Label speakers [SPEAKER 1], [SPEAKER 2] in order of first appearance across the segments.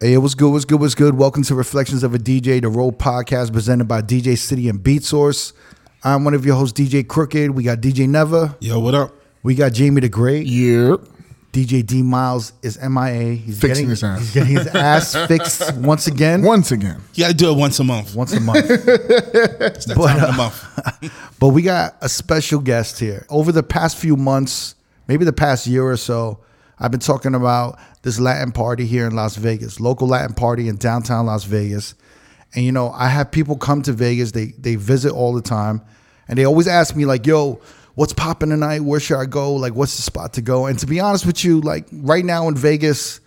[SPEAKER 1] Hey, what's good? What's good? What's good? Welcome to Reflections of a DJ, the Roll podcast presented by DJ City and Beat Source. I'm one of your hosts, DJ Crooked. We got DJ Neva.
[SPEAKER 2] Yo, what up?
[SPEAKER 1] We got Jamie the Great.
[SPEAKER 2] Yeah.
[SPEAKER 1] DJ D Miles is MIA. He's
[SPEAKER 3] Fixing
[SPEAKER 1] getting
[SPEAKER 3] his ass.
[SPEAKER 1] He's getting his ass fixed once again.
[SPEAKER 3] Once again,
[SPEAKER 2] You gotta do it once a month.
[SPEAKER 1] Once a month.
[SPEAKER 2] It's that time of the month.
[SPEAKER 1] But we got a special guest here. Over the past few months, maybe the past year or so, I've been talking about this Latin party here in Las Vegas, local Latin party in downtown Las Vegas. And you know, I have people come to Vegas, they they visit all the time, and they always ask me like, "Yo, what's popping tonight? Where should I go? Like what's the spot to go?" And to be honest with you, like right now in Vegas,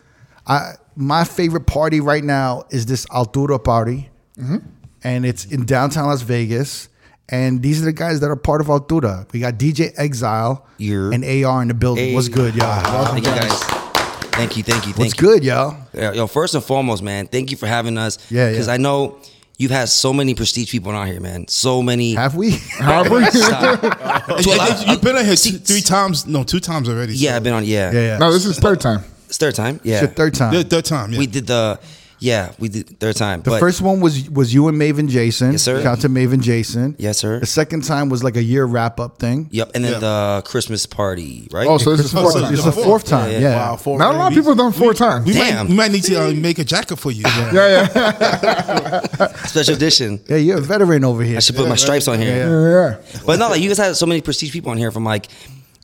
[SPEAKER 1] I my favorite party right now is this Altura party
[SPEAKER 4] Mm-hmm.
[SPEAKER 1] and it's in downtown Las Vegas. And these are the guys that are part of Altura. We got DJ Exile
[SPEAKER 4] Yeah.
[SPEAKER 1] and AR in the building.
[SPEAKER 4] Hey.
[SPEAKER 1] What's good, y'all?
[SPEAKER 4] Thank you guys. Thank you, thank you, thank
[SPEAKER 1] What's
[SPEAKER 4] you.
[SPEAKER 1] good, y'all?
[SPEAKER 4] Yo, yo, first and foremost, man, thank you for having us.
[SPEAKER 1] Yeah, yeah.
[SPEAKER 4] Because I know you've had so many prestige people on here, man. So many.
[SPEAKER 1] Have we?
[SPEAKER 3] however,
[SPEAKER 4] Stop. To a lot-
[SPEAKER 2] You've been on here
[SPEAKER 4] See,
[SPEAKER 2] two- three times. No, two times already.
[SPEAKER 4] Yeah, I've been on. Yeah.
[SPEAKER 1] yeah, yeah.
[SPEAKER 3] no, this is third time.
[SPEAKER 4] It's third time. Yeah.
[SPEAKER 1] it's your third time.
[SPEAKER 2] The third time. Yeah.
[SPEAKER 4] We did the. Yeah, we did third time.
[SPEAKER 1] the
[SPEAKER 4] but
[SPEAKER 1] first one was was you and Maven Jason.
[SPEAKER 4] Yes, sir.
[SPEAKER 1] Shout out to Maven Jason.
[SPEAKER 4] Yes, sir.
[SPEAKER 1] The second time was like a year wrap up thing.
[SPEAKER 4] Yep. And then
[SPEAKER 2] Yeah.
[SPEAKER 4] the Christmas party, right?
[SPEAKER 3] Oh, so this is
[SPEAKER 2] Oh,
[SPEAKER 3] fourth
[SPEAKER 2] so
[SPEAKER 3] time.
[SPEAKER 1] It's
[SPEAKER 2] yeah.
[SPEAKER 1] the fourth time. Yeah.
[SPEAKER 4] Yeah, yeah.
[SPEAKER 2] Wow, four
[SPEAKER 3] Not a lot of people have done four times.
[SPEAKER 2] We might,
[SPEAKER 4] Damn.
[SPEAKER 2] we might need to uh, make a jacket for you. Yeah.
[SPEAKER 3] yeah, yeah,
[SPEAKER 4] Special edition.
[SPEAKER 1] Yeah, you're a veteran over here.
[SPEAKER 4] I should put my stripes on here.
[SPEAKER 3] yeah.
[SPEAKER 4] But not like you guys had so many prestige people on here from like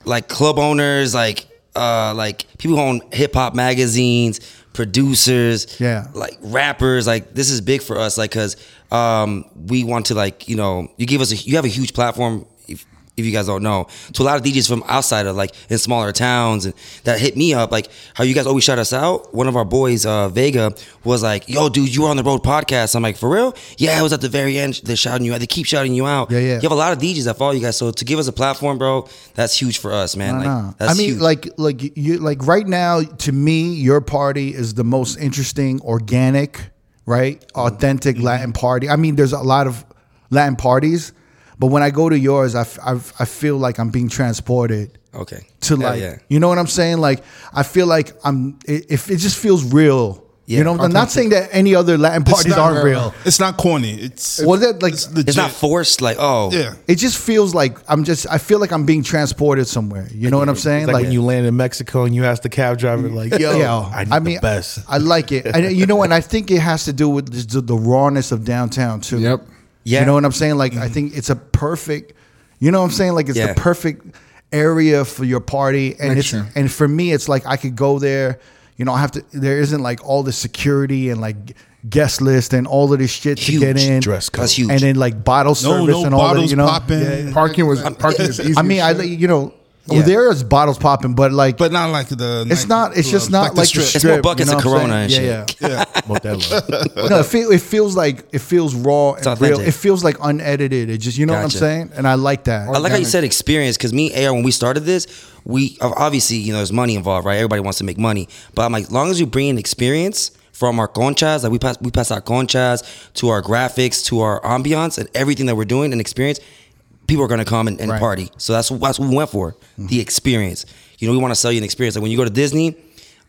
[SPEAKER 4] like club owners, like uh like people who own hip hop magazines, producers,
[SPEAKER 1] Yeah.
[SPEAKER 4] like rappers. Like this is big for us, like because um we want to like you know you give us a, you have a huge platform. If, if you guys don't know, to a lot of DJs from outside of like in smaller towns and that hit me up, like how you guys always shout us out. One of our boys, uh, Vega, was like, "Yo, dude, you were on the road podcast." I'm like, "For real? Yeah, I was at the very end. They're shouting you out. They keep shouting you out.
[SPEAKER 1] Yeah, yeah.
[SPEAKER 4] You have a lot of DJs that follow you guys, so to give us a platform, bro, that's huge for us, man. like,
[SPEAKER 1] Nah.
[SPEAKER 4] that's
[SPEAKER 1] I mean,
[SPEAKER 4] huge.
[SPEAKER 1] like, like you, like right now, to me, your party is the most interesting, organic, right,
[SPEAKER 4] Mm-hmm.
[SPEAKER 1] authentic Latin party. I mean, there's a lot of Latin parties, but when I go to yours, I, f- I, f- I feel like I'm being transported
[SPEAKER 4] okay,
[SPEAKER 1] to
[SPEAKER 4] Hell
[SPEAKER 1] like,
[SPEAKER 4] yeah.
[SPEAKER 1] you know what I'm saying? Like, I feel like I'm. It, if it just feels real,
[SPEAKER 4] Yeah,
[SPEAKER 1] you know. I'm not saying that any other Latin parties
[SPEAKER 2] not
[SPEAKER 1] aren't
[SPEAKER 3] real.
[SPEAKER 1] real.
[SPEAKER 2] It's not corny. It's
[SPEAKER 1] Well, that like
[SPEAKER 2] it's legit.
[SPEAKER 4] it's not forced. Like, oh,
[SPEAKER 2] yeah.
[SPEAKER 1] it just feels like I'm just. I feel like I'm being transported somewhere. You know what I'm saying?
[SPEAKER 5] It's like, when you land in Mexico and you ask the cab driver, like, yo,
[SPEAKER 1] Yeah,
[SPEAKER 5] I need the best.
[SPEAKER 1] I like it. I, you know, and I think it has to do with just the, the rawness of downtown too.
[SPEAKER 3] Yep.
[SPEAKER 4] Yeah.
[SPEAKER 1] You know what I'm saying? Like,
[SPEAKER 5] Mm-hmm.
[SPEAKER 1] I think it's a perfect. You know what I'm saying? Like, it's the
[SPEAKER 4] Yeah.
[SPEAKER 1] perfect area for your party, and it's
[SPEAKER 3] Mixture.
[SPEAKER 1] and for me, it's like I could go there. You know, I have to. There isn't like all the security and like guest list and all of this shit
[SPEAKER 4] Huge
[SPEAKER 1] to get in.
[SPEAKER 5] dress code.
[SPEAKER 4] That's huge.
[SPEAKER 1] And then like bottle
[SPEAKER 2] No,
[SPEAKER 1] service
[SPEAKER 2] no
[SPEAKER 1] and all that.
[SPEAKER 2] bottles
[SPEAKER 1] You know,
[SPEAKER 2] popping.
[SPEAKER 3] Parking was parking is easy.
[SPEAKER 1] I mean, I
[SPEAKER 3] as
[SPEAKER 1] like,
[SPEAKER 3] shit.
[SPEAKER 1] you know,
[SPEAKER 4] Yeah.
[SPEAKER 1] well, there is bottles popping, but like.
[SPEAKER 2] But not like the.
[SPEAKER 1] it's
[SPEAKER 2] like
[SPEAKER 1] not. It's
[SPEAKER 2] the-
[SPEAKER 1] just not like, the strip.
[SPEAKER 4] It's more buckets
[SPEAKER 1] you know
[SPEAKER 4] of
[SPEAKER 1] what I'm
[SPEAKER 4] Corona
[SPEAKER 1] saying? yeah,
[SPEAKER 4] and shit.
[SPEAKER 1] Yeah,
[SPEAKER 5] Modelo.
[SPEAKER 1] no, it, feel, it feels like it feels raw and real.
[SPEAKER 4] authentic.
[SPEAKER 1] It feels like unedited. It just you know what I'm
[SPEAKER 4] Gotcha.
[SPEAKER 1] saying, and I like that.
[SPEAKER 4] I like how you said experience because me and AR, when we started this, we obviously, you know, there's money involved, right? Everybody wants to make money. But I'm like, as long as you bring in experience from our conchas, like we pass, we pass our conchas to our graphics, to our ambiance, and everything that we're doing and experience, people are going to come and, and
[SPEAKER 1] Right.
[SPEAKER 4] party. So that's, that's what we went for
[SPEAKER 3] Mm-hmm.
[SPEAKER 4] the experience. You know, we want to sell you an experience. Like when you go to Disney,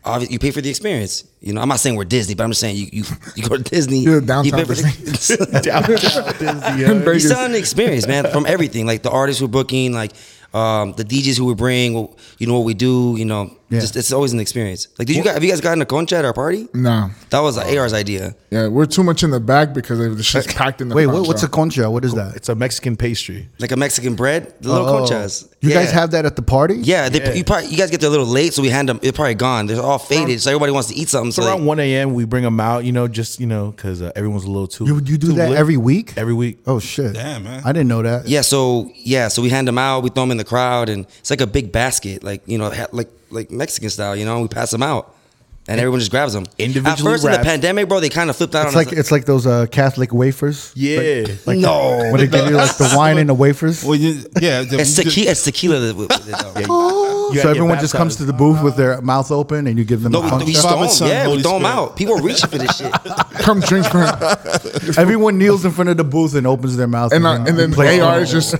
[SPEAKER 4] Obviously, you pay for the experience. You know, I'm not saying we're Disney, but I'm just saying you you, you go to Disney.
[SPEAKER 3] You're
[SPEAKER 4] you
[SPEAKER 3] downtown
[SPEAKER 4] pay for the-
[SPEAKER 3] In Vegas.
[SPEAKER 4] He's selling the experience, man, from everything. Like the artists we're booking, like um, the DJs who we bring, you know what we do, you know.
[SPEAKER 1] Yeah.
[SPEAKER 4] Just it's always an experience. Like did you guys have you guys gotten a concha at our party?
[SPEAKER 3] no,
[SPEAKER 4] That was like AR's idea.
[SPEAKER 3] yeah, we're too much in the back because it was just packed in the.
[SPEAKER 1] Wait,
[SPEAKER 3] front,
[SPEAKER 1] what, what's
[SPEAKER 3] so.
[SPEAKER 1] a concha? What is that?
[SPEAKER 5] it's a Mexican pastry.
[SPEAKER 4] Like a Mexican bread, the little
[SPEAKER 1] Oh.
[SPEAKER 4] conchas.
[SPEAKER 1] You
[SPEAKER 4] Yeah.
[SPEAKER 1] guys have that at the party?
[SPEAKER 4] Yeah, they, you probably you guys get there a little late, so we hand them. They're probably gone. They're all
[SPEAKER 1] Um,
[SPEAKER 4] faded, so everybody wants to eat something.
[SPEAKER 5] So
[SPEAKER 4] So they-
[SPEAKER 5] around 1 a.m., we bring them out, you know, just, you know, because uh, everyone's a little too.
[SPEAKER 1] You you do
[SPEAKER 5] too
[SPEAKER 1] that
[SPEAKER 5] lit.
[SPEAKER 1] every week?
[SPEAKER 5] Every week.
[SPEAKER 1] Oh shit!
[SPEAKER 2] Damn, man.
[SPEAKER 1] I didn't know that.
[SPEAKER 4] Yeah, so yeah, so we hand them out, we throw them in the crowd, and it's like a big basket, like you know, ha- like like Mexican style, you know. And we pass them out, and everyone just grabs them. At
[SPEAKER 5] Individually
[SPEAKER 4] first in
[SPEAKER 5] wrapped.
[SPEAKER 4] the pandemic, bro, they kind of flipped out
[SPEAKER 1] It's
[SPEAKER 4] on
[SPEAKER 1] like
[SPEAKER 4] us.
[SPEAKER 1] it's like those uh, Catholic wafers.
[SPEAKER 5] Yeah.
[SPEAKER 1] Like, like
[SPEAKER 4] No.
[SPEAKER 1] when they give you like the wine and the wafers.
[SPEAKER 2] Well, you- yeah. the-
[SPEAKER 4] It's tequila. It's tequila. That, with- with it, though.
[SPEAKER 5] You gotta
[SPEAKER 1] So
[SPEAKER 5] get
[SPEAKER 1] everyone just comes
[SPEAKER 5] baptized.
[SPEAKER 1] to the booth with their mouth open, and you give them
[SPEAKER 4] No,
[SPEAKER 1] a
[SPEAKER 4] we, we
[SPEAKER 1] concha.
[SPEAKER 2] Father,
[SPEAKER 4] stole 'em.
[SPEAKER 2] Son,
[SPEAKER 4] Yeah,
[SPEAKER 2] Holy
[SPEAKER 4] we throw them
[SPEAKER 2] Spirit.
[SPEAKER 4] out. People are reaching for this shit.
[SPEAKER 3] Come drink for him,
[SPEAKER 1] Everyone kneels in front of the booth and opens their mouth,
[SPEAKER 3] and uh,
[SPEAKER 1] then
[SPEAKER 3] and
[SPEAKER 1] we
[SPEAKER 3] then
[SPEAKER 1] play
[SPEAKER 3] AR
[SPEAKER 1] some-
[SPEAKER 3] is just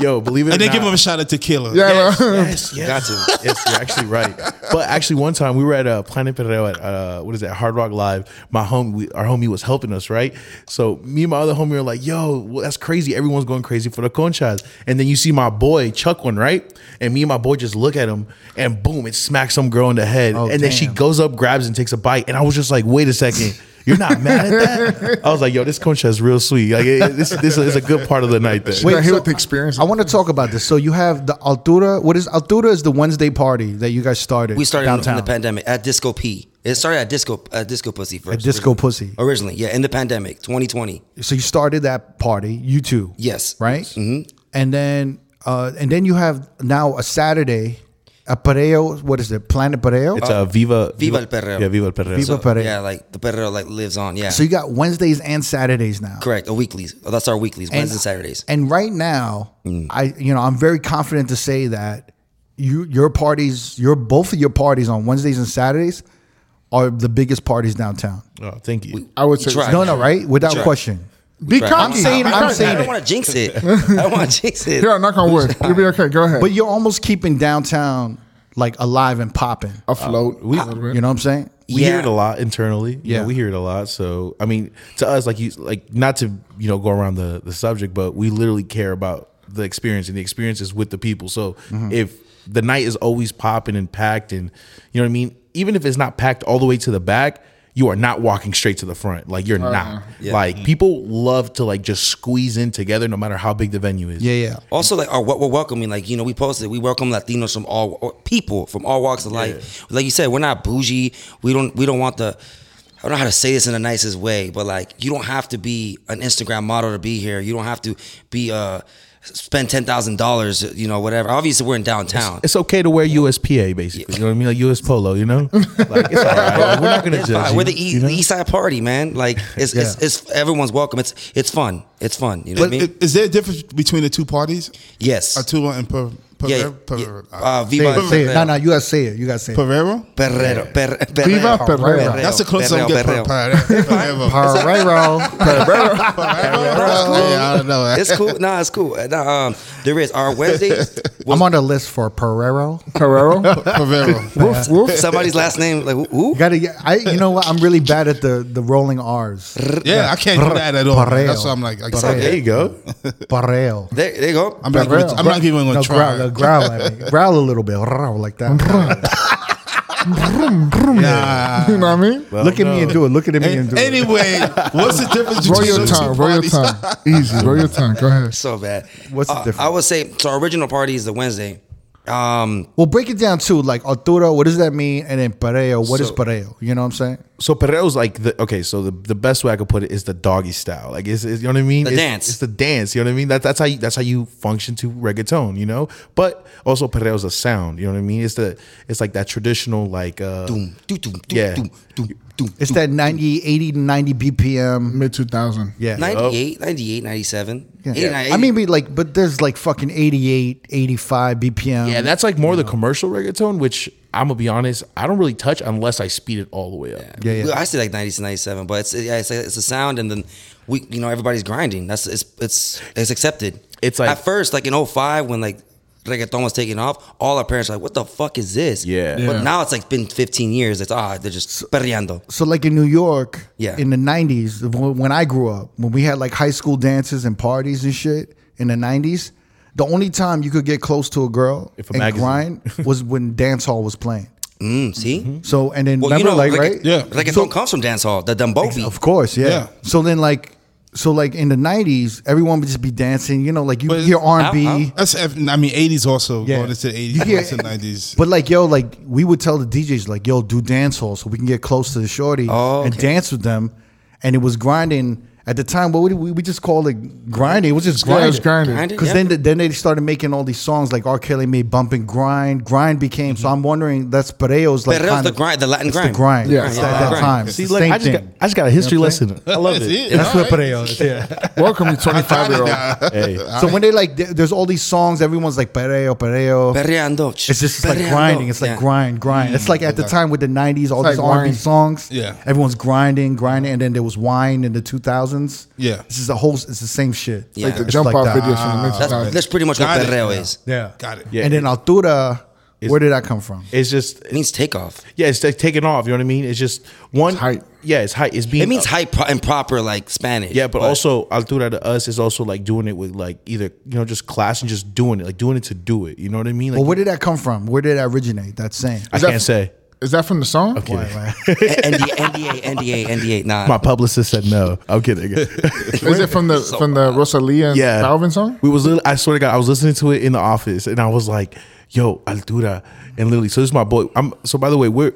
[SPEAKER 5] yo, believe it
[SPEAKER 2] And
[SPEAKER 5] or
[SPEAKER 2] they give
[SPEAKER 5] not-
[SPEAKER 2] him a shot at tequila.
[SPEAKER 3] Yeah, bro.
[SPEAKER 5] Yes, yes.
[SPEAKER 4] Got to.
[SPEAKER 5] yes, you're actually right. But actually, one time we were at uh, Planet Perreo at uh, what is that Hard Rock Live. My home, we, our homie was helping us, right? So me and my other homie were like, "Yo, well, that's crazy! Everyone's going crazy for the conchas." And then you see my boy Chuck one, right? And me and my boy just look at him, and boom, it smacks some girl in the head, and then she
[SPEAKER 1] damn.
[SPEAKER 5] goes up, grabs, and takes a bite. And I was just like, "Wait a second. You're not mad at that? I was like, yo, this concha is real sweet. Like, it- it- this, this is a good part of the night. There.
[SPEAKER 3] Wait, here with the experience.
[SPEAKER 1] I want to talk about this. So you have the Altura. What is Altura? Is the Wednesday party that you guys started?
[SPEAKER 4] We started in-
[SPEAKER 1] downtown.
[SPEAKER 4] in the pandemic at Disco P. It started at Disco at Disco Pussy first.
[SPEAKER 1] At Disco Pussy.
[SPEAKER 4] originally, yeah, in the pandemic, 2020.
[SPEAKER 1] So you started that party. You two.
[SPEAKER 4] Yes.
[SPEAKER 1] Right. Mm-hmm. And then, uh, and then you have now a Saturday, a Pareo. What is it? Planet Pareo.
[SPEAKER 5] It's uh, Viva
[SPEAKER 4] Viva el Perreo.
[SPEAKER 5] Yeah, Viva el Perreo.
[SPEAKER 1] Viva Perreo.
[SPEAKER 4] Yeah, like the perro like lives on. Yeah.
[SPEAKER 1] So you got Wednesdays and Saturdays now.
[SPEAKER 4] Correct. A weeklies. Oh, that's our weeklies. Wednesdays and Saturdays.
[SPEAKER 1] And right now, I you know I'm very confident to say that you your parties, your both of your parties on Wednesdays and Saturdays are the biggest parties downtown.
[SPEAKER 5] Oh, thank you.
[SPEAKER 3] I would say
[SPEAKER 4] Try.
[SPEAKER 1] No, no, right? Without
[SPEAKER 4] Sure.
[SPEAKER 1] question.
[SPEAKER 3] be
[SPEAKER 4] Right.
[SPEAKER 3] cocky.
[SPEAKER 4] I'm
[SPEAKER 1] saying-
[SPEAKER 3] Be
[SPEAKER 1] I'm
[SPEAKER 3] cocky.
[SPEAKER 1] saying
[SPEAKER 4] I don't
[SPEAKER 1] it.
[SPEAKER 4] want to jinx it. I don't want to jinx it.
[SPEAKER 3] Here, knock on wood. You'll be okay. Go ahead.
[SPEAKER 1] But you're almost keeping downtown like alive and popping.
[SPEAKER 3] afloat.
[SPEAKER 5] we-
[SPEAKER 3] a little bit.
[SPEAKER 1] You know what I'm saying?
[SPEAKER 5] we hear
[SPEAKER 4] Yeah.
[SPEAKER 5] it a lot internally. Yeah,
[SPEAKER 1] Yeah.
[SPEAKER 5] we hear it a lot. So I mean, to us, like you, like not to you know go around the the subject, but we literally care about the experience and the experiences with the people. So
[SPEAKER 4] Mm-hmm.
[SPEAKER 5] if the night is always popping and packed, and you know what I mean, even if it's not packed all the way to the back. You are not walking straight to the front. Like
[SPEAKER 4] Uh-huh.
[SPEAKER 5] you're not. Like people love to like just squeeze in together, no matter how big the venue is.
[SPEAKER 1] Yeah, yeah.
[SPEAKER 4] Also, like, our, what we're welcoming, like, you know, we posted, we welcome Latinos from all or people from all walks of life. Like you said, we're not bougie. We don't, we don't want the. I don't know how to say this in the nicest way, but like, you don't have to be an Instagram model to be here. You don't have to be uh spend ten thousand dollars, you know, whatever. Obviously, we're in downtown.
[SPEAKER 5] It's okay to wear USPA, basically. You know what I mean? Like US Polo, you know? Like, it's all right. Like, we're not going to
[SPEAKER 4] It's
[SPEAKER 5] judge.
[SPEAKER 4] fine.
[SPEAKER 5] you,
[SPEAKER 4] We're the, e-
[SPEAKER 5] you know?
[SPEAKER 4] the East Side party, man. Like, it's, it's, it's everyone's welcome. It's it's fun. It's fun. You know what I mean?
[SPEAKER 2] Is- Is there a difference between the two parties?
[SPEAKER 4] yes.
[SPEAKER 2] Arturo and per, per,
[SPEAKER 4] yeah.
[SPEAKER 2] per,
[SPEAKER 4] yeah. Uh, Viva
[SPEAKER 1] Say it, say it. ah, No,
[SPEAKER 4] Perreo.
[SPEAKER 1] no, you gotta say it. You gotta say it.
[SPEAKER 2] Pereiro?
[SPEAKER 4] Perrero. Per- Perreo.
[SPEAKER 3] Viva
[SPEAKER 4] Perreo.
[SPEAKER 3] Perrera.
[SPEAKER 2] That's the closest I'm getting.
[SPEAKER 4] Perreo, Perreo.
[SPEAKER 2] Pereiro. Yeah, I don't know.
[SPEAKER 4] It's cool. Nah, it's cool. Uh, Nah, um, there is our Wednesday.
[SPEAKER 1] I'm on the list for Pereiro.
[SPEAKER 3] Herrero.
[SPEAKER 2] Pereiro.
[SPEAKER 3] woof, woof.
[SPEAKER 4] Somebody's last name, like who?
[SPEAKER 1] You gotta get I you know what? I'm really bad at the the rolling R's.
[SPEAKER 2] Yeah, I can't do that at all.
[SPEAKER 1] Pereiro.
[SPEAKER 2] That's why I'm like, I
[SPEAKER 5] There
[SPEAKER 2] can't-
[SPEAKER 5] you go.
[SPEAKER 1] Pareo.
[SPEAKER 4] There, there you go.
[SPEAKER 2] I'm not even- I'm not even going
[SPEAKER 1] No,
[SPEAKER 2] to try.
[SPEAKER 1] growl, no, growl at me. Growl a little bit. Growl Like that.
[SPEAKER 2] Nah.
[SPEAKER 3] You know what I mean?
[SPEAKER 1] Look at me and do it. Look at me and do it.
[SPEAKER 2] Anyway, what's the difference
[SPEAKER 3] Roll
[SPEAKER 2] between the
[SPEAKER 3] your tongue.
[SPEAKER 2] two
[SPEAKER 3] Roll your
[SPEAKER 2] parties?
[SPEAKER 3] tongue. Easy. Roll your tongue. Go ahead.
[SPEAKER 4] so bad.
[SPEAKER 1] What's the
[SPEAKER 4] Uh,
[SPEAKER 1] difference?
[SPEAKER 4] I would say so. Our original party is the Wednesday. Um,
[SPEAKER 1] Well, break it down too. Like Arturo, what does that mean? And then Pareo, what is
[SPEAKER 4] So-
[SPEAKER 1] Pareo? You know what I'm saying?
[SPEAKER 5] So Perreo's like the okay. So the, the best way I could put it is the doggy style. Like it's, it's you know what I mean.
[SPEAKER 4] The
[SPEAKER 5] It's-
[SPEAKER 4] dance.
[SPEAKER 5] It's the dance. You know what I mean. That, that's how you, that's how you function to reggaeton. You know. But also Perreo's a sound. You know what I mean. It's the it's like that traditional like uh,
[SPEAKER 4] doom, doo, doom, doom,
[SPEAKER 5] Yeah.
[SPEAKER 4] doom, doom, doom.
[SPEAKER 1] It's that 90, 80, 90 BPM.
[SPEAKER 3] Mid 2000.
[SPEAKER 1] Yeah.
[SPEAKER 4] 98, 98, 97.
[SPEAKER 1] Yeah.
[SPEAKER 4] 89,
[SPEAKER 1] I mean, be like, but there's like fucking 88, 85 BPM.
[SPEAKER 5] Yeah, that's like more the commercial reggaeton, which I'm gonna be honest, I don't really touch unless I speed it all the way up.
[SPEAKER 1] yeah, yeah.
[SPEAKER 4] I say like 96, 97, but it's yeah, it's, it's a sound, and then we, you know, everybody's grinding. That's it's it's it's accepted.
[SPEAKER 5] It's like-
[SPEAKER 4] at first, like in 05, when like reggaeton was taking off, all our parents were like, "What the fuck is this?"
[SPEAKER 5] Yeah.
[SPEAKER 4] But
[SPEAKER 3] Yeah.
[SPEAKER 4] now it's like been 15 years. It's ah, they're just perreando.
[SPEAKER 1] So, like in New York,
[SPEAKER 4] Yeah.
[SPEAKER 1] in the 90s, when when I grew up, when we had like high school dances and parties and shit in the 90s, the only time you could get close to a girl
[SPEAKER 5] If a
[SPEAKER 1] and
[SPEAKER 5] magazine-
[SPEAKER 1] grind was when dance hall was playing.
[SPEAKER 4] Mm, see,
[SPEAKER 1] So, and then Mm-hmm.
[SPEAKER 4] well,
[SPEAKER 1] remember,
[SPEAKER 4] you know,
[SPEAKER 1] like,
[SPEAKER 4] regga-
[SPEAKER 1] right?
[SPEAKER 2] Yeah.
[SPEAKER 4] reggaeton
[SPEAKER 1] So-
[SPEAKER 4] comes from dance hall, the dembobi.
[SPEAKER 1] Of course, yeah.
[SPEAKER 2] Yeah.
[SPEAKER 1] So then, like, so like in the nineties, everyone would just be dancing. You know, like you
[SPEAKER 2] But-
[SPEAKER 1] hear R and
[SPEAKER 4] I'm-
[SPEAKER 1] B,
[SPEAKER 2] That's, I mean, 80s also.
[SPEAKER 1] Yeah.
[SPEAKER 2] Going into the
[SPEAKER 1] You hear-
[SPEAKER 2] 80s, going into the 90s.
[SPEAKER 1] but like yo, like we would tell the DJs like yo, do dance hall so we can get close to the shorty
[SPEAKER 4] Oh,
[SPEAKER 1] and
[SPEAKER 4] okay.
[SPEAKER 1] dance with them. And it was grinding at the time. What would we, we just called it grinding? It was just
[SPEAKER 3] Yeah, it's
[SPEAKER 1] grinding.
[SPEAKER 3] grinding.
[SPEAKER 4] Grinding,
[SPEAKER 1] Because
[SPEAKER 4] yeah.
[SPEAKER 1] then, then they started making all these songs like R. Kelly made "Bump and Grind." Grind became so. I'm wondering that's Pereo's like
[SPEAKER 4] Perreo's
[SPEAKER 1] kind
[SPEAKER 4] Mm-hmm. the
[SPEAKER 1] of-
[SPEAKER 4] grind, the Latin
[SPEAKER 1] it's
[SPEAKER 4] grind.
[SPEAKER 1] the grind.
[SPEAKER 3] Yeah.
[SPEAKER 1] it's
[SPEAKER 3] Yeah.
[SPEAKER 1] at that
[SPEAKER 4] Grind.
[SPEAKER 1] time. It's
[SPEAKER 5] See,
[SPEAKER 1] the
[SPEAKER 5] like
[SPEAKER 1] same
[SPEAKER 5] I just, got,
[SPEAKER 1] thing.
[SPEAKER 5] I just got a history
[SPEAKER 1] what I'm
[SPEAKER 5] lesson. I love
[SPEAKER 2] That's
[SPEAKER 5] it.
[SPEAKER 2] it.
[SPEAKER 1] That's what
[SPEAKER 2] All right.
[SPEAKER 1] Pareo is. Yeah.
[SPEAKER 3] Welcome, you 25 year old.
[SPEAKER 5] Hey,
[SPEAKER 1] So when they like, th- there's all these songs. Everyone's like pereo, pereo.
[SPEAKER 4] Perreando.
[SPEAKER 1] It's just it's like
[SPEAKER 4] Perreando.
[SPEAKER 1] grinding. It's like
[SPEAKER 4] Yeah.
[SPEAKER 1] grind, grind. It's like at the time with the '90s, all
[SPEAKER 3] It's
[SPEAKER 1] these
[SPEAKER 3] like
[SPEAKER 1] R&B
[SPEAKER 3] wine.
[SPEAKER 1] songs.
[SPEAKER 2] Yeah.
[SPEAKER 1] everyone's grinding, grinding, and then there was wine in the 2000s. 2000s.
[SPEAKER 2] Yeah.
[SPEAKER 1] This is the whole, it's the same shit.
[SPEAKER 4] Yeah. Like the
[SPEAKER 3] The
[SPEAKER 1] It's
[SPEAKER 3] jump off
[SPEAKER 1] that.
[SPEAKER 3] videos from the mid
[SPEAKER 4] That's,
[SPEAKER 3] 2000s.
[SPEAKER 4] that's pretty much what
[SPEAKER 2] Got it.
[SPEAKER 4] perreo is.
[SPEAKER 1] Yeah.
[SPEAKER 2] Got it.
[SPEAKER 5] Yeah.
[SPEAKER 1] And then Altura, where did that come from?
[SPEAKER 5] It's just
[SPEAKER 4] It means takeoff.
[SPEAKER 5] yeah, it's like taking off. You know what I mean? It's just one
[SPEAKER 3] It's height.
[SPEAKER 5] Yeah, it's height. It's being
[SPEAKER 4] It means high pro- and proper like Spanish.
[SPEAKER 5] Yeah, but, also altura to us is also like doing it with like either you know just class and just doing it, like doing it to do it. You know what I mean? Like
[SPEAKER 1] Well, where did that come from? Where did that originate? That saying.
[SPEAKER 5] I
[SPEAKER 3] that-
[SPEAKER 5] can't say.
[SPEAKER 3] Is that from the song?
[SPEAKER 5] Kidding.
[SPEAKER 4] NDA, NDA, NDA, NDA. Nah.
[SPEAKER 5] My publicist said no. I'm kidding.
[SPEAKER 3] Is it from the from the Rosalia and
[SPEAKER 5] yeah,
[SPEAKER 3] Calvin song?
[SPEAKER 5] We was literally, I swear to God, I was listening to it in the office, and I was like, "Yo, altura," and literally. So this is my boy. I'm so by the way, we're,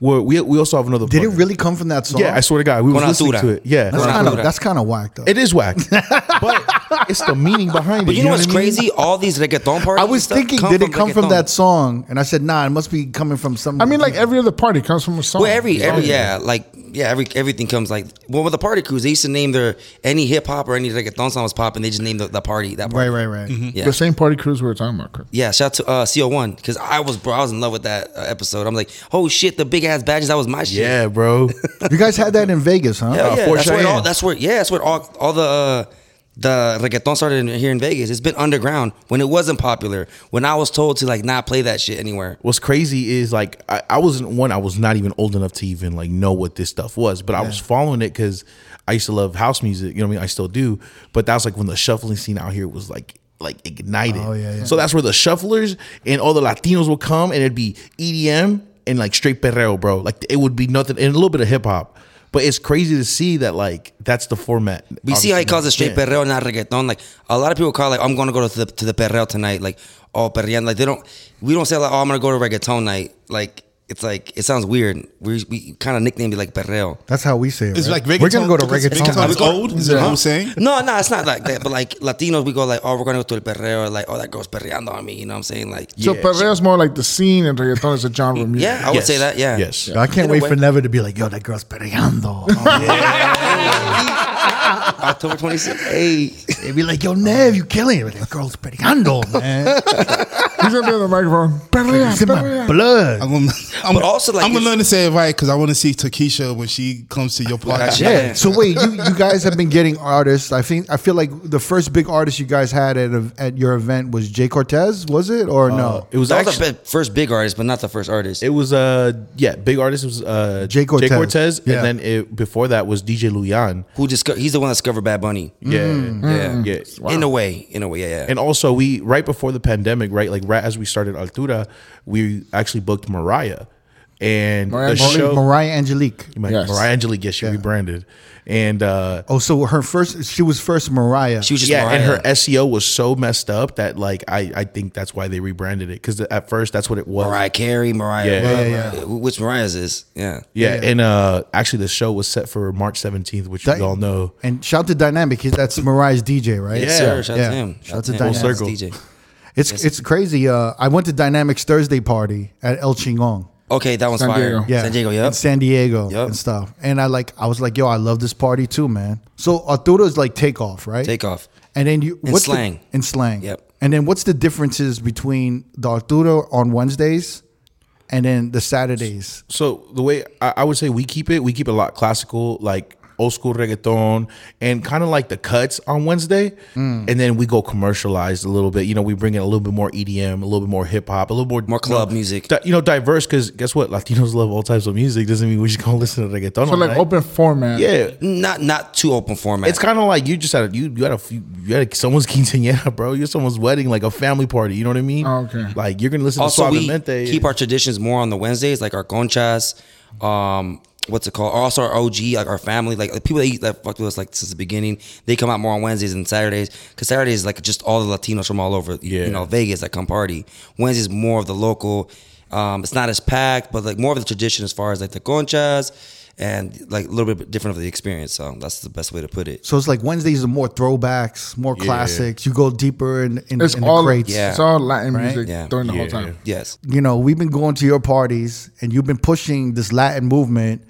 [SPEAKER 5] we're we we also have another.
[SPEAKER 1] Did it
[SPEAKER 5] partner.
[SPEAKER 1] really come from that song?
[SPEAKER 5] Yeah, I swear to God, we was
[SPEAKER 4] Con
[SPEAKER 5] listening
[SPEAKER 4] altura.
[SPEAKER 5] to it. Yeah,
[SPEAKER 1] That's
[SPEAKER 4] Con
[SPEAKER 1] kind of
[SPEAKER 4] altura.
[SPEAKER 1] that's kind of whack though.
[SPEAKER 5] it is whack, but it's the meaning behind it.
[SPEAKER 4] But you know what's
[SPEAKER 5] what I mean?
[SPEAKER 4] crazy? All these reggaeton parties.
[SPEAKER 1] I was
[SPEAKER 4] and stuff
[SPEAKER 1] thinking, did it come from
[SPEAKER 4] reggaeton.
[SPEAKER 1] that song? And I said, nah, it must be coming from some.
[SPEAKER 3] I mean, like every other party comes from a song.
[SPEAKER 4] Well, every
[SPEAKER 3] Song.
[SPEAKER 1] Oh,
[SPEAKER 4] every yeah, like yeah, every everything comes like well with the party crews. They used to name their any hip hop or any reggaeton song was popping. They just named the, the party that
[SPEAKER 1] right,
[SPEAKER 4] party.
[SPEAKER 1] right, right.
[SPEAKER 4] Yeah.
[SPEAKER 3] The same party crews we were talking about. Chris.
[SPEAKER 4] Yeah, shout out to uh, CO1 because I was bro, I was in love with that uh, episode. I'm like, oh shit, the big ass badges. That was my shit.
[SPEAKER 5] Yeah, bro.
[SPEAKER 1] You guys had that in Vegas, huh?
[SPEAKER 4] Hell yeah.
[SPEAKER 5] Fort
[SPEAKER 4] That's where it all.
[SPEAKER 5] Cheyenne.
[SPEAKER 4] That's where yeah. That's where all all the. Uh, the reggaeton started in, here in Vegas. It's been underground when it wasn't popular. When I was told to like not play that shit anywhere.
[SPEAKER 5] what's crazy is like I, I wasn't one i was not even old enough to even like know what this stuff was but i was following it because i used to love house music you know what i mean i still do but that was like when the shuffling scene out here was like like ignited
[SPEAKER 1] Oh, yeah, yeah.
[SPEAKER 5] so that's where the shufflers and all the latinos would come and it'd be edm and like straight perreo bro like it would be nothing and a little bit of hip-hop but it's crazy to see that like that's the format
[SPEAKER 4] We see how he calls it straight perreo, not reggaeton. Like a lot of people call like I'm gonna go to the to the perreo tonight. Like oh perrean. Like they don't. We don't say like oh I'm gonna go to reggaeton night. Like it's like it sounds weird. We we kind of nicknamed it like perreo.
[SPEAKER 1] That's how we say it.
[SPEAKER 2] It's
[SPEAKER 1] right?
[SPEAKER 2] like reggaeton.
[SPEAKER 1] We're gonna go to
[SPEAKER 2] because
[SPEAKER 1] reggaeton.
[SPEAKER 2] It's old. Is that what I'm saying?
[SPEAKER 4] No, no, it's not like that. But like Latinos, we go like oh we're gonna go to el perreo. Like oh that girl's perreando on me. You know what I'm saying? Like yeah,
[SPEAKER 3] So perreo's more like the scene, and reggaeton is a genre of music.
[SPEAKER 4] I would say that. Yeah.
[SPEAKER 5] yes
[SPEAKER 1] I can't wait
[SPEAKER 4] way.
[SPEAKER 1] for Never to be like, yo, that girl's perreando. Oh,
[SPEAKER 4] October 26th. Hey.
[SPEAKER 1] They'd be like, yo, Nev, you killing it. But That girl's perreando, man.
[SPEAKER 3] He's gonna be on the microphone. Perrea,
[SPEAKER 1] It's in my
[SPEAKER 3] perrea.
[SPEAKER 1] blood.
[SPEAKER 2] I'm gonna, I'm,
[SPEAKER 4] But also, like,
[SPEAKER 2] I'm gonna
[SPEAKER 4] it's-
[SPEAKER 2] learn to say it right because I want to see Takesha when she comes to your podcast.
[SPEAKER 4] Yeah.
[SPEAKER 1] So wait, you, you guys have been getting artists. I think I feel like the first big artist you guys had at a, at your event was Jay Cortez, was it or no?
[SPEAKER 5] Uh, it was
[SPEAKER 4] That
[SPEAKER 5] actually
[SPEAKER 4] was the be- first big artist, but not the first artist.
[SPEAKER 5] It was uh yeah, big artist was uh
[SPEAKER 1] Jay Cortez. Yeah.
[SPEAKER 5] and then it, before that was DJ Luyan.
[SPEAKER 4] Who disco- he's the one that discovered Bad Bunny.
[SPEAKER 5] Yeah,
[SPEAKER 4] Yeah.
[SPEAKER 5] yeah.
[SPEAKER 4] In a way. In a way, yeah, yeah.
[SPEAKER 5] And also we right before the pandemic, right like right as we started Altura, we actually booked Mariah, and
[SPEAKER 3] Mariah
[SPEAKER 5] the
[SPEAKER 3] Carey,
[SPEAKER 5] show
[SPEAKER 1] Mariah Angelique.
[SPEAKER 5] Ma-
[SPEAKER 3] Yes.
[SPEAKER 5] Mariah Angelique, yeah, she rebranded, and uh
[SPEAKER 1] Oh, so her first, she was first Mariah.
[SPEAKER 4] she was just
[SPEAKER 5] yeah, and her
[SPEAKER 4] Mariah.
[SPEAKER 5] SEO was so messed up that like I I think that's why they rebranded it because at first that's what it was.
[SPEAKER 4] Mariah Carey, Mariah.
[SPEAKER 5] Yeah.
[SPEAKER 4] Whatever.
[SPEAKER 1] Yeah,
[SPEAKER 4] Wh- Which Mariah's is? Yeah.
[SPEAKER 5] Yeah, and uh actually the show was set for March seventeenth, which
[SPEAKER 1] That-
[SPEAKER 5] we all know.
[SPEAKER 1] And shout to Dynamic, he- that's Mariah's DJ, right?
[SPEAKER 4] Yes, sir. Shout out to him.
[SPEAKER 1] Shout to
[SPEAKER 4] him.
[SPEAKER 1] Dynamic.
[SPEAKER 5] Full circle.
[SPEAKER 4] DJ.
[SPEAKER 1] It's it's crazy. Uh, I went to Dynamic's Thursday party at El Chingon.
[SPEAKER 4] Okay, that one's
[SPEAKER 3] San
[SPEAKER 4] fire.
[SPEAKER 3] Diego.
[SPEAKER 1] Yeah,
[SPEAKER 4] San Diego, yep.
[SPEAKER 1] in San Diego
[SPEAKER 4] Yup.
[SPEAKER 1] and stuff. And I like I was like, yo, I love this party too, man. So Arturo's like takeoff, right?
[SPEAKER 4] Take off.
[SPEAKER 1] And then you
[SPEAKER 4] In
[SPEAKER 1] what's the-
[SPEAKER 4] slang.
[SPEAKER 1] in slang.
[SPEAKER 4] Yep.
[SPEAKER 1] And then what's the differences between the Arturo on Wednesdays and then the Saturdays?
[SPEAKER 5] so the way I, I would say we keep it, we keep it a lot classical, like old school reggaeton, and kind of like the cuts on Wednesday, and then we go commercialized a little bit. You know, we bring in a little bit more EDM, a little bit more hip hop, a little more
[SPEAKER 4] More club music.
[SPEAKER 5] Di- you know, diverse because guess what? Latinos love all types of music. Doesn't mean we just gonna listen to reggaeton.
[SPEAKER 3] So
[SPEAKER 5] all
[SPEAKER 3] like
[SPEAKER 5] night.
[SPEAKER 3] open format.
[SPEAKER 5] yeah.
[SPEAKER 4] Not not too open format.
[SPEAKER 5] It's kind of like you just had a, you you had a few- you had a, someone's quinceañera, bro. You're someone's wedding, like a family party. You know what I mean?
[SPEAKER 3] Oh, okay.
[SPEAKER 5] Like you're gonna listen
[SPEAKER 4] also
[SPEAKER 5] to
[SPEAKER 4] we
[SPEAKER 5] Suavemente.
[SPEAKER 4] keep our traditions more on the Wednesdays, like our conchas, um, what's it called? Also our OG, like our family, like the people that, eat, that fucked with us like since the beginning. They come out more on Wednesdays and Saturdays because Saturdays is like just all the Latinos from all over,
[SPEAKER 5] Yeah.
[SPEAKER 4] you know, Vegas that come party. Wednesdays more of the local. Um, it's not as packed, but like more of the tradition as far as like the conchas and like a little bit different of the experience. So that's the best way to put it.
[SPEAKER 1] So it's like Wednesdays are more throwbacks, more classics. You go deeper in, in,
[SPEAKER 3] it's
[SPEAKER 1] in
[SPEAKER 3] all
[SPEAKER 1] the crates.
[SPEAKER 4] Yeah.
[SPEAKER 3] it's all Latin
[SPEAKER 1] Right?
[SPEAKER 3] music
[SPEAKER 4] Yeah.
[SPEAKER 3] during the
[SPEAKER 5] Yeah.
[SPEAKER 3] whole time.
[SPEAKER 4] Yes.
[SPEAKER 1] you know, we've been going to your parties and you've been pushing this Latin movement,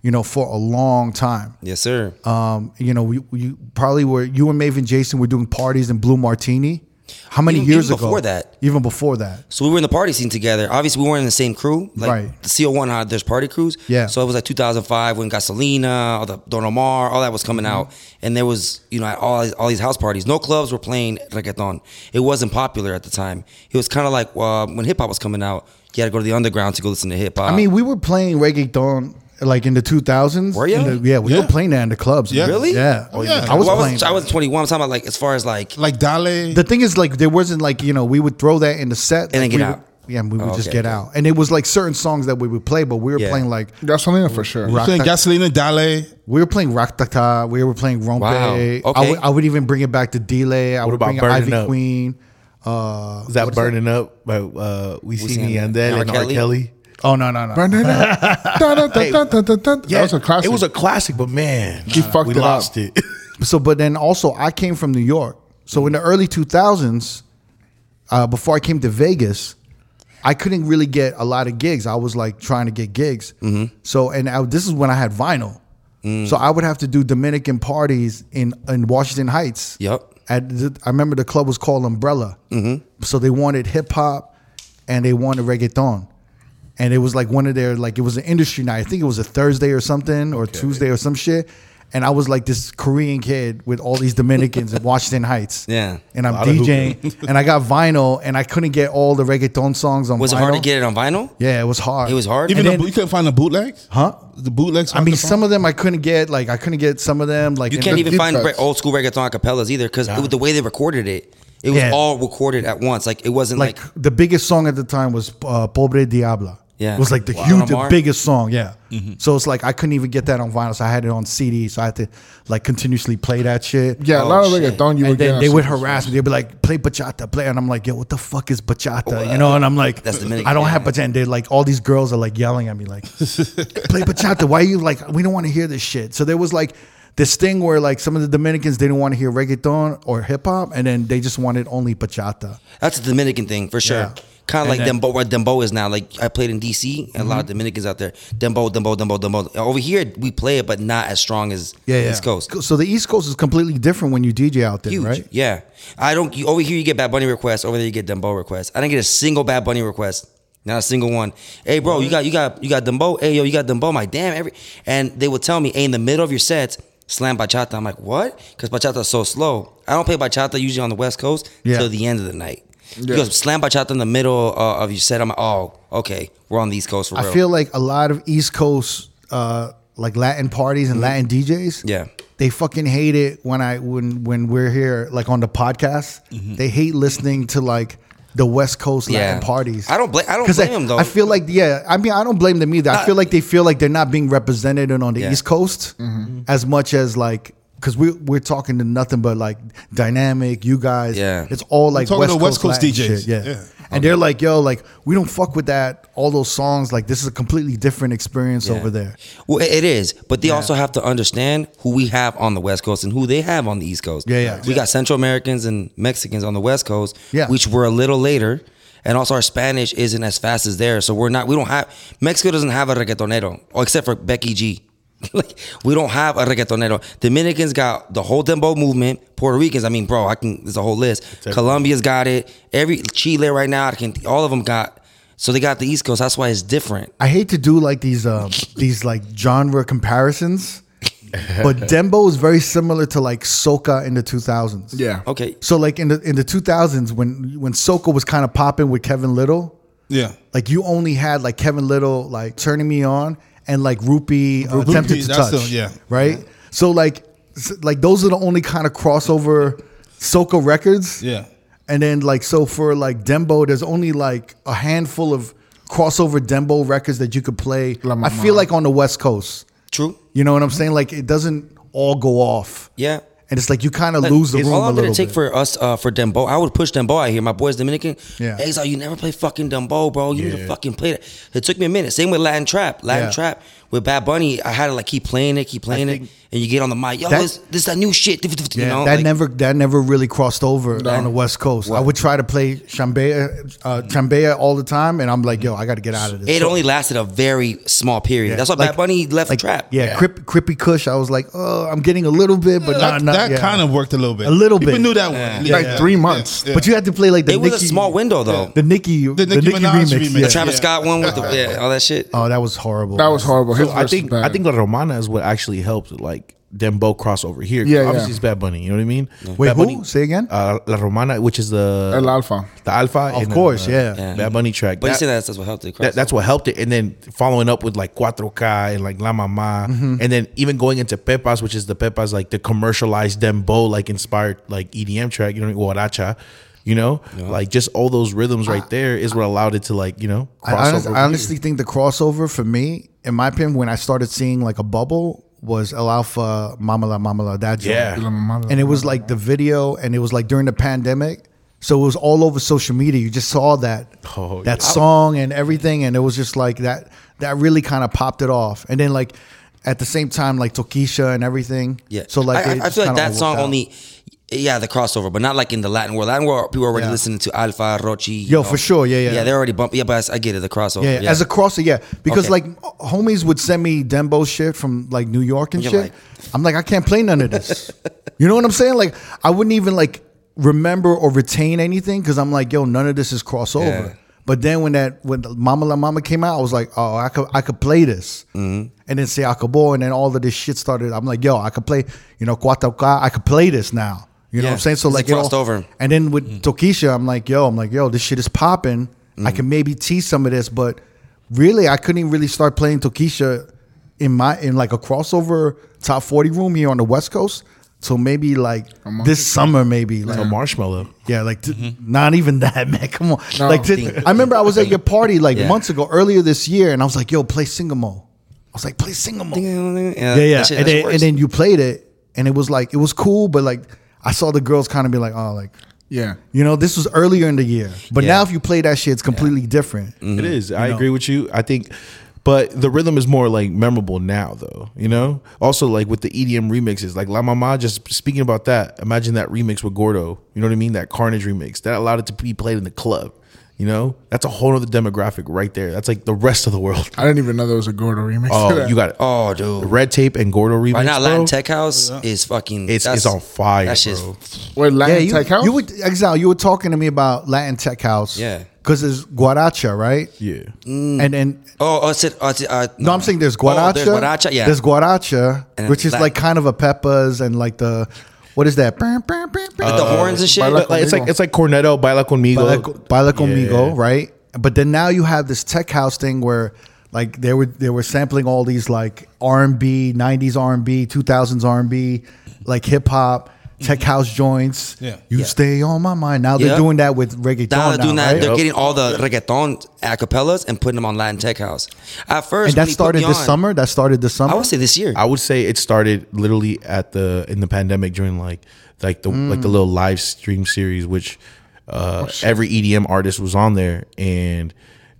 [SPEAKER 1] you know, for a long time.
[SPEAKER 4] Yes, sir.
[SPEAKER 1] Um, you know, we, we probably were you and Maven Jason were doing parties in Blue Martini. How many
[SPEAKER 4] Even-
[SPEAKER 1] years
[SPEAKER 4] even
[SPEAKER 1] ago?
[SPEAKER 4] before that.
[SPEAKER 1] Even before that.
[SPEAKER 4] So we were in the party scene together. Obviously, we weren't in the same crew. Like
[SPEAKER 1] Right.
[SPEAKER 4] The CO1 had there's party crews.
[SPEAKER 1] Yeah.
[SPEAKER 4] So it was like 2005 when Gasolina, all the Don Omar, all that was coming
[SPEAKER 1] Mm-hmm.
[SPEAKER 4] out, and there was you know at all all these house parties. No clubs were playing reggaeton. It wasn't popular at the time. It was kind of like uh, when hip hop was coming out. You had to go to the underground to go listen to hip hop.
[SPEAKER 1] I mean, we were playing reggaeton like in the 2000s.
[SPEAKER 4] Were ya?
[SPEAKER 1] In the- yeah, we
[SPEAKER 2] Yeah.
[SPEAKER 1] were playing that in the clubs.
[SPEAKER 2] Yeah.
[SPEAKER 1] man.
[SPEAKER 4] Really?
[SPEAKER 1] Yeah.
[SPEAKER 2] Oh, yeah.
[SPEAKER 1] I was
[SPEAKER 4] Well,
[SPEAKER 1] playing.
[SPEAKER 4] I was 21. I'm talking about like as far as like
[SPEAKER 2] Like Dale.
[SPEAKER 1] the thing is, like, there wasn't like you know we would throw that in the set
[SPEAKER 4] And then
[SPEAKER 1] like,
[SPEAKER 4] get
[SPEAKER 1] we
[SPEAKER 4] out.
[SPEAKER 1] would- yeah, and we would
[SPEAKER 4] Oh,
[SPEAKER 1] just
[SPEAKER 4] okay,
[SPEAKER 1] get
[SPEAKER 4] okay.
[SPEAKER 1] out, and it was like certain songs that we would play, but we were
[SPEAKER 4] Yeah.
[SPEAKER 1] playing like
[SPEAKER 3] Gasolina for sure.
[SPEAKER 1] Rock
[SPEAKER 2] playing
[SPEAKER 1] that-
[SPEAKER 2] Gasolina, Dale.
[SPEAKER 1] we were playing Rock Taka, we were playing Rompe.
[SPEAKER 4] Wow, okay.
[SPEAKER 1] I, would, I would even bring it back to Delay. I would
[SPEAKER 5] about
[SPEAKER 1] bring it
[SPEAKER 5] Burning
[SPEAKER 1] Ivy
[SPEAKER 5] Up?
[SPEAKER 1] Queen. Uh,
[SPEAKER 5] Is that burning up by uh, we see
[SPEAKER 4] Seen
[SPEAKER 5] me
[SPEAKER 4] It.
[SPEAKER 5] and then
[SPEAKER 4] R.
[SPEAKER 5] and R.
[SPEAKER 4] Kelly?
[SPEAKER 5] Kelly?
[SPEAKER 1] oh no no no!
[SPEAKER 3] Burn it up. Dun, dun, dun, dun, dun, dun, dun. That was a classic.
[SPEAKER 5] It was a classic, but man,
[SPEAKER 3] He fucked
[SPEAKER 5] we
[SPEAKER 3] it up.
[SPEAKER 5] lost it.
[SPEAKER 1] So, but then also, I came from New York. So in the early 2000s, uh, before I came to Vegas, I couldn't really get a lot of gigs. I was like trying to get gigs.
[SPEAKER 5] Mm-hmm.
[SPEAKER 1] So, and I, this is when I had vinyl.
[SPEAKER 5] Mm.
[SPEAKER 1] So I would have to do Dominican parties in in Washington Heights.
[SPEAKER 4] Yup.
[SPEAKER 1] At the, I remember the club was called Umbrella. Mm-hmm. So they wanted hip hop, and they wanted reggaeton, and it was like one of their like it was an industry night. I think it was a Thursday or something or Tuesday or some shit. And I was like this Korean kid with all these Dominicans in Washington Heights.
[SPEAKER 4] Yeah.
[SPEAKER 1] and I'm
[SPEAKER 5] Lot of
[SPEAKER 1] DJing, and I got vinyl, and I couldn't get all the reggaeton songs on.
[SPEAKER 4] was
[SPEAKER 1] vinyl.
[SPEAKER 4] it hard to get it on vinyl?
[SPEAKER 1] Yeah, it was hard.
[SPEAKER 4] It was hard.
[SPEAKER 2] Even
[SPEAKER 4] And
[SPEAKER 2] the,
[SPEAKER 4] then-
[SPEAKER 2] boot- you couldn't find the bootlegs?
[SPEAKER 1] Huh?
[SPEAKER 2] The bootlegs?
[SPEAKER 1] I mean, some of them I couldn't get. Like I couldn't get some of them. Like
[SPEAKER 4] You
[SPEAKER 1] in
[SPEAKER 4] can't
[SPEAKER 1] the-
[SPEAKER 4] even
[SPEAKER 3] deep
[SPEAKER 4] find
[SPEAKER 3] cuts.
[SPEAKER 4] re- old school reggaeton acapellas either because the way they recorded it, it was
[SPEAKER 1] Yeah.
[SPEAKER 4] all recorded at once. Like it wasn't like,
[SPEAKER 1] like the biggest song at the time was uh, Pobre Diabla.
[SPEAKER 4] Yeah.
[SPEAKER 1] It was like the
[SPEAKER 4] Wow. Mm-hmm.
[SPEAKER 1] huge, the
[SPEAKER 4] Omar?
[SPEAKER 1] biggest song. Yeah. So it's like I couldn't even get that on vinyl. So I had it on CD. So I had to like continuously play that shit.
[SPEAKER 3] yeah, a
[SPEAKER 4] Oh,
[SPEAKER 3] lot of
[SPEAKER 4] shit.
[SPEAKER 3] reggaeton you
[SPEAKER 1] And
[SPEAKER 3] would get.
[SPEAKER 1] then
[SPEAKER 3] on
[SPEAKER 1] they would
[SPEAKER 3] CDs.
[SPEAKER 1] harass me. They'd be like, play bachata, play. And I'm like, yo, what the fuck is bachata? You know, and I'm like,
[SPEAKER 4] That's Dominican,
[SPEAKER 1] I don't have
[SPEAKER 4] yeah.
[SPEAKER 1] bachata. And they're like, all these girls are like yelling at me, like, play bachata. Why are you like, we don't want to hear this shit. So there was like this thing where like some of the Dominicans, they didn't want to hear reggaeton or hip hop. And then they just wanted only bachata.
[SPEAKER 4] that's a Dominican thing for sure.
[SPEAKER 1] Yeah.
[SPEAKER 4] Kind
[SPEAKER 1] And
[SPEAKER 4] of like
[SPEAKER 1] then-
[SPEAKER 4] Dembo, what Dembo is now. Like I played in DC and a lot of
[SPEAKER 1] Mm-hmm.
[SPEAKER 4] Dominicans out there. Dembo, Dembo, Dembo, Dembo. Over here we play it, but not as strong as
[SPEAKER 1] Yeah, yeah.
[SPEAKER 4] East Coast.
[SPEAKER 1] So the East Coast is completely different when you DJ out there,
[SPEAKER 4] Huge.
[SPEAKER 1] right?
[SPEAKER 4] Yeah. I don't. You, over here you get Bad Bunny requests. Over there you get Dembo requests. I didn't get a single Bad Bunny request. Not a single one. Hey, bro, you got you got you got Dembo. Hey, yo, you got Dembo. My damn every. And they would tell me, hey, in the middle of your sets, slam bachata. I'm like, what? Because bachata's so slow. I don't play bachata usually on the West Coast
[SPEAKER 1] Yeah.
[SPEAKER 4] till the end of the night. Because slam bachata in the middle uh, of your set, I'm like, oh, okay, we're on the East Coast for real.
[SPEAKER 1] I feel like a lot of East Coast, uh, like Latin parties and Latin DJs,
[SPEAKER 4] Mm-hmm. Yeah.
[SPEAKER 1] they fucking hate it when I when when we're here, like on the podcast, they hate listening to like the West Coast Latin
[SPEAKER 4] Mm-hmm. Yeah.
[SPEAKER 1] parties.
[SPEAKER 4] I don't bla- I don't
[SPEAKER 1] 'Cause
[SPEAKER 4] blame 'em, though.
[SPEAKER 1] I feel like yeah, I mean I don't blame them either. I
[SPEAKER 4] Not-
[SPEAKER 1] feel like they feel like they're not being represented and on the
[SPEAKER 4] Yeah.
[SPEAKER 1] East Coast
[SPEAKER 2] Mm-hmm.
[SPEAKER 1] as much as like. Cause we we're talking to nothing but like dynamic, you guys.
[SPEAKER 4] Yeah.
[SPEAKER 1] it's all like
[SPEAKER 2] talking
[SPEAKER 1] West
[SPEAKER 2] to
[SPEAKER 1] Coast,
[SPEAKER 2] West Coast
[SPEAKER 1] Latin
[SPEAKER 2] DJs.
[SPEAKER 1] shit, Yeah,
[SPEAKER 2] Yeah.
[SPEAKER 1] and they're like, yo, like we don't fuck with that. All those songs, like this is a completely different experience
[SPEAKER 4] Yeah.
[SPEAKER 1] over there.
[SPEAKER 4] Well, it it is, but they also have to understand who we have on the West Coast and who they have on the East Coast.
[SPEAKER 1] Yeah, yeah.
[SPEAKER 4] We got Central Americans and Mexicans on the West Coast,
[SPEAKER 1] Yeah.
[SPEAKER 4] which we're a little later, and also our Spanish isn't as fast as theirs. So we're not. We don't have Mexico doesn't have a reggaetonero, or except for Becky G. like we don't have a reggaetonero. Dominicans got the whole dembo movement. Puerto Ricans, I mean, bro, I can. There's a whole list. Colombia's got it. Every Chile right now, I can. All of them got. So they got the East Coast. That's why it's different.
[SPEAKER 1] I hate to do like these um, these like genre comparisons, but Dembo is very similar to like soca in the two thousands.
[SPEAKER 3] Yeah.
[SPEAKER 4] Okay.
[SPEAKER 1] So like in the in the two thousands when when soca was kind of popping with Kevin Little,
[SPEAKER 2] Yeah.
[SPEAKER 1] like you only had like Kevin Little like turning me on and like Rupee uh,
[SPEAKER 2] Rupee,
[SPEAKER 1] attempted to
[SPEAKER 2] that's
[SPEAKER 1] touch,
[SPEAKER 2] the- yeah.
[SPEAKER 1] right. So like s- like those are the only kind of crossover soca records,
[SPEAKER 2] Yeah.
[SPEAKER 1] And then like so for like Dembo, there's only like a handful of crossover Dembo records that you could play.
[SPEAKER 3] La
[SPEAKER 1] I
[SPEAKER 3] Mama.
[SPEAKER 1] feel like on the West Coast,
[SPEAKER 4] True.
[SPEAKER 1] you know what I'm saying? Like it doesn't all go off,
[SPEAKER 4] Yeah.
[SPEAKER 1] and it's like you kind of
[SPEAKER 4] Like,
[SPEAKER 1] lose the
[SPEAKER 4] it's
[SPEAKER 1] room
[SPEAKER 4] all
[SPEAKER 1] a
[SPEAKER 4] I'm
[SPEAKER 1] little
[SPEAKER 4] gonna take
[SPEAKER 1] bit.
[SPEAKER 4] for us uh, for Dembo. I would push Dembo out here. My boy's Dominican.
[SPEAKER 1] Yeah.
[SPEAKER 4] Hey, so you never play fucking Dembo, bro. You need to fucking play that. It took me a minute. Same with Latin trap. Latin
[SPEAKER 1] Yeah.
[SPEAKER 4] trap. with Bad Bunny, I had to like keep playing it, keep playing it, and you get on the mic, yo,
[SPEAKER 1] That-
[SPEAKER 4] this, this that new shit. You
[SPEAKER 1] Yeah,
[SPEAKER 4] know,
[SPEAKER 1] that
[SPEAKER 4] like,
[SPEAKER 1] never that never really crossed over on the West Coast. I would try to play Shambaya, uh, Chambea all the time, and I'm like, yo, I got to get out of this.
[SPEAKER 4] It only lasted a very small period. That's why Bad
[SPEAKER 1] Like-
[SPEAKER 4] Bunny left
[SPEAKER 1] like
[SPEAKER 4] the trap.
[SPEAKER 1] Yeah, Crip, Crippy Kush. I was like, oh, I'm getting a little bit, but
[SPEAKER 2] that
[SPEAKER 1] not not yeah.
[SPEAKER 2] kind of worked a little bit.
[SPEAKER 1] A little
[SPEAKER 2] People
[SPEAKER 1] bit.
[SPEAKER 2] knew that one. at least.
[SPEAKER 3] Like three months.
[SPEAKER 1] But you had to play like the
[SPEAKER 4] it was
[SPEAKER 1] Nicki-
[SPEAKER 4] a small window though.
[SPEAKER 1] The Nicki, the Nicki,
[SPEAKER 2] Nicki Minaj
[SPEAKER 1] remix.
[SPEAKER 2] remix.
[SPEAKER 1] yeah.
[SPEAKER 4] The Travis
[SPEAKER 2] Yeah.
[SPEAKER 4] Scott one with the yeah, all that shit.
[SPEAKER 1] Oh, that was horrible.
[SPEAKER 3] That was horrible. His
[SPEAKER 5] So I think
[SPEAKER 3] bad.
[SPEAKER 5] I think La Romana is what actually helped like them both cross over here. 'Cause
[SPEAKER 3] Yeah, yeah.
[SPEAKER 5] obviously it's Bad Bunny. You know what I mean?
[SPEAKER 1] Wait,
[SPEAKER 5] Bad
[SPEAKER 1] who?
[SPEAKER 5] Bunny,
[SPEAKER 1] Say again?
[SPEAKER 5] Uh, La Romana, which is the
[SPEAKER 3] El Alfa.
[SPEAKER 5] the Alpha.
[SPEAKER 1] Of course, yeah.
[SPEAKER 5] Bad Bunny track.
[SPEAKER 4] But you
[SPEAKER 5] That-
[SPEAKER 4] said that's, that's what helped it.
[SPEAKER 5] that,
[SPEAKER 4] That,
[SPEAKER 5] that's what helped it. And then following up with like Cuatro K and like La Mama,
[SPEAKER 1] Mm-hmm.
[SPEAKER 5] and then even going into Pepas, which is the Pepas like the commercialized dembo like inspired like EDM track. You know, what I mean? guaracha. You know, like just all those rhythms right there is what allowed it to like you know
[SPEAKER 1] I,
[SPEAKER 5] cross
[SPEAKER 1] honest-
[SPEAKER 5] over.
[SPEAKER 1] I honestly think the crossover for me, in my opinion, when I started seeing like a bubble was El Alfa Mamala Mamala that joint.
[SPEAKER 5] Yeah. La
[SPEAKER 1] And it was like the video and it was like during the pandemic. So it was all over social media. You just saw that
[SPEAKER 5] Oh,
[SPEAKER 1] that song and everything and it was just like that that really kind of popped it off. And then like at the same time like Tokisha and everything.
[SPEAKER 4] yeah.
[SPEAKER 1] So like
[SPEAKER 4] I,
[SPEAKER 1] it
[SPEAKER 4] I- I
[SPEAKER 1] just
[SPEAKER 4] feel
[SPEAKER 1] kinda
[SPEAKER 4] like
[SPEAKER 1] all
[SPEAKER 4] that
[SPEAKER 1] worked
[SPEAKER 4] song
[SPEAKER 1] out.
[SPEAKER 4] only, yeah, the crossover, but not like in the Latin world. Latin world, people are already
[SPEAKER 1] Yeah.
[SPEAKER 4] listening to Alpha Rochi. you
[SPEAKER 1] Yo, for sure. Yeah, yeah.
[SPEAKER 4] Yeah, they're already bumping. Yeah, but I, I get it. The crossover.
[SPEAKER 1] Yeah,
[SPEAKER 4] Yeah,
[SPEAKER 1] yeah, as a crosser, yeah. Because like
[SPEAKER 4] Okay.
[SPEAKER 1] homies would send me Dembo shit from like New York and
[SPEAKER 4] You're
[SPEAKER 1] shit.
[SPEAKER 4] like-
[SPEAKER 1] I'm like, I can't play none of this. you know what I'm saying? Like, I wouldn't even like remember or retain anything because I'm like, yo, none of this is crossover.
[SPEAKER 4] Yeah.
[SPEAKER 1] But then when that when Mama La Mama came out, I was like, oh, I could I could play this,
[SPEAKER 4] Mm-hmm.
[SPEAKER 1] and then say Akabo, and then all of this shit started. I'm like, yo, I could play, you know, Cuatro K, I could play this now. You know
[SPEAKER 4] Yeah,
[SPEAKER 1] what I'm saying? So
[SPEAKER 4] 'cause it
[SPEAKER 1] like, it all-
[SPEAKER 4] crossed over.
[SPEAKER 1] and then with
[SPEAKER 4] Mm.
[SPEAKER 1] Tokisha, I'm like, yo, I'm like, yo, this shit is popping. I can maybe tease some of this, but really, I couldn't even really start playing Tokisha in my in like a crossover top forty room here on the West Coast. So maybe like this summer, maybe like
[SPEAKER 5] a marshmallow.
[SPEAKER 1] yeah, like t- not even that, man. Come on, like t-
[SPEAKER 4] Mm-hmm. Think-
[SPEAKER 1] I remember I was at your party like
[SPEAKER 4] Yeah.
[SPEAKER 1] months ago, earlier this year, and I was like, yo, play Singamo. I was like, play Singamo
[SPEAKER 4] yeah,
[SPEAKER 1] yeah, yeah.
[SPEAKER 4] that shit-
[SPEAKER 1] and,
[SPEAKER 4] that shit
[SPEAKER 1] then, and
[SPEAKER 4] works.
[SPEAKER 1] then you played it, and it was like it was cool, but like I saw the girls kind of be like, oh, like
[SPEAKER 3] Yeah.
[SPEAKER 1] you know, this was earlier in the year, but
[SPEAKER 4] Yeah. Mm.
[SPEAKER 1] now if you play that shit, it's completely different.
[SPEAKER 5] It is. I agree with you. I think, but the rhythm is more like memorable now, though. You know. Also, like with the EDM remixes, like La Mama. Just speaking about that, imagine that remix with Gordo. You know what I mean? That Carnage remix that allowed it to be played in the club. You know, that's a whole other demographic right there. That's like the rest of the world.
[SPEAKER 3] I didn't even know there was a Gordo remix. to
[SPEAKER 5] Oh,
[SPEAKER 3] that.
[SPEAKER 5] you got it.
[SPEAKER 4] Oh, dude.
[SPEAKER 5] The Red Tape and Gordo remix.
[SPEAKER 4] Right now,
[SPEAKER 5] bro,
[SPEAKER 4] Latin Tech House is fucking.
[SPEAKER 5] It's
[SPEAKER 4] that's-
[SPEAKER 5] it's on fire,
[SPEAKER 4] That shit's
[SPEAKER 5] bro.
[SPEAKER 3] Wait, Latin
[SPEAKER 1] Yeah, you,
[SPEAKER 3] Tech House?
[SPEAKER 1] you would exile. You were talking to me about Latin Tech House,
[SPEAKER 4] Yeah.
[SPEAKER 1] because it's Guaracha, right?
[SPEAKER 5] Yeah.
[SPEAKER 1] And and
[SPEAKER 4] Oh, oh, it's, it- oh, it's, uh,
[SPEAKER 1] no, I'm saying there's Guaracha,
[SPEAKER 4] Oh, there's Guaracha, yeah.
[SPEAKER 1] there's Guaracha,
[SPEAKER 4] And
[SPEAKER 1] which is
[SPEAKER 4] Latin.
[SPEAKER 1] like kind of a Peppas and like the what is that?
[SPEAKER 4] With
[SPEAKER 1] Uh,
[SPEAKER 4] the horns and shit.
[SPEAKER 3] Baila
[SPEAKER 5] But, like, it's like it's like Cornetto, Baila Conmigo.
[SPEAKER 1] Baila, Baila Conmigo,
[SPEAKER 5] Yeah.
[SPEAKER 1] right? But then now you have this tech house thing where like they were they were sampling all these like R and B, nineties R and B, two thousands R and B, like hip hop, tech house joints.
[SPEAKER 2] Yeah.
[SPEAKER 1] You stay on my mind. Now
[SPEAKER 4] Mm-hmm. Yeah.
[SPEAKER 1] they're doing that with reggaeton.
[SPEAKER 4] Now they're doing that.
[SPEAKER 1] right?
[SPEAKER 4] They're getting all the reggaeton acapellas and putting them on Latin Tech House. At first,
[SPEAKER 1] and
[SPEAKER 4] when
[SPEAKER 1] that
[SPEAKER 4] he put
[SPEAKER 1] started
[SPEAKER 4] me
[SPEAKER 1] this
[SPEAKER 4] on-
[SPEAKER 1] summer. That started this summer.
[SPEAKER 4] I would say this year.
[SPEAKER 5] I would say it started literally at the in the pandemic during like like the like
[SPEAKER 1] Mm.
[SPEAKER 5] the little live stream series, which
[SPEAKER 1] Oh,
[SPEAKER 5] uh, every EDM artist was on there. And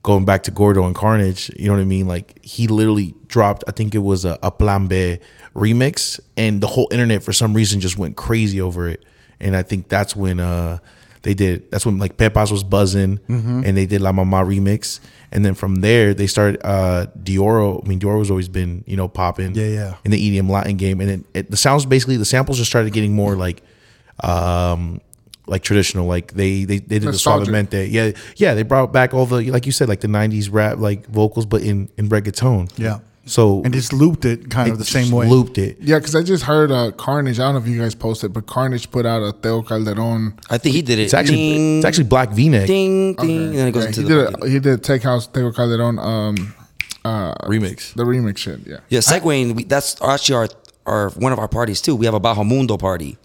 [SPEAKER 5] going back to Gordo and Carnage, you know what I mean? Like he literally dropped, I think it was a, a Plan B remix, and the whole internet for some reason just went crazy over it. And I think that's when uh they did. That's when like Pepas was buzzing,
[SPEAKER 1] Mm-hmm.
[SPEAKER 5] and they did La Mama remix. And then from there, they started uh Dioro. I mean, Dioro's always been you know popping,
[SPEAKER 1] Yeah, yeah.
[SPEAKER 5] in the EDM Latin game. And then it, the sounds basically the samples just started getting more like, um, like traditional. Like they they, they did
[SPEAKER 3] Nostalgic.
[SPEAKER 5] the suavemente, yeah, yeah. They brought back all the like you said like the '90s rap like vocals, but in in reggaeton,
[SPEAKER 1] Yeah.
[SPEAKER 5] So
[SPEAKER 1] and just looped it kind of the same
[SPEAKER 5] just
[SPEAKER 1] way.
[SPEAKER 5] looped it.
[SPEAKER 3] yeah, because I just heard uh, Carnage. I don't know if you guys posted, but Carnage put out a Theo Calderon.
[SPEAKER 4] I think he did it. Mm.
[SPEAKER 5] It's actually
[SPEAKER 4] ding,
[SPEAKER 5] it's actually black V-neck
[SPEAKER 4] ding ding, and then it goes
[SPEAKER 3] Yeah,
[SPEAKER 4] into
[SPEAKER 3] he,
[SPEAKER 4] the
[SPEAKER 3] did a, he did a Tech House Theo Calderon, um, uh,
[SPEAKER 5] remix.
[SPEAKER 3] the remix shit. Yeah.
[SPEAKER 4] yeah. Segwaying. we- That's actually our our one of our parties too. We have a Bajo Mundo party.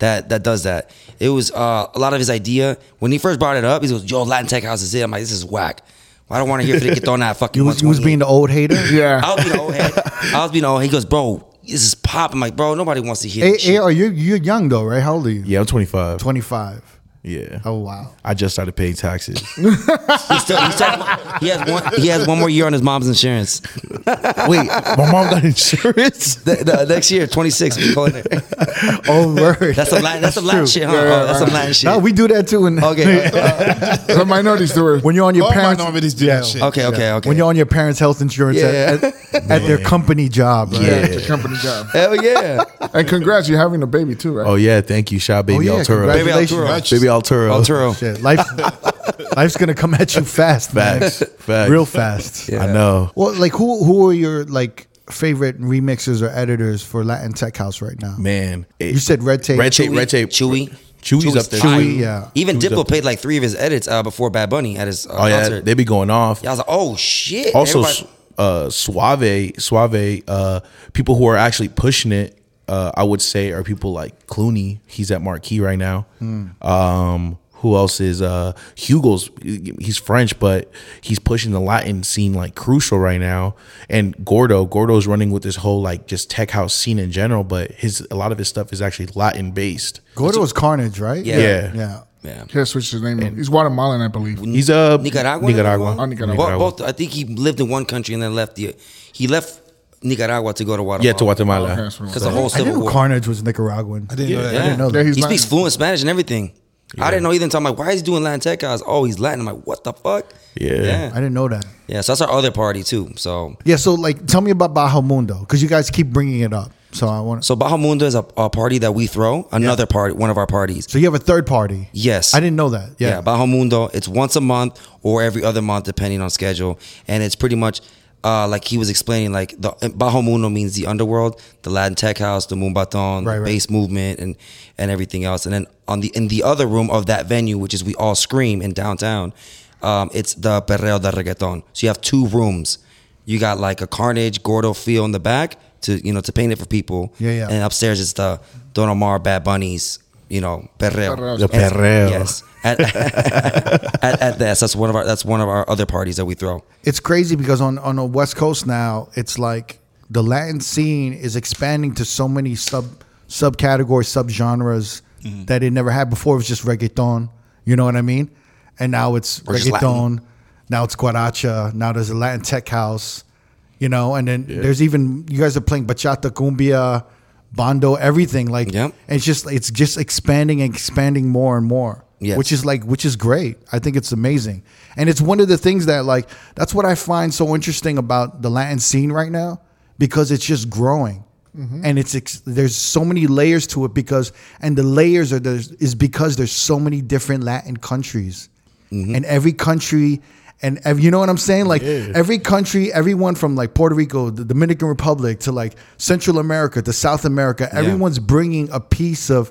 [SPEAKER 4] That, that does that. It was uh, a lot of his idea. When he first brought it up, he goes, Yo, Latin Tech House is it. I'm like, this is whack. I don't want to hear Friquitona at fucking
[SPEAKER 1] You was, you was
[SPEAKER 4] 128.
[SPEAKER 1] being the old hater.
[SPEAKER 3] Yeah.
[SPEAKER 4] I was being an old head. I was being an old. He goes, bro, this is pop. I'm like, bro, nobody wants to hear
[SPEAKER 1] Hey,
[SPEAKER 4] this shit.
[SPEAKER 1] hey, are you you're young though, right? How old are you?
[SPEAKER 5] Yeah, I'm 25.
[SPEAKER 1] 25.
[SPEAKER 5] Yeah.
[SPEAKER 1] Oh wow.
[SPEAKER 5] I just started paying taxes.
[SPEAKER 4] He's still, he's still, he has one. He has one more year on his mom's insurance.
[SPEAKER 5] Wait, my mom got insurance?
[SPEAKER 4] The, the, next year, twenty six. That's
[SPEAKER 1] Oh word.
[SPEAKER 4] some Latin. That's some Latin shit, huh? Oh, that's some Latin shit.
[SPEAKER 1] No, we do that too. In,
[SPEAKER 4] okay.
[SPEAKER 3] The minorities do it.
[SPEAKER 1] when you're on your
[SPEAKER 2] All
[SPEAKER 1] parents,
[SPEAKER 2] minorities do that shit.
[SPEAKER 4] Okay. Okay. Okay.
[SPEAKER 1] when you're on your parents' health insurance at, at, at their company job, right?
[SPEAKER 3] yeah, it's a company job.
[SPEAKER 4] Hell yeah.
[SPEAKER 3] And congrats, you're having a baby too, right?
[SPEAKER 5] Oh yeah, thank you, Shaw Baby
[SPEAKER 1] Oh, yeah,
[SPEAKER 5] Alturo.
[SPEAKER 1] congrats.
[SPEAKER 4] Baby Alturo.
[SPEAKER 1] Congratulations.
[SPEAKER 5] Baby Alturo.
[SPEAKER 4] Alturo.
[SPEAKER 1] Shit, life, life's gonna come at you fast, man.
[SPEAKER 5] Facts. Facts.
[SPEAKER 1] real fast.
[SPEAKER 5] I know.
[SPEAKER 1] Well, like who who are your like favorite remixers or editors for Latin Tech House right now?
[SPEAKER 5] Man. It-
[SPEAKER 1] You said Red Tape.
[SPEAKER 5] Red Tape, Red Tape.
[SPEAKER 4] Chewy.
[SPEAKER 5] Chewy's
[SPEAKER 4] Chewy's
[SPEAKER 5] up there.
[SPEAKER 4] fire.
[SPEAKER 1] Chewy, yeah.
[SPEAKER 4] Even
[SPEAKER 5] Chewy's
[SPEAKER 4] Diplo
[SPEAKER 5] up there.
[SPEAKER 4] played like three of his edits uh, before Bad Bunny at his uh,
[SPEAKER 5] Oh yeah,
[SPEAKER 4] concert.
[SPEAKER 5] they be going off.
[SPEAKER 4] yeah, I was like, oh shit.
[SPEAKER 5] also
[SPEAKER 4] Everybody-
[SPEAKER 5] uh suave suave uh people who are actually pushing it uh i would say are people like clooney he's at marquee right now
[SPEAKER 4] Hmm.
[SPEAKER 5] um who else is uh hugo's he's french but he's pushing the latin scene like crucial right now and gordo gordo's running with this whole like just tech house scene in general but his a lot of his stuff is actually latin based
[SPEAKER 1] Gordo was Carnage, right?
[SPEAKER 4] Yeah.
[SPEAKER 5] yeah,
[SPEAKER 1] Yeah.
[SPEAKER 4] yeah.
[SPEAKER 3] Can't switch his name. He's Guatemalan, I believe.
[SPEAKER 5] he's a
[SPEAKER 4] Nicaragua.
[SPEAKER 5] nicaragua,
[SPEAKER 3] Oh, Nicaragua.
[SPEAKER 4] Bo- Both, I think he lived in one country and then left the. He left Nicaragua to go to Guatemala.
[SPEAKER 5] yeah to guatemala
[SPEAKER 3] Oh, Okay, that's what it
[SPEAKER 4] Because
[SPEAKER 3] was.
[SPEAKER 4] the whole
[SPEAKER 1] I
[SPEAKER 4] civil
[SPEAKER 1] didn't know
[SPEAKER 4] war.
[SPEAKER 1] Carnage was Nicaraguan.
[SPEAKER 2] I didn't know that.
[SPEAKER 4] yeah.
[SPEAKER 1] didn't know
[SPEAKER 3] Yeah,
[SPEAKER 1] that.
[SPEAKER 3] he's
[SPEAKER 4] he
[SPEAKER 3] Latin.
[SPEAKER 4] speaks fluent Spanish and everything. I didn't know either until I'm like, why is he doing Latin Tech? I was, oh, he's Latin. I'm like, what the fuck?
[SPEAKER 5] Yeah.
[SPEAKER 1] I
[SPEAKER 4] Yeah.
[SPEAKER 1] didn't know that.
[SPEAKER 4] Yeah, so that's our other party too. So
[SPEAKER 1] Yeah. So like, tell me about Bajo Mundo because you guys keep bringing it up. So I want. to.
[SPEAKER 4] so Bahamunda is a, a party that we throw, another party, one of our parties.
[SPEAKER 1] So you have a third party.
[SPEAKER 4] Yes.
[SPEAKER 1] I didn't know that. Yeah.
[SPEAKER 4] Yeah, Bajo Mundo. It's once a month or every other month, depending on schedule. And it's pretty much uh, like he was explaining, like the uh, Bajo Mundo means the underworld, the Latin Tech House, the Mumbaton,
[SPEAKER 1] Right,
[SPEAKER 4] the
[SPEAKER 1] right.
[SPEAKER 4] bass movement, and and everything else. And then on the in the other room of that venue, which is we all scream in downtown, um, it's the Perreo de Reggaeton. So you have two rooms. You got like a Carnage Gordo feel in the back to you know to paint it for people.
[SPEAKER 1] Yeah, yeah.
[SPEAKER 4] And upstairs it's the Don Omar Bad Bunnies. You know, perreo.
[SPEAKER 3] Perreos.
[SPEAKER 5] The perreo.
[SPEAKER 4] Yes. At, at, at this, that's one of our that's one of our other parties that we throw.
[SPEAKER 1] It's crazy because on on the West Coast now, it's like the Latin scene is expanding to so many sub subcategories, subgenres
[SPEAKER 4] Mm-hmm.
[SPEAKER 1] that it never had before. It was just reggaeton. You know what I mean? And now it's
[SPEAKER 4] Or just
[SPEAKER 1] reggaeton. Now it's guaracha. Now there's a Latin tech house. You know, and then there's even you guys are playing bachata, cumbia, bondo, everything. Like,
[SPEAKER 4] Yep.
[SPEAKER 1] it's just it's just expanding and expanding more and more.
[SPEAKER 4] Yes.
[SPEAKER 1] Which is like which is great. I think it's amazing. And it's one of the things that like that's what I find so interesting about the Latin scene right now because it's just growing. And it's ex- there's so many layers to it because and the layers are there's is because there's so many different Latin countries. And every country and ev- you know what I'm saying? Like every country, everyone from like Puerto Rico, the Dominican Republic to like Central America to South America, everyone's bringing a piece of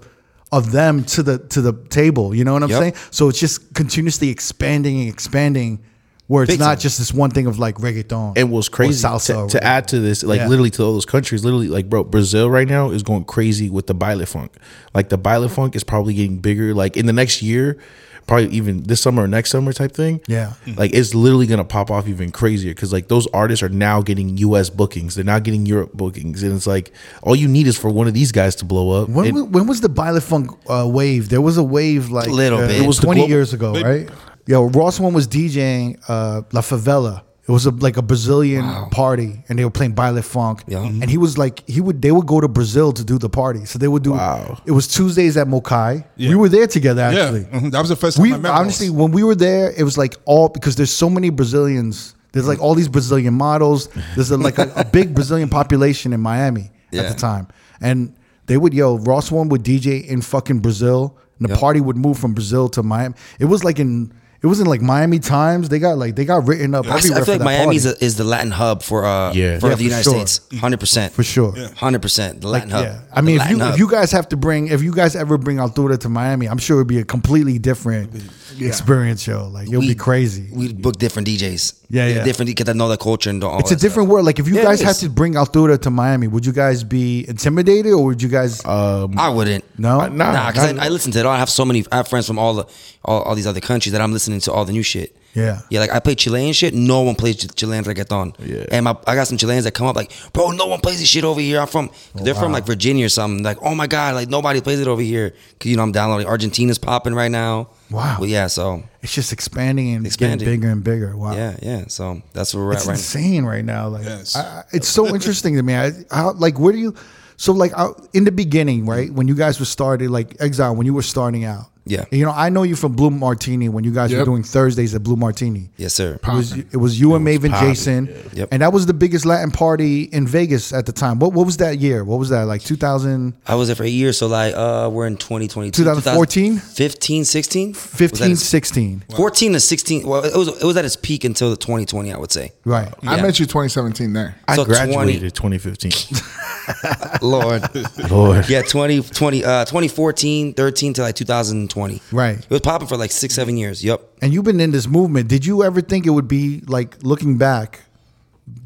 [SPEAKER 1] of them to the to the table. You know what I'm
[SPEAKER 4] Yep.
[SPEAKER 1] saying? So it's just continuously expanding and expanding, where it's
[SPEAKER 4] Big
[SPEAKER 1] not
[SPEAKER 4] time.
[SPEAKER 1] just this one thing of like reggaeton.
[SPEAKER 5] and what's
[SPEAKER 1] or
[SPEAKER 5] crazy
[SPEAKER 1] salsa
[SPEAKER 5] to,
[SPEAKER 1] or
[SPEAKER 5] to
[SPEAKER 1] whatever.
[SPEAKER 5] add to this, like
[SPEAKER 1] Yeah.
[SPEAKER 5] literally to all those countries, literally like bro, Brazil right now is going crazy with the baile funk. Like the baile funk is probably getting bigger. Like in the next year, probably even this summer or next summer type thing. Mm-hmm.
[SPEAKER 1] Yeah.
[SPEAKER 5] like it's literally gonna pop off even crazier because like those artists are now getting U.S. bookings. They're not getting Europe bookings, and it's like all you need is for one of these guys to blow up.
[SPEAKER 1] When,
[SPEAKER 5] And-
[SPEAKER 1] wa- when was the Baile Funk uh, wave? There was a wave like
[SPEAKER 4] Little
[SPEAKER 1] uh,
[SPEAKER 4] bit.
[SPEAKER 1] It was
[SPEAKER 5] The
[SPEAKER 1] twenty
[SPEAKER 5] global-
[SPEAKER 1] years ago, right? Yo, Ross one was DJing uh, La Favela. It was a, like a Brazilian party, and they were playing Baile Funk.
[SPEAKER 4] Yeah. Mhm.
[SPEAKER 1] And he was like, he would they would go to Brazil to do the party. So they would do.
[SPEAKER 5] Wow.
[SPEAKER 1] It was Tuesdays at Mokai. We were there together actually.
[SPEAKER 2] Yeah, mhm, that was the first time
[SPEAKER 1] We
[SPEAKER 2] I met Ross.
[SPEAKER 1] honestly, when we were there, it was like all because there's so many Brazilians. There's like all these Brazilian models. There's a, like a, a big Brazilian population in Miami at
[SPEAKER 4] Yeah.
[SPEAKER 1] the time, and they would yo Ross one would DJ in fucking Brazil, and the party would move from Brazil to Miami. It was like in it was in like Miami Times. They got like they got written up
[SPEAKER 4] I, s- I
[SPEAKER 1] everywhere
[SPEAKER 4] feel
[SPEAKER 1] for
[SPEAKER 4] like
[SPEAKER 1] that
[SPEAKER 4] Miami is,
[SPEAKER 1] party.
[SPEAKER 4] a, is the Latin hub for uh
[SPEAKER 5] Yeah.
[SPEAKER 4] for
[SPEAKER 5] Yeah,
[SPEAKER 4] the
[SPEAKER 1] for
[SPEAKER 4] United
[SPEAKER 1] sure.
[SPEAKER 4] States, hundred percent
[SPEAKER 1] for sure.
[SPEAKER 4] hundred percent the Latin hub.
[SPEAKER 1] Yeah, I mean,
[SPEAKER 4] The
[SPEAKER 1] if you,
[SPEAKER 4] Latin
[SPEAKER 1] if
[SPEAKER 4] hub.
[SPEAKER 1] you guys have to bring, if you guys ever bring Altura to Miami, I'm sure it'd be a completely different experience, yo. Like it'll
[SPEAKER 4] We-
[SPEAKER 1] be crazy.
[SPEAKER 4] we book different DJs.
[SPEAKER 1] Yeah, yeah.
[SPEAKER 4] different because I know the culture and
[SPEAKER 1] It's
[SPEAKER 4] all.
[SPEAKER 1] a
[SPEAKER 4] that stuff.
[SPEAKER 1] different world. Like if you
[SPEAKER 4] Oh, Yeah, it
[SPEAKER 1] guys had
[SPEAKER 4] is.
[SPEAKER 1] to bring Altura to Miami, would you guys be intimidated or would you guys
[SPEAKER 4] Uh, I wouldn't.
[SPEAKER 1] no?
[SPEAKER 5] nah,
[SPEAKER 4] Nah, because
[SPEAKER 5] not-
[SPEAKER 4] I, I listen to it. all. I have so many. I have friends from all the all, all these other countries that I'm listening listening to all the new shit.
[SPEAKER 1] Yeah.
[SPEAKER 4] Yeah, like I play Chilean shit. No one plays Ch- Chilean reggaeton.
[SPEAKER 5] Yeah.
[SPEAKER 4] And my, I got some Chileans that come up like, bro, no one plays this shit over here. I'm from, they're from like Virginia or something. Like, oh my God, like nobody plays it over here. 'Cause, you know, I'm downloading. Argentina's popping right now.
[SPEAKER 1] Wow.
[SPEAKER 4] Well, yeah, so,
[SPEAKER 1] It's just expanding and
[SPEAKER 4] Expanding.
[SPEAKER 1] getting bigger and bigger. Wow.
[SPEAKER 4] yeah, yeah. So that's where we're
[SPEAKER 1] it's
[SPEAKER 4] at right
[SPEAKER 1] insane right now. Like,
[SPEAKER 2] Yes.
[SPEAKER 1] I, I- it's so interesting to me. I, how, like, where do you? So, like, I, in the beginning, right when you guys were started, like Exile, when you were starting out,
[SPEAKER 4] Yeah.
[SPEAKER 1] You know, I know you from Blue Martini when you guys were
[SPEAKER 3] Yep.
[SPEAKER 1] doing Thursdays at Blue Martini.
[SPEAKER 4] Yes, sir.
[SPEAKER 1] It was, it was you and Maven Jason,
[SPEAKER 4] Yep.
[SPEAKER 1] and that was the biggest Latin party in Vegas at the time. What what was that year? What was that like? 2000,
[SPEAKER 4] I was there for eight years. So, like, uh, we're in 2022.
[SPEAKER 1] 2014?
[SPEAKER 4] 15, 16?
[SPEAKER 1] 15, 16.
[SPEAKER 4] 14 to 16. Well, it was, it was at its peak until the 2020, I would say.
[SPEAKER 1] right?
[SPEAKER 3] I
[SPEAKER 4] Yeah.
[SPEAKER 3] met you 2017 there.
[SPEAKER 5] I
[SPEAKER 4] So 20
[SPEAKER 5] graduated 2015.
[SPEAKER 4] Lord.
[SPEAKER 5] Lord.
[SPEAKER 4] yeah, 20, 20, uh, 2014, 13 to like 2020.
[SPEAKER 1] Right.
[SPEAKER 4] It was popping for like six, seven years. Yep.
[SPEAKER 1] and you've been in this movement. Did you ever think it would be like looking back?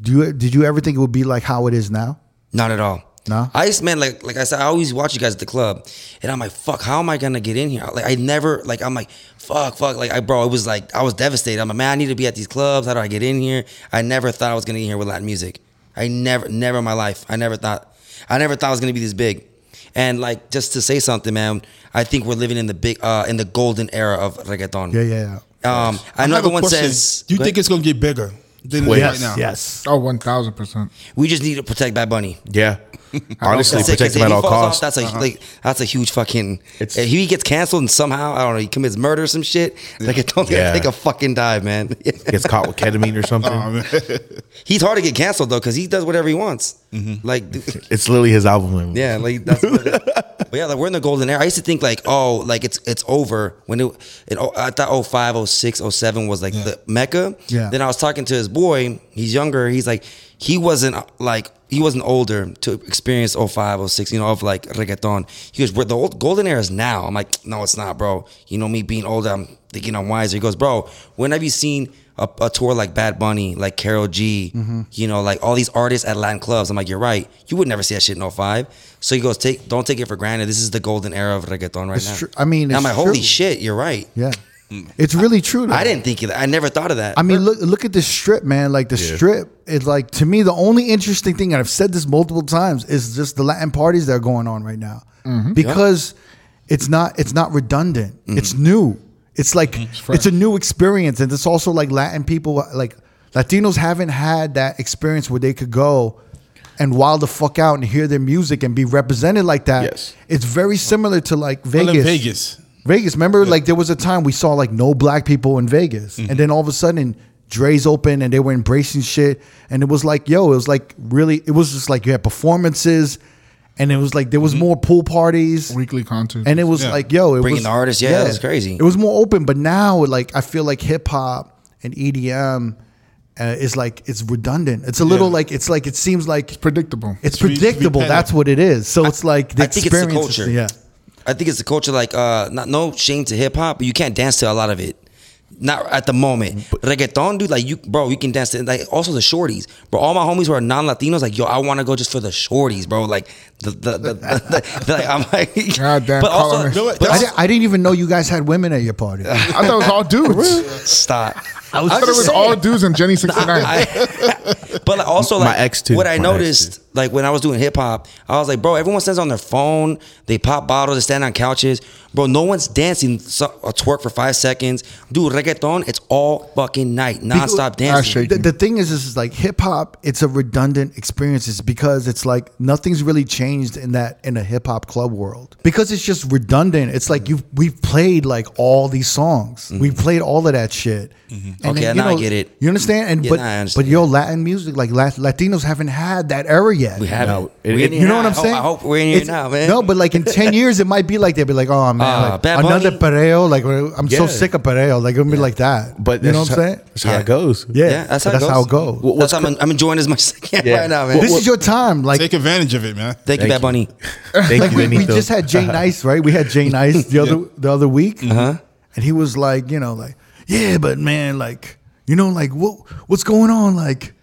[SPEAKER 1] Do you did you ever think it would be like how it is now?
[SPEAKER 4] Not at all.
[SPEAKER 1] No?
[SPEAKER 4] I just man, like like I said, I always watch you guys at the club, and I'm like, fuck, how am I gonna get in here? Like I never, like I'm like, fuck, fuck, like I bro, it was like I was devastated. I'm like, man, I need to be at these clubs. How do I get in here? I never thought I was gonna get in here with Latin music. I never, never in my life. I never thought, I never thought I was gonna be this big. And like just to say something, man, I think we're living in the big, uh in the golden era of reggaeton.
[SPEAKER 1] Yeah, yeah,
[SPEAKER 4] Um, I
[SPEAKER 2] I
[SPEAKER 4] know
[SPEAKER 2] have a
[SPEAKER 4] everyone
[SPEAKER 2] question.
[SPEAKER 4] says
[SPEAKER 2] you
[SPEAKER 4] Go
[SPEAKER 2] think
[SPEAKER 4] ahead.
[SPEAKER 2] it's gonna get bigger than it is right now?
[SPEAKER 1] yes.
[SPEAKER 3] Oh, 1000 percent.
[SPEAKER 4] we just need to protect Bad Bunny.
[SPEAKER 5] Yeah. Honestly,
[SPEAKER 4] That's it, 'cause
[SPEAKER 5] protect him
[SPEAKER 4] if
[SPEAKER 5] at
[SPEAKER 4] he
[SPEAKER 5] all
[SPEAKER 4] falls
[SPEAKER 5] costs. Uh-huh.
[SPEAKER 4] Off, that's a like that's a huge fucking.
[SPEAKER 5] It's-
[SPEAKER 4] if he gets canceled and somehow I don't know he commits murder or some shit. Like I don't think
[SPEAKER 5] Yeah.
[SPEAKER 4] I take a fucking dive, man.
[SPEAKER 5] Gets caught with ketamine or something.
[SPEAKER 2] Oh, man.
[SPEAKER 4] He's hard to get canceled though because he does whatever he wants.
[SPEAKER 5] Mm-hmm.
[SPEAKER 4] Like dude,
[SPEAKER 5] it's literally his album. Label.
[SPEAKER 4] yeah, like that's. but yeah, like we're in the golden era. I used to think like oh like it's it's over when it, it oh, I thought 05, 06, 07 was like the mecca.
[SPEAKER 1] Yeah.
[SPEAKER 4] Then I was talking to his boy. He's younger. He's like he wasn't uh, like. He wasn't older to experience 05, 06, you know, of like reggaeton. He goes, "Bro, the old golden era is now. I'm like, no, it's not, bro. You know, me being older, I'm thinking I'm wiser. He goes, bro, when have you seen a, a tour like Bad Bunny, like Carol G,
[SPEAKER 1] Mm-hmm.
[SPEAKER 4] you know, like all these artists at Latin clubs? I'm like, you're right. You would never see that shit in 05. So he goes, take, don't take it for granted. This is the golden era of reggaeton right
[SPEAKER 1] It's
[SPEAKER 4] now.
[SPEAKER 1] true. I mean,
[SPEAKER 4] And
[SPEAKER 1] it's
[SPEAKER 4] I'm like, holy
[SPEAKER 1] true.
[SPEAKER 4] shit, you're right.
[SPEAKER 1] Yeah, it's really true. though.
[SPEAKER 4] Mm. I didn't think of that. I never thought of that.
[SPEAKER 1] I mean, look look at this strip, man. Like the strip, it's like to me the only interesting thing, and I've said this multiple times, is just the Latin parties that are going on right now because it's not it's not redundant. It's new. It's like it's a new experience, and it's also like Latin people, like Latinos, haven't had that experience where they could go and wild the fuck out and hear their music and be represented like that.
[SPEAKER 5] Yes.
[SPEAKER 1] It's very similar to like
[SPEAKER 2] Well, in
[SPEAKER 1] Vegas.
[SPEAKER 2] Vegas.
[SPEAKER 1] Vegas. Remember, like there was a time we saw like no black people in Vegas,
[SPEAKER 2] Mm-hmm.
[SPEAKER 1] and then all of a sudden, Dre's open and they were embracing shit, and it was like, yo, it was like really, it was just like you had performances, and it was like there was more pool parties,
[SPEAKER 3] Weekly concerts.
[SPEAKER 1] and it was
[SPEAKER 2] Mm-hmm. Yeah.
[SPEAKER 1] like, yo, it
[SPEAKER 4] Bringing
[SPEAKER 1] was,
[SPEAKER 4] the artists, yeah, that was crazy.
[SPEAKER 1] It was more open, but now like I feel like hip hop and EDM uh, is like it's redundant. It's a little like it's like it seems like
[SPEAKER 3] predictable.
[SPEAKER 1] it's
[SPEAKER 2] re- it's
[SPEAKER 1] predictable. That's
[SPEAKER 2] repetitive.
[SPEAKER 1] what it is. So it's like the
[SPEAKER 4] I think it's the
[SPEAKER 1] experience. is-
[SPEAKER 4] culture.
[SPEAKER 1] Yeah.
[SPEAKER 4] I think it's the culture. Like, uh, not no shame to hip hop, but you can't dance to a lot of it. Not at the moment. Reggaeton, dude, like you, bro, you can dance to like also the shorties, bro. All my homies who are non-Latinos, like yo, I want to go just for the shorties, bro. Like the the, the, the, the- like I'm like,
[SPEAKER 3] God damn
[SPEAKER 4] but also,
[SPEAKER 3] colonists.
[SPEAKER 2] You know what?
[SPEAKER 4] but
[SPEAKER 1] I,
[SPEAKER 4] also-
[SPEAKER 1] di- I didn't even know you guys had women at your party.
[SPEAKER 3] I thought it was all dudes.
[SPEAKER 4] stop.
[SPEAKER 1] I was
[SPEAKER 3] I thought it was all dudes and Jenny 69.
[SPEAKER 4] I- but like, also
[SPEAKER 5] My
[SPEAKER 4] like
[SPEAKER 5] ex, too.
[SPEAKER 4] what I
[SPEAKER 5] My ex,
[SPEAKER 4] noticed
[SPEAKER 5] too.
[SPEAKER 4] like when I was doing hip hop, I was like, bro, everyone stands on their phone, they pop bottles, they stand on couches, bro. No one's dancing so, a twerk for five seconds, dude. Reggaeton, it's all fucking night, nonstop
[SPEAKER 3] I
[SPEAKER 4] dancing.
[SPEAKER 3] shake
[SPEAKER 1] the, the thing is, is is like hip hop. It's a redundant experience. It's because it's like nothing's really changed in that in a hip hop club world because it's just redundant. It's like you've we've played like all these songs. We've played all of that shit. And
[SPEAKER 4] Mm-hmm. Okay,
[SPEAKER 1] you
[SPEAKER 4] now I get it.
[SPEAKER 1] You understand? And
[SPEAKER 4] Yeah,
[SPEAKER 1] but
[SPEAKER 4] now I
[SPEAKER 1] but
[SPEAKER 4] understand.
[SPEAKER 1] your Latin music, like Lat- Latinos, haven't had that era yet.
[SPEAKER 4] We have
[SPEAKER 5] No,
[SPEAKER 4] it.
[SPEAKER 5] it-
[SPEAKER 4] We're
[SPEAKER 5] it-
[SPEAKER 4] in here
[SPEAKER 1] You know what
[SPEAKER 4] now.
[SPEAKER 1] I'm saying?
[SPEAKER 4] I hope we're in here
[SPEAKER 1] It's-
[SPEAKER 4] now, man.
[SPEAKER 1] No, but like in ten years, it might be like they'd be like, "Oh man,
[SPEAKER 4] Ah,
[SPEAKER 1] like,
[SPEAKER 4] Bad
[SPEAKER 1] another
[SPEAKER 4] Bunny.
[SPEAKER 1] Pareo." Like I'm so
[SPEAKER 5] Yeah.
[SPEAKER 1] sick of Pareo. Like it'll be like that.
[SPEAKER 5] But
[SPEAKER 1] you know
[SPEAKER 5] that's
[SPEAKER 1] what I'm
[SPEAKER 5] how-
[SPEAKER 1] saying?
[SPEAKER 5] That's how
[SPEAKER 4] Yeah.
[SPEAKER 5] it goes.
[SPEAKER 1] Yeah,
[SPEAKER 4] yeah, that's how
[SPEAKER 1] that's
[SPEAKER 4] it goes.
[SPEAKER 1] how it goes.
[SPEAKER 5] What-
[SPEAKER 4] that's
[SPEAKER 5] what's
[SPEAKER 4] how I'm, I'm enjoying this much I can
[SPEAKER 5] Yeah.
[SPEAKER 4] right now, man.
[SPEAKER 1] this is your time. Like
[SPEAKER 2] Take advantage of it, man.
[SPEAKER 4] Thank you, Bad Bunny.
[SPEAKER 5] Thank
[SPEAKER 1] like
[SPEAKER 5] you,
[SPEAKER 1] we, we
[SPEAKER 5] Benito.
[SPEAKER 1] just had Jay Nice, right? We had Jay Nice the other the other week,
[SPEAKER 4] Uh-huh.
[SPEAKER 1] and he was like, you know, like, yeah, but man, like, you know, like what what's going on, like.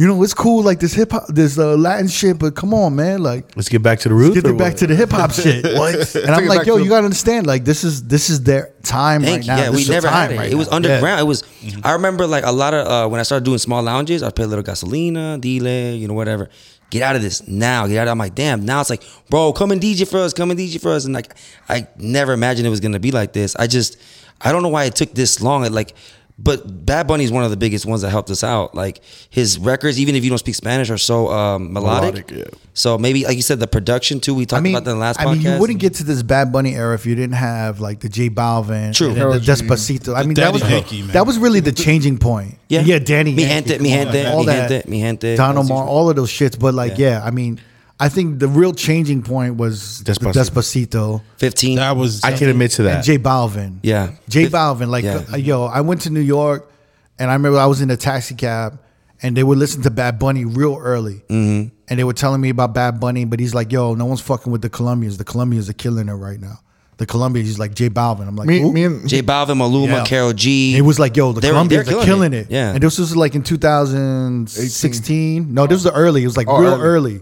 [SPEAKER 1] you know, it's cool like this hip hop, this uh, Latin shit, but come on, man, like
[SPEAKER 5] Let's get back to the roots.
[SPEAKER 1] get
[SPEAKER 5] or
[SPEAKER 1] it back
[SPEAKER 5] what?
[SPEAKER 1] to the hip hop shit.
[SPEAKER 3] What?
[SPEAKER 1] And I'm like, yo, you gotta understand, like this is this is their time
[SPEAKER 4] Thank
[SPEAKER 1] right
[SPEAKER 4] you.
[SPEAKER 1] now.
[SPEAKER 4] Yeah,
[SPEAKER 1] This
[SPEAKER 4] we
[SPEAKER 1] is their
[SPEAKER 4] never
[SPEAKER 1] time
[SPEAKER 4] had it.
[SPEAKER 1] right
[SPEAKER 4] it was
[SPEAKER 1] now. Mm-hmm.
[SPEAKER 4] underground. It was. I remember like a lot of uh, when I started doing small lounges, I'd play a little Gasolina, Dile, you know, whatever. Get out of this now. Get out. I'm like, damn. Now it's like, bro, come and DJ for us. Come and DJ for us. And like, I never imagined it was gonna be like this. I just, I don't know why it took this long. It like. But Bad Bunny is one of the biggest ones that helped us out. Like his records, even if you don't speak Spanish, are so um, melodic.
[SPEAKER 5] Melodic, yeah.
[SPEAKER 4] So maybe, like you said, the production too. We talked
[SPEAKER 1] I mean,
[SPEAKER 4] about that in the last
[SPEAKER 1] I
[SPEAKER 4] podcast.
[SPEAKER 1] mean, you wouldn't get to this Bad Bunny era if you didn't have like the J Balvin,
[SPEAKER 4] True.
[SPEAKER 1] and then the Despacito. I mean, that
[SPEAKER 2] Daddy
[SPEAKER 1] was
[SPEAKER 2] Yankee, man.
[SPEAKER 1] that was really the changing point.
[SPEAKER 4] Yeah.
[SPEAKER 1] yeah, Danny,
[SPEAKER 4] Mi
[SPEAKER 1] Yankee,
[SPEAKER 4] gente, mi
[SPEAKER 1] come on,
[SPEAKER 4] gente,
[SPEAKER 1] all
[SPEAKER 4] mi
[SPEAKER 1] that,
[SPEAKER 4] gente, mi
[SPEAKER 1] Don
[SPEAKER 4] gente. That's
[SPEAKER 1] Omar,
[SPEAKER 4] usually-
[SPEAKER 1] all of those shits. But like, yeah. I mean, I think the real changing point was the
[SPEAKER 5] Despacito.
[SPEAKER 1] Despacito
[SPEAKER 4] fifteen.
[SPEAKER 2] That was.
[SPEAKER 5] I can admit to
[SPEAKER 1] and
[SPEAKER 5] that.
[SPEAKER 1] J Balvin.
[SPEAKER 4] Yeah.
[SPEAKER 1] J Balvin. Like,
[SPEAKER 4] Yeah.
[SPEAKER 1] uh, yo, I went to New York, and I remember I was in a taxi cab, and they would listen to Bad Bunny real early, mm-hmm. and they were telling me about Bad Bunny, but he's like, yo, no one's fucking with the Colombians. The Colombians are killing it right now. The Colombians. He's like J Balvin. I'm like,
[SPEAKER 3] me,
[SPEAKER 1] who?
[SPEAKER 3] me and
[SPEAKER 4] J Balvin, Maluma,
[SPEAKER 1] Yeah.
[SPEAKER 4] Carol G.
[SPEAKER 1] It was like, yo, the
[SPEAKER 4] They're-
[SPEAKER 1] Colombians
[SPEAKER 4] they're
[SPEAKER 1] are
[SPEAKER 4] killing
[SPEAKER 1] killing
[SPEAKER 4] it.
[SPEAKER 1] it.
[SPEAKER 4] Yeah.
[SPEAKER 1] And this was like in 2016. No, this was early. It was like
[SPEAKER 3] Oh,
[SPEAKER 1] real
[SPEAKER 3] early.
[SPEAKER 1] early.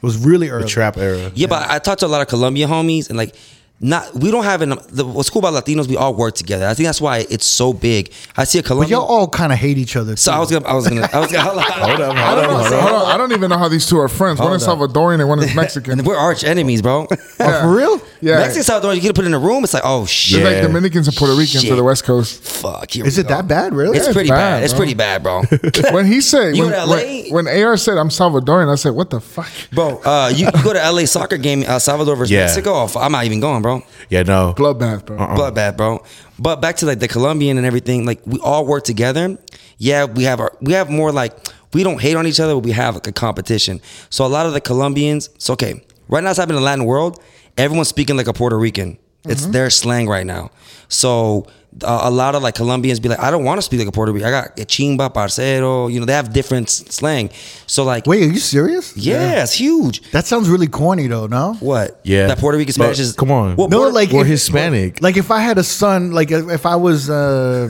[SPEAKER 1] It was really early.
[SPEAKER 5] Trap era.
[SPEAKER 4] yeah, but I talked to a lot of Colombia homies and like. Not we don't have an. The, what's cool about Latinos? We all work together. I think that's why it's so big. I see a
[SPEAKER 1] But
[SPEAKER 4] Colombian.
[SPEAKER 1] y'all all kind of hate each other.
[SPEAKER 4] so
[SPEAKER 1] too.
[SPEAKER 4] I was gonna. I was gonna. I was gonna. hold up,
[SPEAKER 3] I don't, know, hold on, I don't even know how these two are friends. One is Salvadorian and one is Mexican.
[SPEAKER 4] And we're arch enemies, bro.
[SPEAKER 1] Oh, for real?
[SPEAKER 3] Yeah,
[SPEAKER 4] Mexican Salvador, you get to put in a room. It's like, oh
[SPEAKER 3] it's
[SPEAKER 4] shit,
[SPEAKER 5] Yeah.
[SPEAKER 3] like Dominicans and Puerto Ricans
[SPEAKER 4] Shit.
[SPEAKER 3] to the West Coast.
[SPEAKER 4] fuck. Here
[SPEAKER 1] Is
[SPEAKER 4] we
[SPEAKER 1] it
[SPEAKER 4] go.
[SPEAKER 1] that bad, really?
[SPEAKER 4] It's
[SPEAKER 3] Yeah, it's
[SPEAKER 4] pretty bad.
[SPEAKER 3] bad,
[SPEAKER 4] It's
[SPEAKER 3] bro.
[SPEAKER 4] pretty bad, bro.
[SPEAKER 3] When he said
[SPEAKER 4] You
[SPEAKER 3] when,
[SPEAKER 4] in LA?
[SPEAKER 3] when, when AR said I'm Salvadorian, I said what the fuck?
[SPEAKER 4] bro, uh, you, you go to LA soccer game, El Salvador versus
[SPEAKER 5] Yeah.
[SPEAKER 4] Mexico. Oh, f- I'm not even going, bro.
[SPEAKER 5] Yeah, no.
[SPEAKER 3] Bloodbath, bro.
[SPEAKER 4] bloodbath, bro. But back to like the Colombian and everything, like we all work together. Yeah, we have our we have more like we don't hate on each other, but we have like a competition. So a lot of the Colombians, it's okay. Right now it's happening in the Latin world. Everyone's speaking like a Puerto Rican. It's their slang right now. So uh, a lot of like Colombians be like, I don't want to speak like a Puerto Rican. I got chimba, parcero. You know, they have different s- slang. So like,
[SPEAKER 1] Wait, are you serious?
[SPEAKER 4] yeah, it's huge.
[SPEAKER 1] That sounds really corny though, no?
[SPEAKER 4] What?
[SPEAKER 5] Yeah.
[SPEAKER 4] that Puerto Rican
[SPEAKER 5] But
[SPEAKER 4] Spanish is
[SPEAKER 5] come on.
[SPEAKER 4] Well,
[SPEAKER 1] No,
[SPEAKER 4] Puerto-
[SPEAKER 1] like
[SPEAKER 5] We're
[SPEAKER 1] if-
[SPEAKER 5] Hispanic.
[SPEAKER 1] Like if I had a son, like if if I was, uh,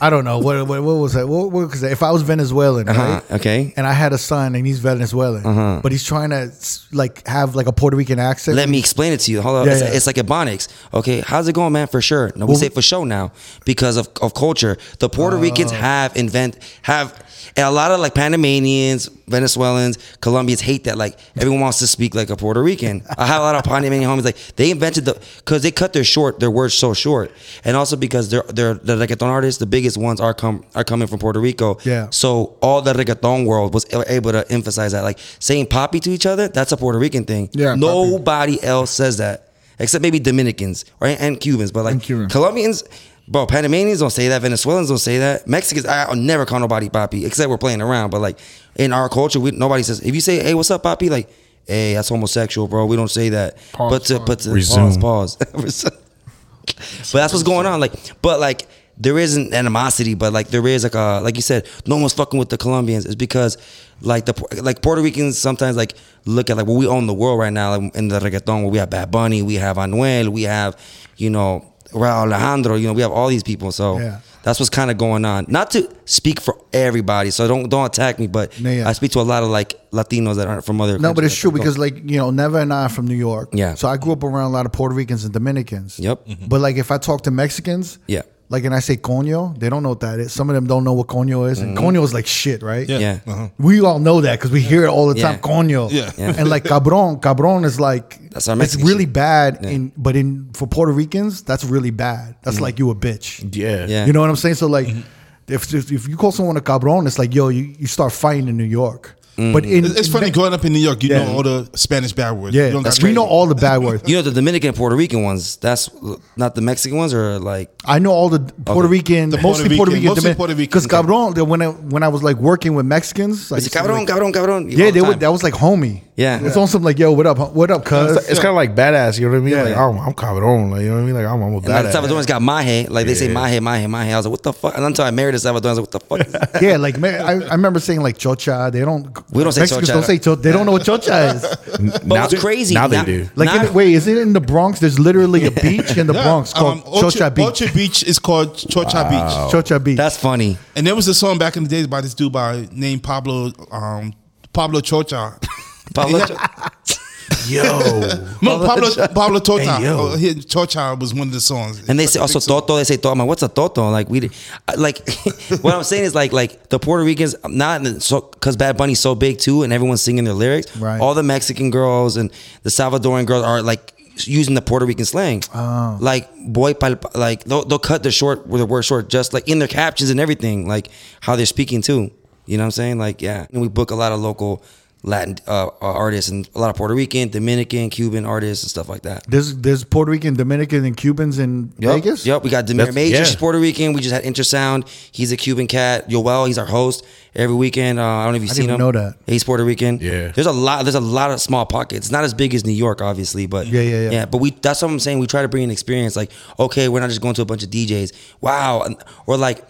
[SPEAKER 1] I don't know what what, what was that? What, what was that? If I was Venezuelan,
[SPEAKER 4] Uh-huh,
[SPEAKER 1] right?
[SPEAKER 4] okay.
[SPEAKER 1] and I had a son and he's Venezuelan, but he's trying to s- like have like a Puerto Rican accent.
[SPEAKER 4] Let me explain it to you. Hold on.
[SPEAKER 1] Yeah,
[SPEAKER 4] it's,
[SPEAKER 1] yeah.
[SPEAKER 4] it's like Ebonics. Okay, how's it going, man? For sure. No, we say for sure now because of, of culture. The Puerto
[SPEAKER 1] Oh.
[SPEAKER 4] Ricans have invent have and a lot of like Panamanians, Venezuelans, Colombians hate that. Like everyone wants to speak like a Puerto Rican. I have a lot of Panamanian homies. Like they invented the because they cut their short their words so short, and also because they're they're the reggaeton artists. The biggest ones are come are coming from Puerto Rico.
[SPEAKER 1] Yeah.
[SPEAKER 4] So all the reggaeton world was able to emphasize that. Like saying poppy to each other, that's a Puerto Rican thing.
[SPEAKER 3] Yeah, papi.
[SPEAKER 4] No Nobody else says that except maybe Dominicans or and Cubans, but like
[SPEAKER 3] And Cubans.
[SPEAKER 4] Colombians, bro, Panamanians don't say that. Venezuelans don't say that. Mexicans, I, will never call nobody papi except we're playing around. But like in our culture, we, nobody says if you say, "Hey, what's up, papi?" Like, "Hey, that's homosexual, bro." We don't say that.
[SPEAKER 3] Pause,
[SPEAKER 4] but to
[SPEAKER 3] pause.
[SPEAKER 4] but to
[SPEAKER 5] Resume.
[SPEAKER 4] pause, pause. but that's what's going on. Like, but like. There isn't animosity, but like there is like uh like you said, no one's fucking with the Colombians. It's because like the like Puerto Ricans sometimes like look at like well we own the world right now like, in the reggaeton where we have Bad Bunny, we have Anuel, we have you know Raúl Alejandro, you know we have all these people. So
[SPEAKER 1] Yeah.
[SPEAKER 4] that's what's kind of going on. Not to speak for everybody, so don't don't attack me, but
[SPEAKER 1] No, yeah.
[SPEAKER 4] I speak to a lot of like Latinos that aren't from
[SPEAKER 1] no,
[SPEAKER 4] other.
[SPEAKER 1] but
[SPEAKER 4] countries
[SPEAKER 1] it's true
[SPEAKER 4] that don't-
[SPEAKER 1] because like you know, Neva and I are from New York.
[SPEAKER 4] Yeah.
[SPEAKER 1] So I grew up around a lot of Puerto Ricans and Dominicans.
[SPEAKER 4] Yep.
[SPEAKER 1] But like if I talk to Mexicans,
[SPEAKER 4] Yeah.
[SPEAKER 1] Like and I say coño, they don't know what that is. Some of them don't know what coño is, and coño is like shit, right?
[SPEAKER 4] yeah.
[SPEAKER 2] Uh-huh.
[SPEAKER 1] We all know that because we hear it all the
[SPEAKER 4] Yeah.
[SPEAKER 1] time, coño.
[SPEAKER 2] Yeah.
[SPEAKER 4] Yeah.
[SPEAKER 1] And like cabron, cabron is like
[SPEAKER 4] That's our
[SPEAKER 1] it's
[SPEAKER 4] Mexican
[SPEAKER 1] really
[SPEAKER 4] shit.
[SPEAKER 1] bad in but in for Puerto Ricans, that's really bad. That's like you a bitch.
[SPEAKER 5] Yeah.
[SPEAKER 4] Mm-hmm. Yeah. Mm-hmm.
[SPEAKER 1] You know what I'm saying? So like if, if if you call someone a cabron, it's like, yo, you, you start fighting in New York.
[SPEAKER 4] Mm.
[SPEAKER 1] But in
[SPEAKER 2] It's
[SPEAKER 1] in
[SPEAKER 2] funny
[SPEAKER 1] Me-
[SPEAKER 2] growing up in New York. You
[SPEAKER 1] Yeah.
[SPEAKER 2] know all the Spanish bad words.
[SPEAKER 1] Yeah,
[SPEAKER 2] you don't
[SPEAKER 1] we
[SPEAKER 2] got-
[SPEAKER 1] know all the bad words.
[SPEAKER 4] You know the Dominican and Puerto Rican ones. That's not the Mexican ones, or like
[SPEAKER 1] I know all the Puerto Rican,
[SPEAKER 2] The Puerto
[SPEAKER 1] mostly Puerto
[SPEAKER 2] Rican-
[SPEAKER 1] Rican,
[SPEAKER 2] mostly Puerto Rican,
[SPEAKER 1] Because
[SPEAKER 2] okay.
[SPEAKER 1] cabron, the- when I when I was like working with Mexicans, like, é
[SPEAKER 4] It's cabron, cabron, cabron.
[SPEAKER 1] yeah,
[SPEAKER 4] all the
[SPEAKER 1] they would,
[SPEAKER 4] time.
[SPEAKER 1] that was like homie.
[SPEAKER 4] Yeah.
[SPEAKER 1] It's on something like, yo, what up? huh? What up, cuz?
[SPEAKER 5] It's, kind of like badass. You know what I mean?
[SPEAKER 1] Yeah.
[SPEAKER 5] Like I'm, I'm Calderon. Like you know what I mean? Like I'm, I'm a
[SPEAKER 4] And like the
[SPEAKER 5] badass.
[SPEAKER 4] Salvadorans got mahe. Like they say mahe, mahe, mahe. I was like, what the fuck? And until I married a Salvadoran, I was like, what the fuck? Is that?
[SPEAKER 1] yeah, like man, I, I remember saying like chocha. They don't.
[SPEAKER 4] We don't say
[SPEAKER 1] Mexicans
[SPEAKER 4] chocha.
[SPEAKER 1] Don't say cho- They don't know what chocha is.
[SPEAKER 5] But
[SPEAKER 4] But it's crazy.
[SPEAKER 5] Now they
[SPEAKER 4] Not-
[SPEAKER 5] do.
[SPEAKER 1] Like,
[SPEAKER 4] not-
[SPEAKER 1] in, wait, is it in the Bronx? There's literally a beach in the Bronx called
[SPEAKER 2] um, Ocho-
[SPEAKER 1] Chocha Beach.
[SPEAKER 2] Ocho Beach is called Chocha Beach.
[SPEAKER 1] Chocha Beach.
[SPEAKER 4] That's funny.
[SPEAKER 2] And there was a song back in the days by this dude by named Pablo um, Pablo Chocha.
[SPEAKER 4] Pablo,
[SPEAKER 5] Yo,
[SPEAKER 2] No, Pablo Pablo Tota.
[SPEAKER 5] Hey, yo.
[SPEAKER 2] Oh, he- Chocha was one of the songs.
[SPEAKER 4] and they say also toto. They say toto. I'm like, what's a toto? Like we, I- like what I'm saying is like like the Puerto Ricans not in the- so because Bad Bunny's so big too, and everyone's singing their lyrics.
[SPEAKER 1] Right.
[SPEAKER 4] All the Mexican girls and the Salvadoran girls are like using the Puerto Rican slang. Like boy, pal, like they'll, they'll cut the short with the word short just like in their captions and everything, like how they're speaking too. You know what I'm saying? Like yeah, and we book a lot of local. Latin uh, uh, artists and a lot of Puerto Rican, Dominican, Cuban artists and stuff like that.
[SPEAKER 1] There's there's Puerto Rican, Dominican, and Cubans in
[SPEAKER 4] Yep.
[SPEAKER 1] Vegas.
[SPEAKER 4] Yep, we got Demir
[SPEAKER 5] That's-
[SPEAKER 4] Major.
[SPEAKER 5] yeah.
[SPEAKER 4] She's Puerto Rican. We just had Intersound. He's a Cuban cat. Yoel, he's our host every weekend. Uh, I don't know if you've
[SPEAKER 1] I
[SPEAKER 4] seen
[SPEAKER 1] didn't
[SPEAKER 4] him.
[SPEAKER 1] know that.
[SPEAKER 4] He's Puerto Rican.
[SPEAKER 5] Yeah.
[SPEAKER 4] There's a lot. There's a lot of small pockets. Not as big as New York, obviously, but
[SPEAKER 1] Yeah, yeah, yeah.
[SPEAKER 4] Yeah, but we. That's what I'm saying. We try to bring an experience. Like, okay, we're not just going to a bunch of DJs. Wow, And- or like,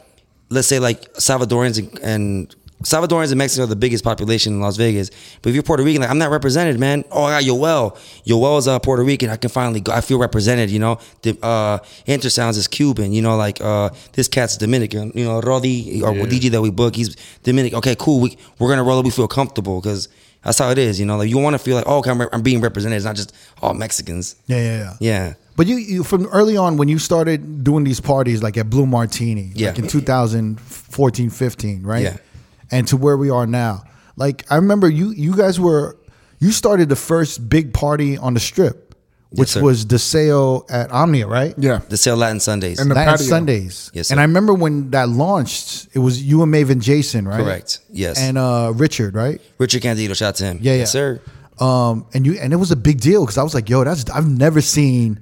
[SPEAKER 4] let's say like Salvadorans and. and Salvadorans and Mexicans are the biggest population in Las Vegas. But if you're Puerto Rican, like I'm not represented, man. Oh, I got Yoel. Yoel's uh, Puerto Rican. I can finally go. I feel represented, you know. The uh, Intersounds is Cuban, you know. Like uh, this cat's Dominican, you know. Rodi or DJ that we book, he's Dominican. Okay, cool. We we're gonna roll up. We feel comfortable because that's how it is, you know. Like you want to feel like, oh, okay, I'm, re- I'm being represented. It's not just all Mexicans.
[SPEAKER 1] yeah, yeah, yeah.
[SPEAKER 4] Yeah,
[SPEAKER 1] But you, you from early on when you started doing these parties like at Blue Martini,
[SPEAKER 4] Yeah.
[SPEAKER 1] like in 2014, 15, right?
[SPEAKER 4] Yeah.
[SPEAKER 1] And to where we are now. Like I remember you you guys were you started the first big party on the strip, which
[SPEAKER 4] sir.
[SPEAKER 1] was the sale at Omnia, right?
[SPEAKER 3] Yeah.
[SPEAKER 4] the sale Latin Sundays.
[SPEAKER 3] And the
[SPEAKER 1] Latin
[SPEAKER 3] patio.
[SPEAKER 1] Sundays.
[SPEAKER 4] Yes,
[SPEAKER 1] and
[SPEAKER 4] sir.
[SPEAKER 1] I remember when that launched, it was you and Maven Jason, right?
[SPEAKER 4] Correct. Yes.
[SPEAKER 1] And uh Richard, right?
[SPEAKER 4] Richard Candido, shout out to him.
[SPEAKER 1] Yeah,
[SPEAKER 4] yes,
[SPEAKER 1] yeah.
[SPEAKER 4] sir.
[SPEAKER 1] Um and you and it was a big deal because I was like, yo, that's I've never seen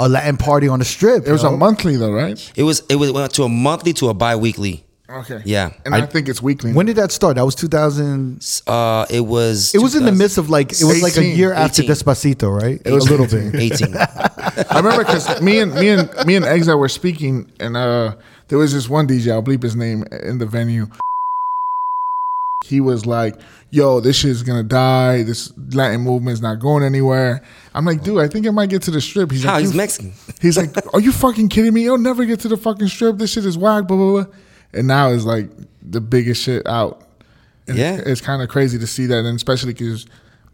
[SPEAKER 1] a Latin party on the strip.
[SPEAKER 3] It was a monthly though, right?
[SPEAKER 4] It was it was it went to a monthly to a bi-weekly.
[SPEAKER 3] Okay.
[SPEAKER 4] Yeah.
[SPEAKER 3] And I, think it's weekly.
[SPEAKER 1] when did that start? That was 2000
[SPEAKER 4] Uh, it was.
[SPEAKER 1] It was in the
[SPEAKER 4] 2000
[SPEAKER 1] midst of like it was like a
[SPEAKER 3] 18,
[SPEAKER 1] year after
[SPEAKER 4] 18.
[SPEAKER 1] Despacito, right? It
[SPEAKER 4] was-
[SPEAKER 1] a little bit.
[SPEAKER 4] 18.
[SPEAKER 3] I remember because me and me and me and Exile were speaking, and uh, there was this one DJ. I'll bleep his name in the venue. He was like, "Yo, this shit's gonna die. This Latin movement's not going anywhere." I'm like, "Dude, I think it might get to the strip." He's
[SPEAKER 4] How?
[SPEAKER 3] like,
[SPEAKER 4] He's
[SPEAKER 3] "You-
[SPEAKER 4] Mexican.
[SPEAKER 3] He's like, "Are you fucking kidding me? You'll never get to the fucking strip. This shit is whack." Blah blah blah. And now it's like the biggest shit out. And
[SPEAKER 4] Yeah.
[SPEAKER 3] it's, kind of crazy to see that, and especially because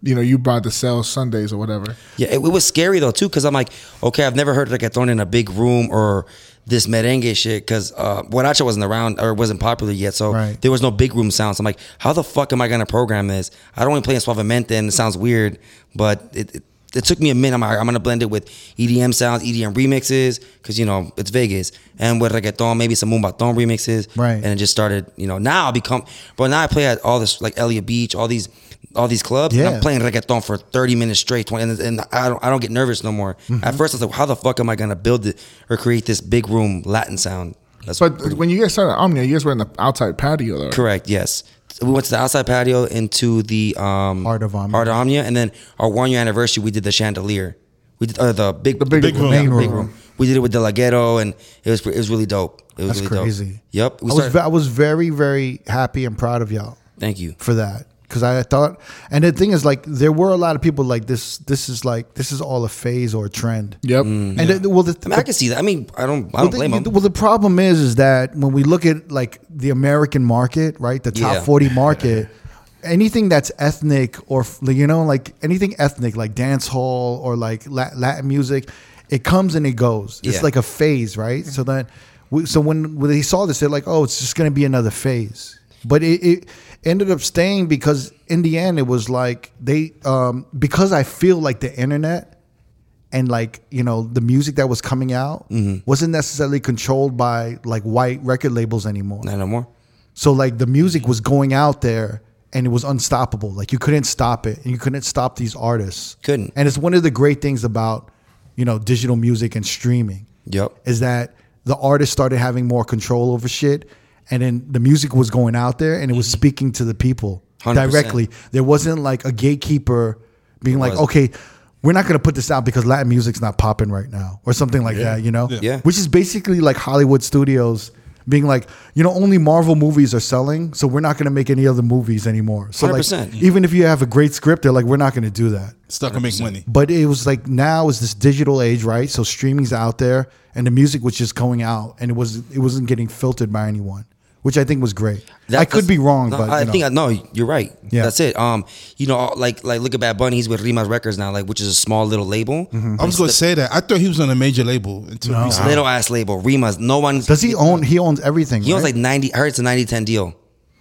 [SPEAKER 3] you know you brought the sale Sundays or whatever.
[SPEAKER 4] Yeah, it, it was scary though too, because I'm like, okay, I've never heard reggaeton in a big room or this merengue shit, because uh, Guaracha wasn't around or wasn't popular yet, so
[SPEAKER 1] Right.
[SPEAKER 4] there was no big room sounds. I'm like, how the fuck am I gonna program this? I don't want to play in suavemente, and it sounds weird, but it. it it took me a minute. I'm, like, I'm gonna blend it with EDM sounds, EDM remixes, because you know it's Vegas, and with reggaeton, maybe some mumbaton remixes,
[SPEAKER 1] Right.
[SPEAKER 4] And it just started, you know. Now I become, but now I play at all this like Elliott Beach, all these, all these clubs. And
[SPEAKER 1] Yeah.
[SPEAKER 4] I'm playing reggaeton for 30 minutes straight 20 and, and I, don't, I don't get nervous no more
[SPEAKER 1] Mm-hmm.
[SPEAKER 4] at first i was like how the fuck am i gonna build it or create this big room latin sound that's
[SPEAKER 3] But when you guys started Omnia, you guys were in the outside patio, though.
[SPEAKER 4] correct yes So we went to the outside patio into the um,
[SPEAKER 1] Heart of Omnia.
[SPEAKER 4] Heart Omnia, and then our one year anniversary we did the chandelier we did uh, the big
[SPEAKER 3] The big Big room.
[SPEAKER 4] yeah,
[SPEAKER 1] room.
[SPEAKER 4] big room we did it with the laguero and it was it was really dope it was
[SPEAKER 1] That's
[SPEAKER 4] really
[SPEAKER 1] crazy.
[SPEAKER 4] dope yep
[SPEAKER 1] I was ve- I was very very happy and proud of y'all
[SPEAKER 4] thank you
[SPEAKER 1] for that because I thought and the thing is like there were a lot of people like this this is like this is all a phase or a trend.
[SPEAKER 3] Yep.
[SPEAKER 1] And the, well the,
[SPEAKER 4] I, mean, I can see that i mean i don't i
[SPEAKER 1] well,
[SPEAKER 4] don't
[SPEAKER 1] the,
[SPEAKER 4] blame them
[SPEAKER 1] well, the problem is is that when we look at like the American market, right, the top
[SPEAKER 4] Yeah.
[SPEAKER 1] 40 market, anything that's ethnic or f- like, you know, like anything ethnic, like dance hall or like La- Latin music, it comes and it goes. It's
[SPEAKER 4] Yeah.
[SPEAKER 1] like a phase, right? So then, we, so when, when they saw this, they're like, oh, it's just going to be another phase. But it, it ended up staying because in the end, it was like they um, because I feel like the internet and like you know the music that was coming out wasn't necessarily controlled by like white record labels anymore
[SPEAKER 4] not no more
[SPEAKER 1] so like the music was going out there and it was unstoppable like you couldn't stop it and you couldn't stop these artists
[SPEAKER 4] Couldn't.
[SPEAKER 1] and it's one of the great things about you know digital music and streaming
[SPEAKER 4] Yep.
[SPEAKER 1] is that the artists started
[SPEAKER 4] Mm-hmm.
[SPEAKER 1] having more control over shit and then the music was going out there and it was speaking to the people
[SPEAKER 4] 100%.
[SPEAKER 1] directly. There wasn't like a gatekeeper being like,
[SPEAKER 4] wasn't.
[SPEAKER 1] okay, we're not going to put this out because Latin music's not popping right now or something like that, you know?
[SPEAKER 4] Yeah.
[SPEAKER 1] Which is basically like Hollywood studios being like, you know, only Marvel movies are selling, so we're not going to make any other movies anymore. So like
[SPEAKER 4] 100%.
[SPEAKER 1] even if you have a great script, they're like, we're not going to do that.
[SPEAKER 2] Stuck and make money.
[SPEAKER 1] But it was like now is this digital age, right? So streaming's out there and the music was just going out and it was it wasn't getting filtered by anyone, which I think was great.
[SPEAKER 4] That-
[SPEAKER 1] I could be wrong,
[SPEAKER 4] No,
[SPEAKER 1] but
[SPEAKER 4] I
[SPEAKER 1] you know.
[SPEAKER 4] think I no, you're right.
[SPEAKER 1] Yeah.
[SPEAKER 4] That's it. Um, you know, like like look at Bad Bunny, he's with Rimas Records now, like which is a small little label.
[SPEAKER 1] Mm-hmm.
[SPEAKER 2] I was going to say that. I thought he was on a major label until recently.
[SPEAKER 4] Little ass label. Rimas. No one's
[SPEAKER 1] Does he own? He owns everything.
[SPEAKER 4] he owns
[SPEAKER 1] right?
[SPEAKER 4] like ninety I heard it's a 90-10 deal.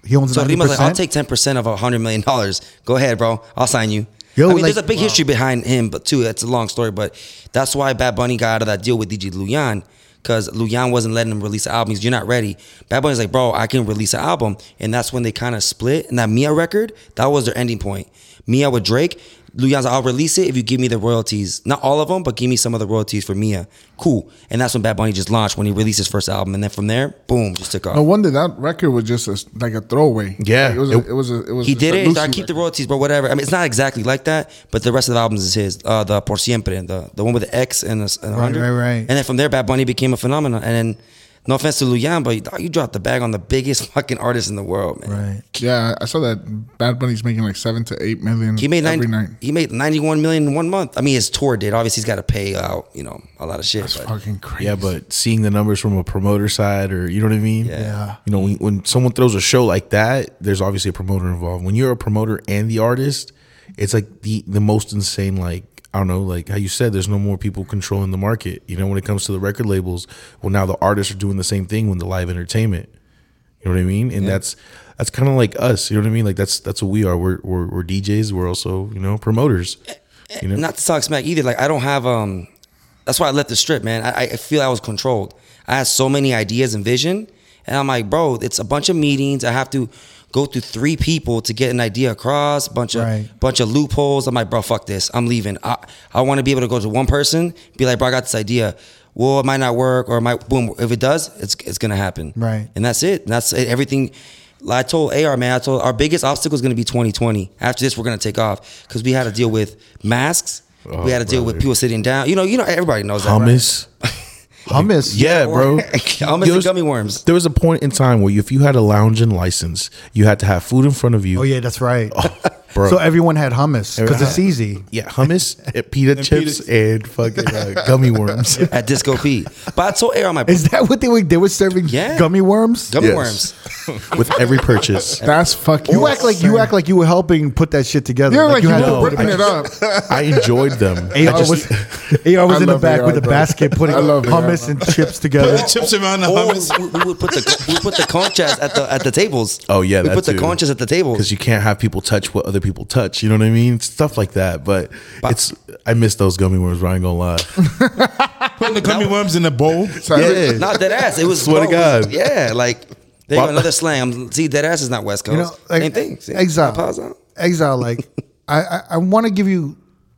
[SPEAKER 1] he owns
[SPEAKER 4] So
[SPEAKER 1] ninety
[SPEAKER 4] Rima's like, I'll
[SPEAKER 1] percent.
[SPEAKER 4] take ten percent of a hundred million dollars. Go ahead, bro. I'll sign you.
[SPEAKER 1] Yo,
[SPEAKER 4] I mean,
[SPEAKER 1] like-
[SPEAKER 4] there's a big history behind him, but too, it's a long story. But that's why Bad Bunny got out of that deal with DJ Luyan, because Luyan wasn't letting him release albums. You're not ready. Bad Bunny's like, bro, I can release an album, and that's when they kind of split. And that Mia record, that was their ending point. Mia with Drake. Luyan's like, I'll release it if you give me the royalties. Not all of them, but give me some of the royalties for Mia. Cool. And that's when Bad Bunny just launched when he released his first album. And then from there, boom, just took off.
[SPEAKER 3] No wonder that record was just a, like a throwaway.
[SPEAKER 5] Yeah.
[SPEAKER 3] Like, it was. A, it was. A, it was.
[SPEAKER 4] He
[SPEAKER 3] just
[SPEAKER 4] did
[SPEAKER 3] a
[SPEAKER 4] it. He's
[SPEAKER 3] Lucy
[SPEAKER 4] like, keep the
[SPEAKER 3] record.
[SPEAKER 4] royalties, bro. Whatever. I mean, it's not exactly like that, but the rest of the albums is his. Uh, the Por Siempre, the the one with the X and the and
[SPEAKER 1] Right,
[SPEAKER 4] 100.
[SPEAKER 1] right, right.
[SPEAKER 4] And then from there, Bad Bunny became a phenomenon. And then, no offense to Luyan, but dog, you dropped the bag on the biggest fucking artist in the world, man.
[SPEAKER 1] Right.
[SPEAKER 3] Yeah, I saw that Bad Bunny's making like seven to eight million
[SPEAKER 4] He made
[SPEAKER 3] every
[SPEAKER 4] 90,
[SPEAKER 3] night.
[SPEAKER 4] He made ninety one million in one month. I mean, his tour did. Obviously, he's got to pay out, you know, a lot of shit.
[SPEAKER 3] It's
[SPEAKER 4] but-
[SPEAKER 3] fucking crazy.
[SPEAKER 5] Yeah, but seeing the numbers from a promoter side, or you know what I mean?
[SPEAKER 1] Yeah.
[SPEAKER 5] You know, when, when someone throws a show like that, there's obviously a promoter involved. When you're a promoter and the artist, it's like the the most insane. Like I don't know, like how you said, there's no more people controlling the market. You know, when it comes to the record labels, well, now the artists are doing the same thing with the live entertainment. You know what I mean? And that's that's kind of like us. You know what I mean? Like that's that's what we are. We're we're, we're DJs. We're also you know promoters. You know,
[SPEAKER 4] not to talk smack either. Like I don't have um. That's why I left the strip, man. I, I feel I was controlled. I had so many ideas and vision, and I'm like, bro, it's a bunch of meetings. I have to go through three people to get an idea across. Bunch of
[SPEAKER 1] Right.
[SPEAKER 4] bunch of loopholes. I'm like, bro, fuck this. I'm leaving. I I want to be able to go to one person, be like, bro, I got this idea. Well, it might not work, or it might boom. If it does, it's it's gonna happen.
[SPEAKER 1] Right.
[SPEAKER 4] And that's it. That's it. everything. Like I told AR man, I told our biggest obstacle is going to be 2020. After this, we're going to take off because we had to deal with masks. we had to deal with
[SPEAKER 5] Oh, brother.
[SPEAKER 4] people sitting down. You know, you know, everybody knows that. right?
[SPEAKER 5] hummus.
[SPEAKER 1] Hummus.
[SPEAKER 5] Yeah, bro.
[SPEAKER 4] Hummus
[SPEAKER 5] There
[SPEAKER 4] and
[SPEAKER 5] was-
[SPEAKER 4] gummy worms.
[SPEAKER 5] There was a point in time where you, if you had a lounging license, you had to have food in front of you.
[SPEAKER 1] Oh yeah, that's right.
[SPEAKER 5] bro.
[SPEAKER 1] So everyone had hummus because it's easy.
[SPEAKER 5] yeah, hummus, and pita chips, and fucking uh, gummy worms.
[SPEAKER 4] At Disco P. But I told AR, my
[SPEAKER 1] Is that what they were? They were serving
[SPEAKER 4] Yeah.
[SPEAKER 1] gummy worms.
[SPEAKER 4] gummy
[SPEAKER 5] Yes.
[SPEAKER 4] worms.
[SPEAKER 5] With every purchase,
[SPEAKER 3] That's fucking.
[SPEAKER 1] You act like you act like you were helping put that shit together.
[SPEAKER 3] You're like, you
[SPEAKER 1] had
[SPEAKER 3] were
[SPEAKER 1] to put
[SPEAKER 3] ripping it up.
[SPEAKER 5] I enjoyed them. I
[SPEAKER 1] AR
[SPEAKER 5] just-
[SPEAKER 1] was, AR was
[SPEAKER 3] I
[SPEAKER 1] in the
[SPEAKER 3] love
[SPEAKER 1] back
[SPEAKER 3] AR,
[SPEAKER 1] with a
[SPEAKER 3] bro.
[SPEAKER 1] basket putting
[SPEAKER 3] I love AR,
[SPEAKER 1] hummus
[SPEAKER 3] bro.
[SPEAKER 1] and chips together.
[SPEAKER 2] Chips around the
[SPEAKER 4] Or
[SPEAKER 2] hummus.
[SPEAKER 4] we, we would put the we put the conchas at the at the tables.
[SPEAKER 5] Oh, yeah,
[SPEAKER 4] we
[SPEAKER 5] that
[SPEAKER 4] put the
[SPEAKER 5] too.
[SPEAKER 4] conchas at the tables.
[SPEAKER 5] because you can't have people touch what other people touch. You know what I mean? Stuff like that. But it's I miss those gummy worms. Ryan, gonna lie.
[SPEAKER 2] Putting the gummy worms in a bowl.
[SPEAKER 3] So I-
[SPEAKER 5] Yeah.
[SPEAKER 4] Not dead ass. It was
[SPEAKER 5] Swear to
[SPEAKER 4] bro, it was-
[SPEAKER 5] God.
[SPEAKER 4] Yeah, like they got
[SPEAKER 5] Why-
[SPEAKER 4] another slang. I'm, see, dead ass is not West Coast.
[SPEAKER 1] You know, like,
[SPEAKER 4] Same thing. See?
[SPEAKER 1] Exile.
[SPEAKER 4] Pause out.
[SPEAKER 1] Exile. Like, I I, I want to give you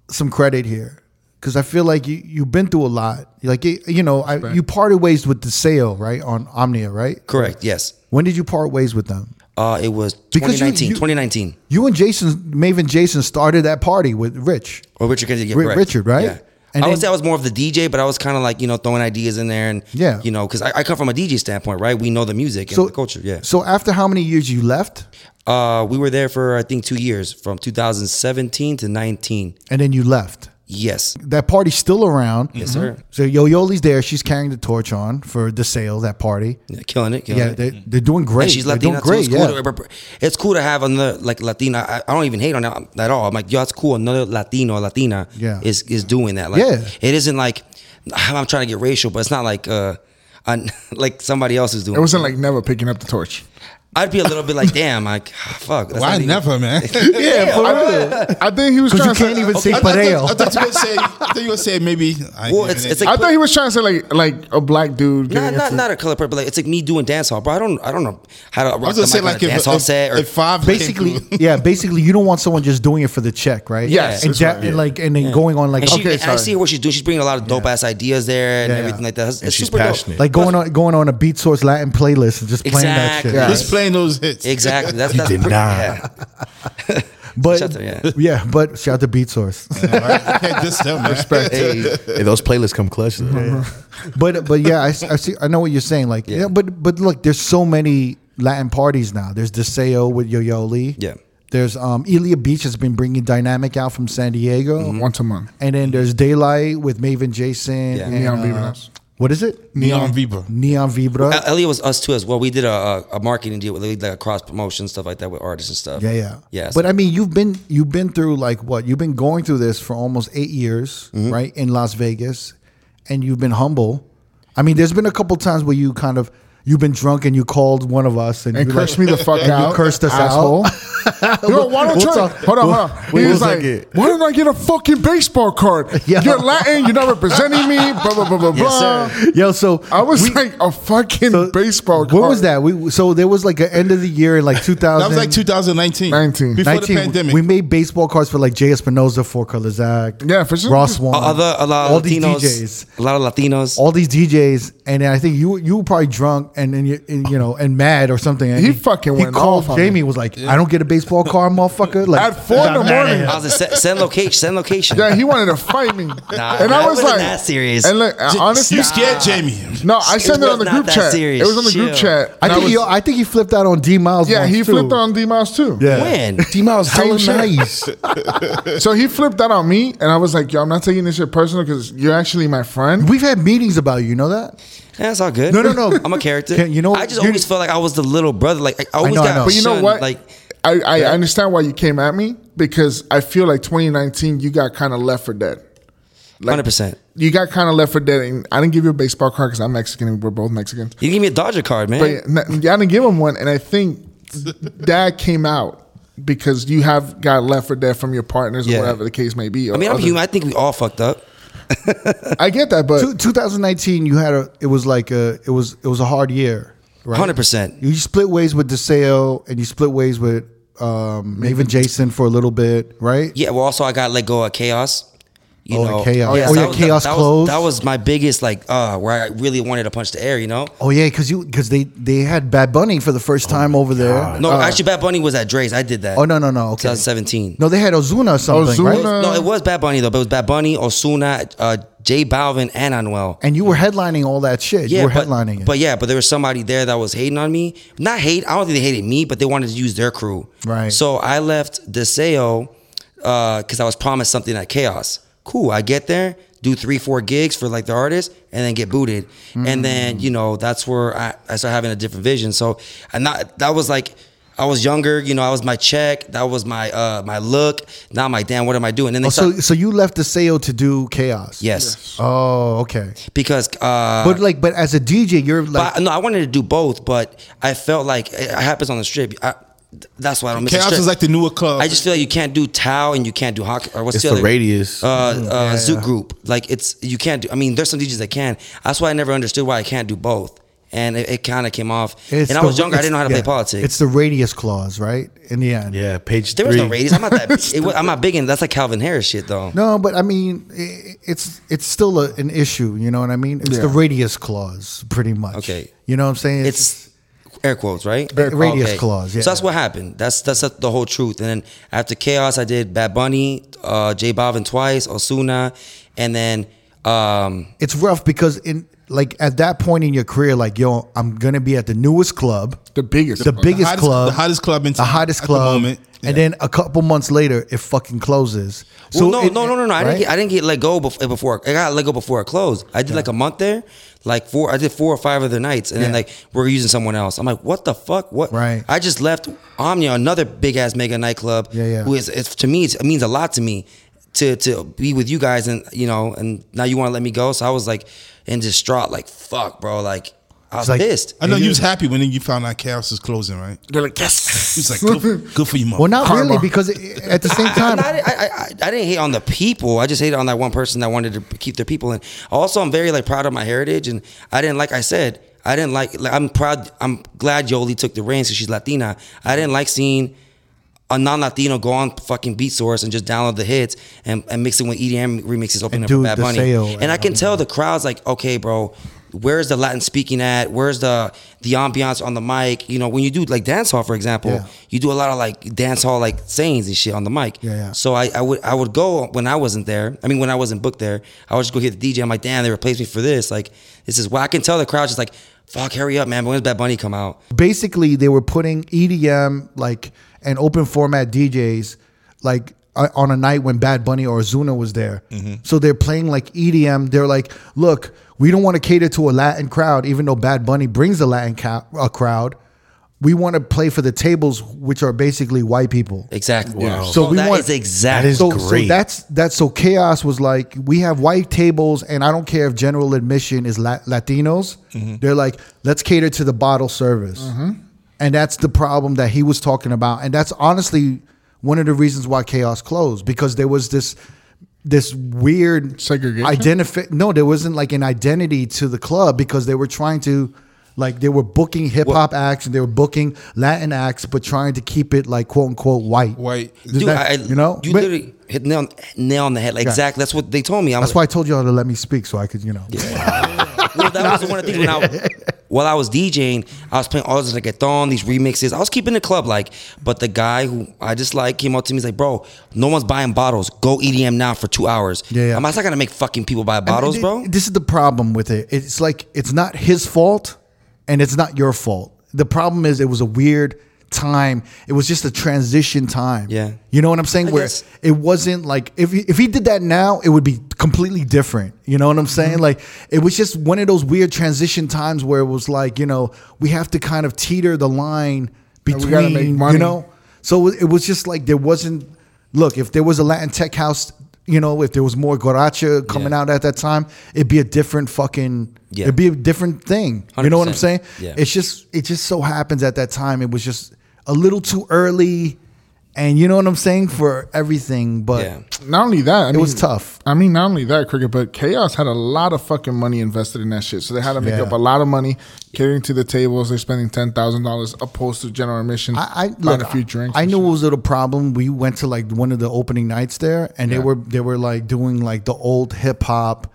[SPEAKER 1] some credit here because I feel like you you've been through a lot. Like you, you know, I, you parted ways with the sale right on Omnia, right?
[SPEAKER 4] Correct. Yes.
[SPEAKER 1] When did you part ways with them?
[SPEAKER 4] Uh, it was
[SPEAKER 1] Because you-
[SPEAKER 4] 2019.
[SPEAKER 1] you-
[SPEAKER 4] 2019.
[SPEAKER 1] You and Jason, Maven Jason, started that party with Rich.
[SPEAKER 4] Or Oh, Richard Kennedy. Yeah,
[SPEAKER 1] Ri-
[SPEAKER 4] correct.
[SPEAKER 1] Richard, right?
[SPEAKER 4] Yeah.
[SPEAKER 1] And
[SPEAKER 4] I would
[SPEAKER 1] then-
[SPEAKER 4] say I was more of the DJ, but I was kind of like you know throwing ideas in there and
[SPEAKER 1] Yeah.
[SPEAKER 4] you know because I, I come from a DJ standpoint, right? We know the music and the culture. Yeah.
[SPEAKER 1] So after how many years you left,
[SPEAKER 4] Uh, we were there for I think two years, from 2017 to 19.
[SPEAKER 1] and then you left.
[SPEAKER 4] Yes.
[SPEAKER 1] That party's still around. Yes,
[SPEAKER 4] sir.
[SPEAKER 1] So Yo Yoli's there. She's carrying the torch on for the sale. That party.
[SPEAKER 4] Yeah, killing it. Killing
[SPEAKER 1] Yeah,
[SPEAKER 4] it.
[SPEAKER 1] they, they're doing great.
[SPEAKER 4] And she's
[SPEAKER 1] They're
[SPEAKER 4] Latina.
[SPEAKER 1] doing great.
[SPEAKER 4] too. It's, cool
[SPEAKER 1] yeah.
[SPEAKER 4] to, rep- it's cool to have another like Latina. I, I don't even hate on that at all. I'm like, yo, it's cool. Another Latino, Latina
[SPEAKER 1] Yeah.
[SPEAKER 4] is is doing that. Like,
[SPEAKER 1] Yeah.
[SPEAKER 4] It isn't like I'm trying to get racial, but it's not like uh, un- like somebody else is doing.
[SPEAKER 3] it wasn't like never picking up the torch.
[SPEAKER 4] I'd be a little bit like, damn, like ah, fuck. that's
[SPEAKER 2] Why
[SPEAKER 4] not even-
[SPEAKER 2] never, man?
[SPEAKER 3] Yeah, I, I think he was
[SPEAKER 1] Because
[SPEAKER 3] trying
[SPEAKER 1] you
[SPEAKER 3] to
[SPEAKER 1] can't
[SPEAKER 3] say,
[SPEAKER 1] even say
[SPEAKER 2] I thought, I
[SPEAKER 1] pareo.
[SPEAKER 2] thought you would say. I thought you would say maybe. I ain't
[SPEAKER 4] Well,
[SPEAKER 2] giving
[SPEAKER 4] it's- it's
[SPEAKER 2] it.
[SPEAKER 4] like-
[SPEAKER 3] I thought he was trying to say like like a black dude.
[SPEAKER 4] Not,
[SPEAKER 3] getting
[SPEAKER 4] not,
[SPEAKER 3] into-
[SPEAKER 4] not a color purple. Like, it's like me doing dance hall, bro. I don't I don't know how to
[SPEAKER 2] I was
[SPEAKER 4] rock the
[SPEAKER 2] gonna
[SPEAKER 4] mic
[SPEAKER 2] say
[SPEAKER 4] on
[SPEAKER 2] like
[SPEAKER 4] a
[SPEAKER 2] if,
[SPEAKER 4] dance hall
[SPEAKER 2] if,
[SPEAKER 4] set or
[SPEAKER 2] if five came
[SPEAKER 1] basically
[SPEAKER 2] through.
[SPEAKER 1] yeah basically you don't want someone just doing it for the check right
[SPEAKER 3] Yes,
[SPEAKER 1] and
[SPEAKER 3] that's
[SPEAKER 1] that,
[SPEAKER 3] right.
[SPEAKER 1] and like and then going on like
[SPEAKER 4] And she,
[SPEAKER 1] okay,
[SPEAKER 4] and I see what she's doing. She's bringing a lot of dope ass ideas there and
[SPEAKER 1] Yeah, yeah.
[SPEAKER 4] everything like that. It's,
[SPEAKER 5] and
[SPEAKER 4] it's
[SPEAKER 5] she's
[SPEAKER 4] super dope.
[SPEAKER 5] passionate.
[SPEAKER 1] like going on going on a beat source latin playlist and just playing
[SPEAKER 4] Exactly.
[SPEAKER 1] that shit
[SPEAKER 3] Yeah.
[SPEAKER 2] Just playing playing those hits.
[SPEAKER 4] Exactly. That's, that's
[SPEAKER 5] did not.
[SPEAKER 4] Yeah.
[SPEAKER 1] But
[SPEAKER 4] Shout out
[SPEAKER 1] yeah.
[SPEAKER 4] to-
[SPEAKER 1] but shout out to Beat Source.
[SPEAKER 2] Right? Can't diss them, man.
[SPEAKER 4] Hey,
[SPEAKER 5] Hey, those playlists come clutch. Though.
[SPEAKER 1] but but yeah, I, s- I see. I know what you're saying. Like yeah. but but look, there's so many Latin parties now. There's Deseo with Yo Yo Lee.
[SPEAKER 4] Yeah.
[SPEAKER 1] There's um Elia Beach has been bringing Dynamic out from San Diego,
[SPEAKER 4] Mm-hmm.
[SPEAKER 3] Once a month.
[SPEAKER 1] and then there's Daylight with Maven Jason.
[SPEAKER 4] Yeah.
[SPEAKER 1] and,
[SPEAKER 3] Neon
[SPEAKER 1] uh,
[SPEAKER 3] Vibras.
[SPEAKER 1] What is it?
[SPEAKER 2] Neon Vibra.
[SPEAKER 1] Neon Vibra.
[SPEAKER 4] Uh, Elliot was us too as well. We did a, a, a marketing deal with like a cross promotion stuff like that with artists and stuff.
[SPEAKER 1] Yeah, yeah,
[SPEAKER 4] yeah.
[SPEAKER 1] But
[SPEAKER 4] But
[SPEAKER 1] I mean, you've been you've been through like what you've been going through this for almost eight years, right? In Las Vegas, and you've been humble. I mean, there's been a couple times where you kind of you've been drunk and you called one of us and,
[SPEAKER 3] And
[SPEAKER 1] you
[SPEAKER 3] cursed
[SPEAKER 1] like,
[SPEAKER 3] me the fuck
[SPEAKER 1] and
[SPEAKER 3] out.
[SPEAKER 1] You cursed us
[SPEAKER 3] asshole.
[SPEAKER 1] out.
[SPEAKER 3] Yo, why don't
[SPEAKER 1] We'll
[SPEAKER 3] you?
[SPEAKER 1] talk-
[SPEAKER 3] Hold on, hold on.
[SPEAKER 5] we'll-
[SPEAKER 3] He was
[SPEAKER 5] we'll
[SPEAKER 3] like,
[SPEAKER 5] take
[SPEAKER 3] why didn't I get a fucking baseball card?
[SPEAKER 1] Yeah.
[SPEAKER 3] You're Latin. You're not representing me. Blah blah blah blah blah.
[SPEAKER 1] Yo, so
[SPEAKER 3] I was
[SPEAKER 1] we-
[SPEAKER 3] like a fucking
[SPEAKER 1] so
[SPEAKER 3] baseball card.
[SPEAKER 1] What was that? We so there was like an end of the year in like 2000.
[SPEAKER 2] That was like 2019.
[SPEAKER 3] 19.
[SPEAKER 2] Before the
[SPEAKER 1] 19,
[SPEAKER 2] pandemic.
[SPEAKER 1] we made baseball cards for like Jay Espinosa, Four Colors Act,
[SPEAKER 3] Yeah, for sure.
[SPEAKER 1] Ross Swan,
[SPEAKER 4] other a lot
[SPEAKER 1] all
[SPEAKER 4] of
[SPEAKER 1] these
[SPEAKER 4] Latinos,
[SPEAKER 1] DJs,
[SPEAKER 4] a lot of Latinos.
[SPEAKER 1] all these DJs, and then I think you you were probably drunk and and, you, and you know and mad or something. And
[SPEAKER 3] He fucking
[SPEAKER 1] he
[SPEAKER 3] went
[SPEAKER 1] called
[SPEAKER 3] off on
[SPEAKER 1] Jamie was like, "I don't get a baseball card, motherfucker!" Like
[SPEAKER 3] At four in the morning.
[SPEAKER 4] I was like, send, send location, send location.
[SPEAKER 3] Yeah, he wanted to fight me, and
[SPEAKER 4] nah,
[SPEAKER 3] I
[SPEAKER 4] it
[SPEAKER 3] was
[SPEAKER 4] wasn't
[SPEAKER 3] like,
[SPEAKER 4] that serious.
[SPEAKER 3] And look, I honestly,
[SPEAKER 2] you scared Jamie.
[SPEAKER 3] no, I sent it,
[SPEAKER 4] was
[SPEAKER 3] on the
[SPEAKER 4] not
[SPEAKER 3] group
[SPEAKER 4] that
[SPEAKER 3] chat.
[SPEAKER 4] serious.
[SPEAKER 3] It was on the group
[SPEAKER 4] Chill.
[SPEAKER 3] chat.
[SPEAKER 1] I
[SPEAKER 3] and
[SPEAKER 1] think
[SPEAKER 3] was-
[SPEAKER 1] he I think he flipped out on D Miles.
[SPEAKER 3] yeah,
[SPEAKER 1] once,
[SPEAKER 3] he
[SPEAKER 1] too.
[SPEAKER 3] flipped on D Mouse too.
[SPEAKER 1] Yeah.
[SPEAKER 4] When?
[SPEAKER 3] D Miles,
[SPEAKER 1] Hella nice.
[SPEAKER 3] so he flipped out on me, and I was like, "Yo, I'm not taking this shit personal because you're actually my friend."
[SPEAKER 1] We've had meetings about you. You know that?
[SPEAKER 4] Yeah, it's all good.
[SPEAKER 1] No, no, no.
[SPEAKER 4] I'm a character.
[SPEAKER 1] Can- you know
[SPEAKER 4] I
[SPEAKER 1] what?
[SPEAKER 4] just
[SPEAKER 1] You're-
[SPEAKER 4] always felt like I was the little brother. Like I always
[SPEAKER 1] know, I
[SPEAKER 4] got.
[SPEAKER 1] know.
[SPEAKER 3] But you know
[SPEAKER 4] shunned,
[SPEAKER 3] what?
[SPEAKER 4] Like
[SPEAKER 3] I, I understand why you came at me because I feel like 2019 you got kind of left for dead.
[SPEAKER 4] hundred percent.
[SPEAKER 3] You got kind of left for dead, and I didn't give you a baseball card because I'm Mexican and we're both Mexicans.
[SPEAKER 4] You give me a Dodger card, man.
[SPEAKER 3] But n- yeah, I didn't give him one, and I think that came out because you have got left for dead from your partners
[SPEAKER 4] Yeah.
[SPEAKER 3] or whatever the case may be.
[SPEAKER 4] I mean, I'm human. I think we all fucked up.
[SPEAKER 3] I get that, but
[SPEAKER 1] Two, 2019, you had a. It was like a. It was it was a hard year. Right.
[SPEAKER 4] Hundred percent.
[SPEAKER 1] You split ways with DeSeo and you split ways with um, Maven Jason for a little bit, right?
[SPEAKER 4] Yeah. Well, also I got let go of chaos. You
[SPEAKER 1] Oh,
[SPEAKER 4] know,
[SPEAKER 1] Chaos. Oh, yeah.
[SPEAKER 4] so
[SPEAKER 1] Oh, yeah,
[SPEAKER 4] that was-
[SPEAKER 1] Chaos
[SPEAKER 4] that, was-
[SPEAKER 1] closed.
[SPEAKER 4] That was my biggest like uh where I really wanted to punch the air. You know.
[SPEAKER 1] Oh yeah, because you because they they had Bad Bunny for the first time over there.
[SPEAKER 4] Oh No, actually, Bad Bunny was at Dre's. I did that.
[SPEAKER 1] Oh no no no okay.
[SPEAKER 4] 2017.
[SPEAKER 1] No, they had Ozuna or something,
[SPEAKER 3] Ozuna.
[SPEAKER 1] right?
[SPEAKER 4] No, it was Bad Bunny though. But it was Bad Bunny, Osuna, uh, J Balvin, and Anuel.
[SPEAKER 1] And you were headlining all that shit. you were
[SPEAKER 4] but,
[SPEAKER 1] headlining it.
[SPEAKER 4] But yeah, but there was somebody there that was hating on me. Not hate. I don't think they hated me, but they wanted to use their crew.
[SPEAKER 1] Right.
[SPEAKER 4] So I left Deseo because I was promised something at Chaos. Cool. I get there, do three, four gigs for like the artist, and then get booted. And
[SPEAKER 1] Mm.
[SPEAKER 4] then you know that's where I, I started having a different vision. So and not that was like. I was younger, you know. I was my check. That was my uh my look. Now I'm like, damn, what am I doing? And then they
[SPEAKER 1] oh, so
[SPEAKER 4] start,
[SPEAKER 1] so you left DeSeo to do chaos.
[SPEAKER 4] yes,
[SPEAKER 1] Oh okay.
[SPEAKER 4] because uh,
[SPEAKER 1] But like, but as a DJ, you're like.
[SPEAKER 4] but no, I wanted to do both, but I felt like it, it happens on the strip. I, th- that's why I don't miss
[SPEAKER 2] Chaos
[SPEAKER 4] the strip.
[SPEAKER 2] is like the newer club.
[SPEAKER 4] I just feel like you can't do Tao and you can't do hockey or what's
[SPEAKER 5] It's
[SPEAKER 4] the
[SPEAKER 5] the
[SPEAKER 4] other
[SPEAKER 5] radius.
[SPEAKER 4] uh, uh, Zoot Group. Like it's you can't do. I mean, there's some DJs that can. That's why I never understood why I can't do both, and it, it kind of came off.
[SPEAKER 1] it's
[SPEAKER 4] and I
[SPEAKER 1] the-
[SPEAKER 4] was younger. I
[SPEAKER 1] it's-
[SPEAKER 4] didn't know how to
[SPEAKER 1] yeah.
[SPEAKER 4] play politics.
[SPEAKER 1] It's the radius clause, right? In the end.
[SPEAKER 5] yeah, page
[SPEAKER 4] there was
[SPEAKER 5] three.
[SPEAKER 4] no radius. I'm not that. it, wa- I'm not big in. That's like Calvin Harris shit though.
[SPEAKER 1] No, but I mean, i- it's it's still a, an issue. You know what I mean? It's the
[SPEAKER 3] Yeah.
[SPEAKER 1] radius clause, pretty much.
[SPEAKER 4] Okay.
[SPEAKER 1] You know what I'm saying?
[SPEAKER 4] It's air quotes, right?
[SPEAKER 1] Air quotes. Radius
[SPEAKER 4] Okay.
[SPEAKER 1] clause, yeah.
[SPEAKER 4] So that's what happened. That's that's the whole truth. And then after chaos, I did Bad Bunny, uh, J Balvin twice, Osuna, and then um,
[SPEAKER 1] it's rough because in like at that point in your career, like yo, I'm gonna be at the newest club,
[SPEAKER 3] the biggest,
[SPEAKER 1] the
[SPEAKER 3] one.
[SPEAKER 1] biggest
[SPEAKER 2] hottest-
[SPEAKER 1] club,
[SPEAKER 2] the hottest club in
[SPEAKER 1] the hottest
[SPEAKER 2] town at the
[SPEAKER 1] club,
[SPEAKER 2] moment. Yeah.
[SPEAKER 1] and then a couple months later, it fucking closes.
[SPEAKER 4] well, no,
[SPEAKER 1] it-
[SPEAKER 4] no, no, no, no. I
[SPEAKER 1] right?
[SPEAKER 4] didn't. Get, I didn't get let go before. before I got let go before it closed. I did like a month there, like four. I did four or five other nights, and then
[SPEAKER 1] Yeah.
[SPEAKER 4] like we're using someone else. I'm like, what the fuck? What?
[SPEAKER 1] Right.
[SPEAKER 4] I just left Omnia, another big ass mega nightclub.
[SPEAKER 1] Yeah, yeah.
[SPEAKER 4] Who is it's, to me? It's, it means a lot to me to to be with you guys, and you know, and now you want to let me go. So I was like in distraught, like fuck, bro. Like I was
[SPEAKER 1] like-
[SPEAKER 4] pissed.
[SPEAKER 2] I know you was happy when you found out Chaos is closing, right?
[SPEAKER 3] They're like, yes.
[SPEAKER 2] He's like, good, good for you, mom.
[SPEAKER 1] well, not
[SPEAKER 3] Karma.
[SPEAKER 1] really because it, at the same
[SPEAKER 4] I,
[SPEAKER 1] time,
[SPEAKER 4] I, I, I- I didn't hate on the people. I just hated on that one person that wanted to keep their people. And also, I'm very like proud of my heritage. And I didn't like I said I didn't like. like I'm proud. I'm glad Yoli took the reins because she's Latina. I didn't like seeing a non-Latino go on fucking Beat Source and just download the hits and, and mix it with EDM E remixes, opening up
[SPEAKER 1] do
[SPEAKER 4] for Bad
[SPEAKER 1] the
[SPEAKER 4] Bunny.
[SPEAKER 1] sale
[SPEAKER 4] and I
[SPEAKER 1] and
[SPEAKER 4] can tell the crowd's like, okay, bro. where's the Latin speaking at? Where's the the ambiance on the mic? You know, when you do like dance hall, for example,
[SPEAKER 1] Yeah.
[SPEAKER 4] you do a lot of like dance hall like sayings and shit on the mic.
[SPEAKER 1] Yeah, yeah.
[SPEAKER 4] So I, I would I would go when I wasn't there. I mean, when I wasn't booked there, I would just go hit the DJ. I'm like, damn, they replaced me for this. Like, this is why I can tell the crowd's just like, fuck, hurry up, man. When's Bad Bunny come out?
[SPEAKER 1] basically they were putting EDM like and open format DJs like uh, on a night when Bad Bunny or Ozuna was there. So they're playing like EDM. They're like, look, we don't want to cater to a Latin crowd, even though Bad Bunny brings a Latin ca- uh, crowd. We want to play for the tables, which are basically white people.
[SPEAKER 4] Exactly.
[SPEAKER 1] So
[SPEAKER 4] So
[SPEAKER 1] we
[SPEAKER 4] that
[SPEAKER 1] want-
[SPEAKER 4] is exactly.
[SPEAKER 5] That is-
[SPEAKER 1] So, so
[SPEAKER 5] great.
[SPEAKER 1] that's that's so chaos was like we have white tables and I don't care if general admission is La- Latinos.
[SPEAKER 4] Mm-hmm.
[SPEAKER 1] They're like let's cater to the bottle service, and that's the problem that he was talking about. And that's honestly one of the reasons why chaos closed because there was this this weird
[SPEAKER 3] Segregation?
[SPEAKER 1] Identify no, there wasn't like an identity to the club because they were trying to. Like they were booking hip hop acts and they were booking Latin acts, but trying to keep it like quote unquote white.
[SPEAKER 2] White.
[SPEAKER 1] Does
[SPEAKER 4] Dude,
[SPEAKER 1] that-
[SPEAKER 4] I,
[SPEAKER 1] you know,
[SPEAKER 4] you
[SPEAKER 1] But-
[SPEAKER 4] literally hit nail on, nail on the head. Like, Exactly. That's what they told me. I'm
[SPEAKER 1] That's
[SPEAKER 4] like,
[SPEAKER 1] why I told y'all to let me speak so I could, you know.
[SPEAKER 4] well, that was the one thing when I, while I was DJing, I was playing all this reggaeton, these remixes. I was keeping the club like, but the guy who I just like came up to me, he's like, bro, no one's buying bottles. Go EDM now for two hours.
[SPEAKER 1] Yeah, yeah.
[SPEAKER 4] I'm not gonna make fucking people buy
[SPEAKER 1] And
[SPEAKER 4] bottles,
[SPEAKER 1] th-
[SPEAKER 4] bro.
[SPEAKER 1] This is the problem with it. It's like it's not his fault and it's not your fault. The problem is it was a weird time. It was just a transition time.
[SPEAKER 4] Yeah.
[SPEAKER 1] You know what I'm saying?
[SPEAKER 4] I
[SPEAKER 1] Where
[SPEAKER 4] guess.
[SPEAKER 1] it wasn't like if he, if he did that now, it would be completely different. You know what I'm
[SPEAKER 4] Mm-hmm.
[SPEAKER 1] saying? Like it was just one of those weird transition times where it was like, you know, we have to kind of teeter the line
[SPEAKER 3] we gotta
[SPEAKER 1] between,
[SPEAKER 3] make
[SPEAKER 1] you
[SPEAKER 3] money.
[SPEAKER 1] know. So it was just like there wasn't. Look, if there was a Latin tech house, you know, if there was more Goracha coming
[SPEAKER 4] Yeah.
[SPEAKER 1] out at that time, it'd be a different fucking.
[SPEAKER 4] Yeah.
[SPEAKER 1] It'd be a different thing. You know what I'm saying?
[SPEAKER 4] 100%. Yeah.
[SPEAKER 1] It's just it just so happens at that time it was just a little too early, and you know what I'm saying for everything. But
[SPEAKER 4] Yeah.
[SPEAKER 3] Not only that, I mean,
[SPEAKER 1] was tough.
[SPEAKER 3] I mean, not only that, cricket, but chaos had a lot of fucking money invested in that shit. So they had to make
[SPEAKER 1] Yeah.
[SPEAKER 3] up a lot of money catering to the tables. They're spending ten thousand dollars opposed to general admission.
[SPEAKER 1] I, I
[SPEAKER 3] buying
[SPEAKER 1] look,
[SPEAKER 3] a few drinks.
[SPEAKER 1] I
[SPEAKER 3] and
[SPEAKER 1] knew
[SPEAKER 3] shit.
[SPEAKER 1] it was a little problem. We went to like one of the opening nights there, and they were they were like doing like the old hip hop,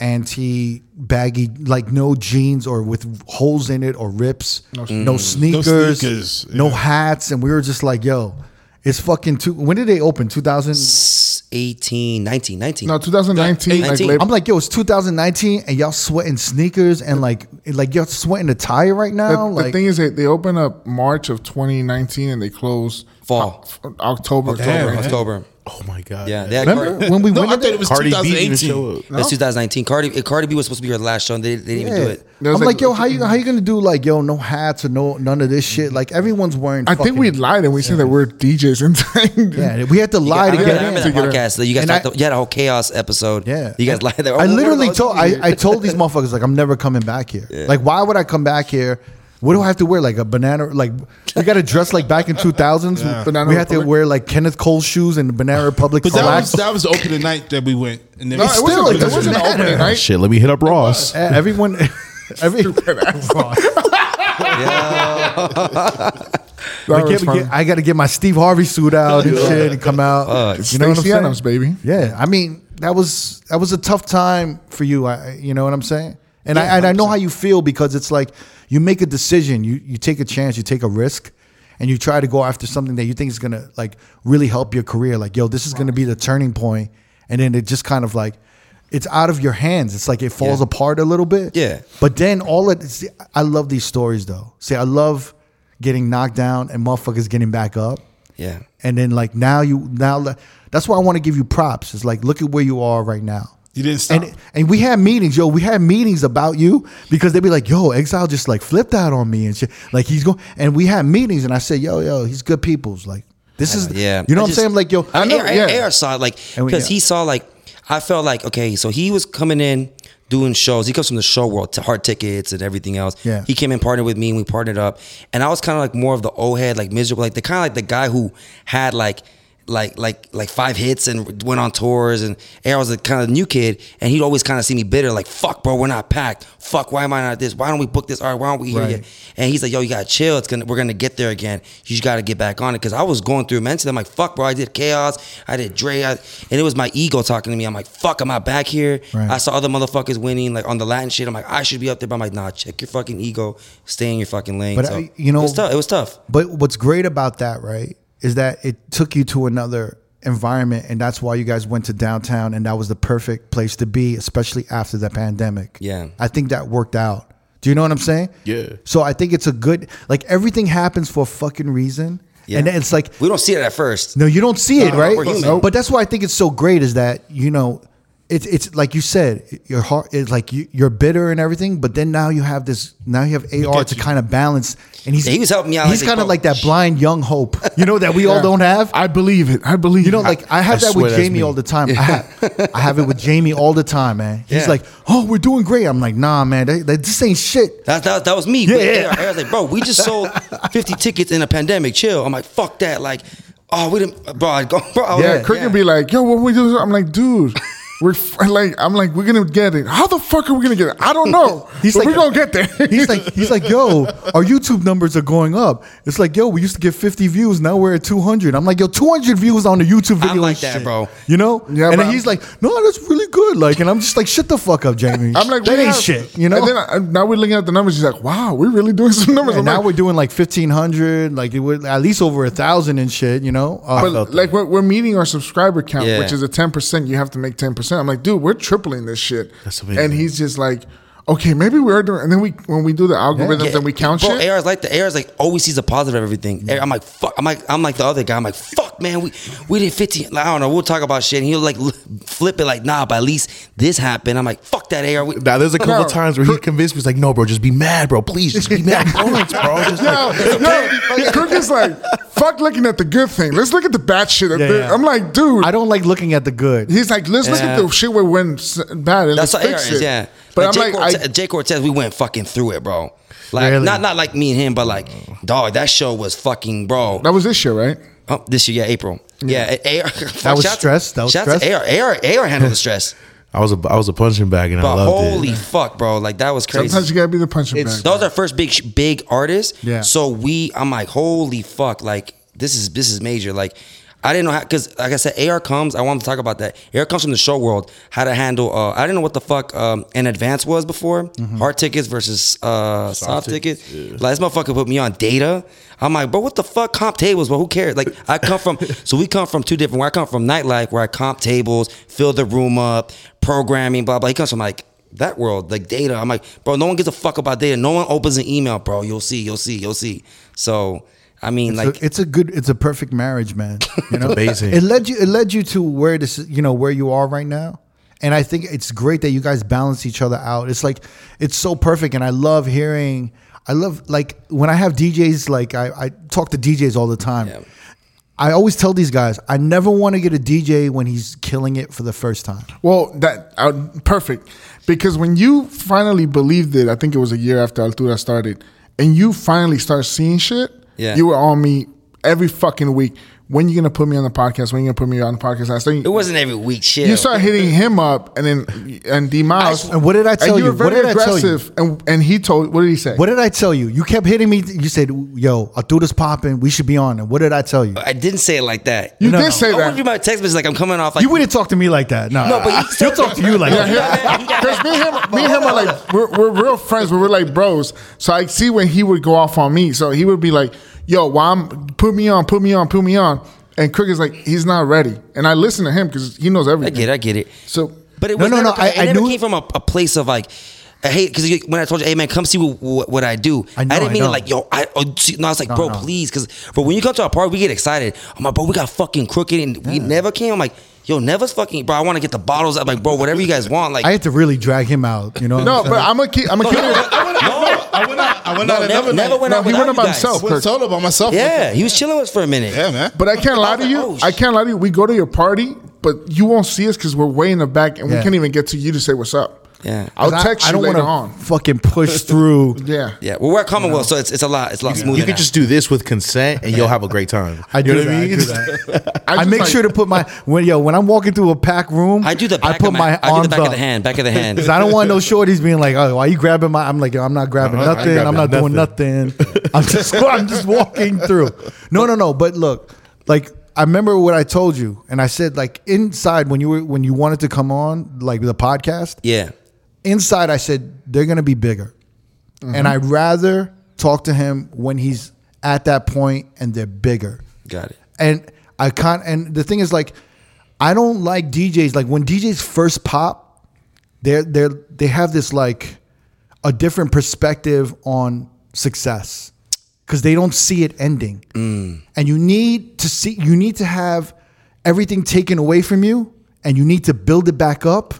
[SPEAKER 1] anti baggy, like no jeans or with holes in it or rips, no, sneakers, no,
[SPEAKER 2] sneakers,
[SPEAKER 1] hats, and we were just like, yo. It's fucking two. When did they open? 2000.
[SPEAKER 4] 18, 19, 19.
[SPEAKER 3] No, 2019, like
[SPEAKER 4] 19.
[SPEAKER 3] late,
[SPEAKER 1] I'm like, yo, it's 2019, and y'all sweating sneakers and like, like y'all sweating a tie right
[SPEAKER 3] The,
[SPEAKER 1] now.
[SPEAKER 3] the
[SPEAKER 1] like,
[SPEAKER 3] thing is, they, they open up March of 2019 and they close
[SPEAKER 4] Fall.
[SPEAKER 3] o- October.
[SPEAKER 4] October.
[SPEAKER 3] October.
[SPEAKER 4] October.
[SPEAKER 5] Oh my god.
[SPEAKER 4] Yeah, they had Cardi,
[SPEAKER 1] remember when we
[SPEAKER 2] No,
[SPEAKER 1] went?
[SPEAKER 2] I
[SPEAKER 1] in
[SPEAKER 2] thought
[SPEAKER 1] there?
[SPEAKER 2] it was
[SPEAKER 5] Cardi B didn't even
[SPEAKER 2] 2018.
[SPEAKER 5] show up.
[SPEAKER 4] That's 2019. Cardi eh, Cardi B was supposed to be her last show, and they, they didn't even do it.
[SPEAKER 1] I'm
[SPEAKER 3] There was,
[SPEAKER 1] like,
[SPEAKER 3] like,
[SPEAKER 1] yo, how you Mm-hmm. how you gonna do like yo, no hats or no none of this shit? Like everyone's wearing.
[SPEAKER 3] I think
[SPEAKER 1] fucking-
[SPEAKER 3] we lied and we said that we're DJs in time.
[SPEAKER 1] yeah, we had to
[SPEAKER 4] Yeah,
[SPEAKER 1] lie
[SPEAKER 4] I
[SPEAKER 1] to
[SPEAKER 4] remember, I
[SPEAKER 1] get
[SPEAKER 4] remember
[SPEAKER 1] in.
[SPEAKER 4] that
[SPEAKER 3] To get in.
[SPEAKER 4] podcast that you guys
[SPEAKER 1] And
[SPEAKER 4] talked.
[SPEAKER 1] I-
[SPEAKER 4] you had a whole chaos episode.
[SPEAKER 1] Yeah,
[SPEAKER 4] you guys lied. There.
[SPEAKER 1] I literally told I, I told these motherfuckers like I'm never coming back here. Like why would I come back here? What do I have to wear? Like a banana? Like we got to dress like back in 2000s.
[SPEAKER 3] Banana
[SPEAKER 1] We had to
[SPEAKER 3] Republic?
[SPEAKER 1] wear like Kenneth Cole shoes and Banana Republic
[SPEAKER 2] But that was
[SPEAKER 1] slacks.
[SPEAKER 2] that was the opening night that we went. And then
[SPEAKER 3] No,
[SPEAKER 2] It's
[SPEAKER 3] it
[SPEAKER 1] still,
[SPEAKER 3] wasn't,
[SPEAKER 1] it
[SPEAKER 3] it wasn't
[SPEAKER 1] doesn't
[SPEAKER 3] an
[SPEAKER 1] matter.
[SPEAKER 3] opening night.
[SPEAKER 5] Oh, Shit, let me hit up Ross.
[SPEAKER 1] Eh, Everyone, every, I,
[SPEAKER 3] That was
[SPEAKER 1] get,
[SPEAKER 3] funny.
[SPEAKER 1] get- I got to get my Steve Harvey suit out and shit and come out. you know what I'm
[SPEAKER 3] Stacey
[SPEAKER 1] saying?
[SPEAKER 3] Adams, baby.
[SPEAKER 1] Yeah, I mean that was that was a tough time for you. I, you know what I'm saying? And I and I know how you feel because it's like you make a decision, you you take a chance, you take a risk, and you try to go after something that you think is gonna like really help your career. Like, yo, this is gonna be the turning point, and then it just kind of like it's out of your hands. It's like it falls
[SPEAKER 4] Yeah.
[SPEAKER 1] apart a little bit.
[SPEAKER 4] Yeah.
[SPEAKER 1] But then all it see, I love these stories though. See, I love getting knocked down and motherfuckers getting back up
[SPEAKER 4] Yeah.
[SPEAKER 1] and then like now you now le- that's why I want to give you props. It's like look at where you are right now.
[SPEAKER 2] You didn't stop.
[SPEAKER 1] And and we had meetings, yo. We had meetings about you because they'd be like, "Yo, Exile just like flipped out on me and shit." Like he's going, and we had meetings, and I said, "Yo, yo, he's good people's." Like this is,
[SPEAKER 4] Yeah,
[SPEAKER 1] you know
[SPEAKER 4] I
[SPEAKER 1] what
[SPEAKER 4] just-
[SPEAKER 1] I'm saying? Like, yo,
[SPEAKER 4] I know.
[SPEAKER 1] yeah.
[SPEAKER 4] Air saw it, like
[SPEAKER 1] And we-
[SPEAKER 4] because
[SPEAKER 1] yeah.
[SPEAKER 4] he saw like I felt like okay, so he was coming in doing shows. He comes from the show world, to hard tickets and everything else.
[SPEAKER 1] Yeah.
[SPEAKER 4] he came in partnered with me, and we partnered up. And I was kind of like more of the old head, like miserable, like the kind of like the guy who had like like like like five hits and went on tours and Aaron was a kind of new kid and he'd always kind of see me bitter like fuck bro we're not packed fuck why am I not this why don't we book this art why aren't we here yet and he's like yo you gotta chill it's gonna we're gonna get there again you just gotta get back on it because I was going through mentally I'm like fuck bro I did chaos I did Dre I, and it was my ego talking to me I'm like fuck am I back here
[SPEAKER 1] Right.
[SPEAKER 4] I saw other motherfuckers winning like on the Latin shit I'm like I should be up there but I'm like nah check your fucking ego stay in your fucking lane
[SPEAKER 1] But
[SPEAKER 4] So,
[SPEAKER 1] I- you know-
[SPEAKER 4] it was tough it was tough
[SPEAKER 1] But what's great about that, right, is that it took you to another environment, and that's why you guys went to downtown, and that was the perfect place to be, especially after the pandemic.
[SPEAKER 4] Yeah.
[SPEAKER 1] I think that worked out. Do you know what I'm saying?
[SPEAKER 5] Yeah.
[SPEAKER 1] So I think it's a good, like everything happens for a fucking reason,
[SPEAKER 4] Yeah.
[SPEAKER 1] and then it's like
[SPEAKER 4] we don't see it at first
[SPEAKER 1] no, you don't see it,
[SPEAKER 4] No,
[SPEAKER 1] right?
[SPEAKER 4] we're human.
[SPEAKER 1] But that's why I think it's so great is that you know, it's it's like you said, your heart is like you, you're bitter and everything, but then now you have this, now you have AR to kind of balance, and he's
[SPEAKER 4] Yeah, he was helping me out.
[SPEAKER 1] He's
[SPEAKER 4] He's like,
[SPEAKER 1] kind of
[SPEAKER 4] "Bro,
[SPEAKER 1] like that
[SPEAKER 4] shh."
[SPEAKER 1] blind young hope, you know, that we all don't have.
[SPEAKER 3] I believe it. I believe
[SPEAKER 1] You know,
[SPEAKER 3] it.
[SPEAKER 1] like I have
[SPEAKER 5] I
[SPEAKER 1] that
[SPEAKER 5] swear
[SPEAKER 1] with
[SPEAKER 5] that's
[SPEAKER 1] Jamie
[SPEAKER 5] me.
[SPEAKER 1] all the time. I have, I have it with Jamie all the time, man. He's
[SPEAKER 4] Yeah.
[SPEAKER 1] like, "Oh, we're doing great." I'm like, "Nah, man, that, that, this ain't shit."
[SPEAKER 4] That, that, that was me.
[SPEAKER 1] Yeah,
[SPEAKER 4] Yeah,
[SPEAKER 1] yeah.
[SPEAKER 4] I was like, bro, we just sold 50 tickets in a pandemic. Chill. I'm like, fuck that. Like, oh, we didn't, bro. I go, bro I was
[SPEAKER 3] yeah,
[SPEAKER 4] like,
[SPEAKER 3] Kirk would be like, "Yo, what we do?" I'm like, "Dude, we're f- like, I'm like, we're gonna get it. How the fuck are we gonna get it? I don't know.
[SPEAKER 1] He's
[SPEAKER 3] but
[SPEAKER 1] like-
[SPEAKER 3] we're gonna get there."
[SPEAKER 1] He's like, he's like, yo, our YouTube numbers are going up. It's like, yo, we used to get 50 views, now we're at 200. I'm like, yo, 200 views on the YouTube video.
[SPEAKER 4] I'm like
[SPEAKER 1] is
[SPEAKER 4] that,
[SPEAKER 1] shit.
[SPEAKER 4] bro.
[SPEAKER 1] You know?
[SPEAKER 3] Yeah,
[SPEAKER 1] and
[SPEAKER 3] but
[SPEAKER 1] then he's like, no, that's really good. Like, and I'm just like, shut the fuck up, Jamie.
[SPEAKER 3] I'm like,
[SPEAKER 1] that
[SPEAKER 3] we
[SPEAKER 1] ain't
[SPEAKER 3] have-
[SPEAKER 1] shit. You know?
[SPEAKER 3] And then I, now we're looking at the numbers. He's like, "Wow, we're really doing some numbers."
[SPEAKER 1] and
[SPEAKER 3] I'm
[SPEAKER 1] now
[SPEAKER 3] like,
[SPEAKER 1] we're doing like 1500, like it would, at least over a thousand and shit. You know? Uh,
[SPEAKER 3] but like we're, we're meeting our subscriber count,
[SPEAKER 4] Yeah.
[SPEAKER 3] which is a ten percent. You have to make ten percent. I'm like, dude, we're tripling this shit.
[SPEAKER 5] That's amazing.
[SPEAKER 3] And he's just like, okay, maybe we are doing. And then we when we do the algorithms
[SPEAKER 4] Yeah.
[SPEAKER 3] and we count
[SPEAKER 4] bro,
[SPEAKER 3] shit.
[SPEAKER 4] AR's like the AR's like always sees a positive of everything. AR I'm like fuck. I'm like I'm like the other guy. I'm like fuck, man. We we did 15. Like, I don't know. We'll talk about shit. And he'll like l- flip it like nah, but at least this happened. I'm like fuck that AR. We,
[SPEAKER 5] Now there's a couple
[SPEAKER 3] No.
[SPEAKER 5] times where he convinced me, he's like, "No, bro, just be mad, bro. Please, just be mad, points, bro. Just
[SPEAKER 3] No,
[SPEAKER 5] like,
[SPEAKER 3] no, Kirk is like, fuck looking at the good thing. Let's look at the bad shit.
[SPEAKER 1] Yeah, yeah.
[SPEAKER 3] I'm like, dude.
[SPEAKER 1] I don't like looking at the good.
[SPEAKER 3] He's like, let's look at
[SPEAKER 4] Yeah.
[SPEAKER 3] the shit where we went s- bad and
[SPEAKER 4] That's
[SPEAKER 3] let's
[SPEAKER 4] what AR
[SPEAKER 3] fix
[SPEAKER 4] is,
[SPEAKER 3] it.
[SPEAKER 4] yeah.
[SPEAKER 3] But
[SPEAKER 4] Jay
[SPEAKER 3] I'm like,
[SPEAKER 4] Cortez,
[SPEAKER 3] I,
[SPEAKER 4] Jay Cortez, we went fucking through it, bro. Like
[SPEAKER 1] Really?
[SPEAKER 4] not not like me and him, but like dog. That show was fucking bro.
[SPEAKER 3] that was this year, right?
[SPEAKER 4] Oh, this year, yeah, April. Yeah, A- AR.
[SPEAKER 1] That was stress, that was stress.
[SPEAKER 4] AR, AR, AR handled the stress.
[SPEAKER 5] I was a I was a punching bag, and I
[SPEAKER 4] But
[SPEAKER 5] loved
[SPEAKER 4] holy
[SPEAKER 5] it.
[SPEAKER 4] fuck, bro! Like that was crazy.
[SPEAKER 3] Sometimes you gotta be the punching
[SPEAKER 5] It's-
[SPEAKER 3] bag.
[SPEAKER 4] That was our first big sh- big artist.
[SPEAKER 1] Yeah.
[SPEAKER 4] So we, I'm like, holy fuck! Like this is this is major. Like I didn't know how because like I said, AR comes. I want to talk about that. AR comes from the show world. How to handle? Uh, I didn't know what the fuck um, an advance was before. Hard tickets versus uh, soft, tickets. Like this motherfucker put me on data. I'm like, bro, what the fuck comp tables? Well, who cares? Like I come from, so we come from two different. Where I come from, nightlife, where I comp tables, fill the room up, programming, blah blah. He comes from like that world, like data. I'm like, bro, no one gives a fuck about data. No one opens an email, bro. You'll see, you'll see, you'll see. So, I mean,
[SPEAKER 1] So
[SPEAKER 4] like,
[SPEAKER 1] it's a good, it's a perfect marriage, man. You know,
[SPEAKER 5] amazing.
[SPEAKER 1] It led you, it led you to where this, you know, where you are right now. And I think it's great that you guys balance each other out. It's like, it's so perfect, and I love hearing. I love like when I have DJs. Like I, I talk to DJs all the time.
[SPEAKER 4] Yeah.
[SPEAKER 1] I always tell these guys, I never want to get a DJ when he's killing it for the first time.
[SPEAKER 3] Well, that uh, perfect because when you finally believed it, I think it was a year after Altura started, and you finally start seeing shit.
[SPEAKER 4] Yeah.
[SPEAKER 3] you were on me every fucking week. When you gonna put me on the podcast? When you gonna put me on the podcast? I started,
[SPEAKER 4] it wasn't every week, shit.
[SPEAKER 3] you start hitting him up, and then and D Miles.
[SPEAKER 1] And what did I tell
[SPEAKER 3] and
[SPEAKER 1] you?
[SPEAKER 3] were very
[SPEAKER 1] What did I tell you?
[SPEAKER 3] aggressive, and and he told. What did he say?
[SPEAKER 1] What did I tell you? You kept hitting me. You said, "Yo, I threw this popping. We should be on." And what did I tell you?
[SPEAKER 4] I didn't say it like that.
[SPEAKER 3] you
[SPEAKER 1] No,
[SPEAKER 3] did
[SPEAKER 1] no.
[SPEAKER 3] say
[SPEAKER 4] I
[SPEAKER 3] that.
[SPEAKER 4] wouldn't do my text message like I'm coming off like.
[SPEAKER 1] you wouldn't talk to me like that. No,
[SPEAKER 4] No, but you-
[SPEAKER 1] he'll talk to you like that.
[SPEAKER 3] Because me, and him, me and him are like, we're, we're real friends, but we're like bros. So I see when he would go off on me. So he would be like, yo, why I'm, put me on, put me on, put me on. And Crick is like, he's not ready. And I listen to him because he knows
[SPEAKER 4] I
[SPEAKER 3] everything.
[SPEAKER 4] get it, I get it.
[SPEAKER 3] So
[SPEAKER 4] But it
[SPEAKER 1] No,
[SPEAKER 4] was
[SPEAKER 1] no,
[SPEAKER 4] never,
[SPEAKER 1] no, I-
[SPEAKER 4] it
[SPEAKER 1] I
[SPEAKER 4] never
[SPEAKER 1] knew-
[SPEAKER 4] came from a, a place of like, hey, because when I told you, hey man, come see what, what, what I do,
[SPEAKER 1] I
[SPEAKER 4] I,
[SPEAKER 1] know, I
[SPEAKER 4] didn't mean
[SPEAKER 1] know.
[SPEAKER 4] it like, yo, I, oh, see, no, I was like, bro, please, because, but when you come to our party, we get excited. I'm like, bro, we got fucking crooked, and we never came. I'm like, yo, never's fucking, bro, I want to get the bottles. I'm like, bro, whatever you guys want, like,
[SPEAKER 1] I had to really drag him out. You know? what
[SPEAKER 3] no,
[SPEAKER 1] I'm
[SPEAKER 3] but
[SPEAKER 1] saying?
[SPEAKER 3] I'm gonna keep. I'm gonna keep it.
[SPEAKER 4] no,
[SPEAKER 2] I went out. I went
[SPEAKER 4] No,
[SPEAKER 2] out
[SPEAKER 4] never-
[SPEAKER 2] another
[SPEAKER 4] never
[SPEAKER 2] night.
[SPEAKER 4] went
[SPEAKER 3] No,
[SPEAKER 4] out
[SPEAKER 3] he
[SPEAKER 4] without
[SPEAKER 3] went
[SPEAKER 4] you
[SPEAKER 3] about
[SPEAKER 4] guys.
[SPEAKER 3] himself.
[SPEAKER 2] I went solo by myself.
[SPEAKER 4] Yeah, he was chilling with us for a minute.
[SPEAKER 2] Yeah, man.
[SPEAKER 3] But I can't lie to
[SPEAKER 4] Oh,
[SPEAKER 3] you. I can't lie to you. We go to your party, but you won't see us because we're way in the back and
[SPEAKER 1] Yeah.
[SPEAKER 3] we can't even get to you to say what's up.
[SPEAKER 4] Yeah.
[SPEAKER 3] I'll
[SPEAKER 1] 'Cause I-
[SPEAKER 3] text
[SPEAKER 1] I,
[SPEAKER 3] you
[SPEAKER 1] don't
[SPEAKER 3] later
[SPEAKER 1] wanna
[SPEAKER 3] on.
[SPEAKER 1] Fucking push through.
[SPEAKER 3] Yeah.
[SPEAKER 4] Yeah. Well, we're at Commonwealth, so it's, it's a lot. It's a lot smoother.
[SPEAKER 5] You could
[SPEAKER 4] now.
[SPEAKER 5] just do this with consent, and you'll have a great time.
[SPEAKER 1] I do,
[SPEAKER 5] You know
[SPEAKER 1] that,
[SPEAKER 5] what
[SPEAKER 1] I, do
[SPEAKER 5] It's-
[SPEAKER 1] that.
[SPEAKER 3] I
[SPEAKER 1] I
[SPEAKER 3] just
[SPEAKER 1] make
[SPEAKER 3] like-
[SPEAKER 1] sure to put my when yo when I'm walking through a packed room.
[SPEAKER 4] I do the back
[SPEAKER 1] I put
[SPEAKER 4] of
[SPEAKER 1] my,
[SPEAKER 4] my, I do the
[SPEAKER 1] arms
[SPEAKER 4] back
[SPEAKER 1] up
[SPEAKER 4] of the hand, back of the hand.
[SPEAKER 1] because I don't want no shorties being like, oh, why you grabbing my? I'm like, yo, I'm not grabbing
[SPEAKER 5] Uh-uh, I ain't
[SPEAKER 1] nothing. I'm not doing
[SPEAKER 5] grabbing
[SPEAKER 1] nothing. I'm just I'm just walking through. No, no, no. But look, like I remember what I told you, and I said like inside when you were when you wanted to come on like the podcast,
[SPEAKER 4] yeah.
[SPEAKER 1] inside I said they're gonna be bigger, and I'd rather talk to him when he's at that point and they're bigger.
[SPEAKER 4] Got it.
[SPEAKER 1] And I can't. And the thing is, like, I don't like DJs. Like when DJs first pop, they're they're they have this like a different perspective on success because they don't see it ending.
[SPEAKER 4] Mm.
[SPEAKER 1] And you need to see. You need to have everything taken away from you, and you need to build it back up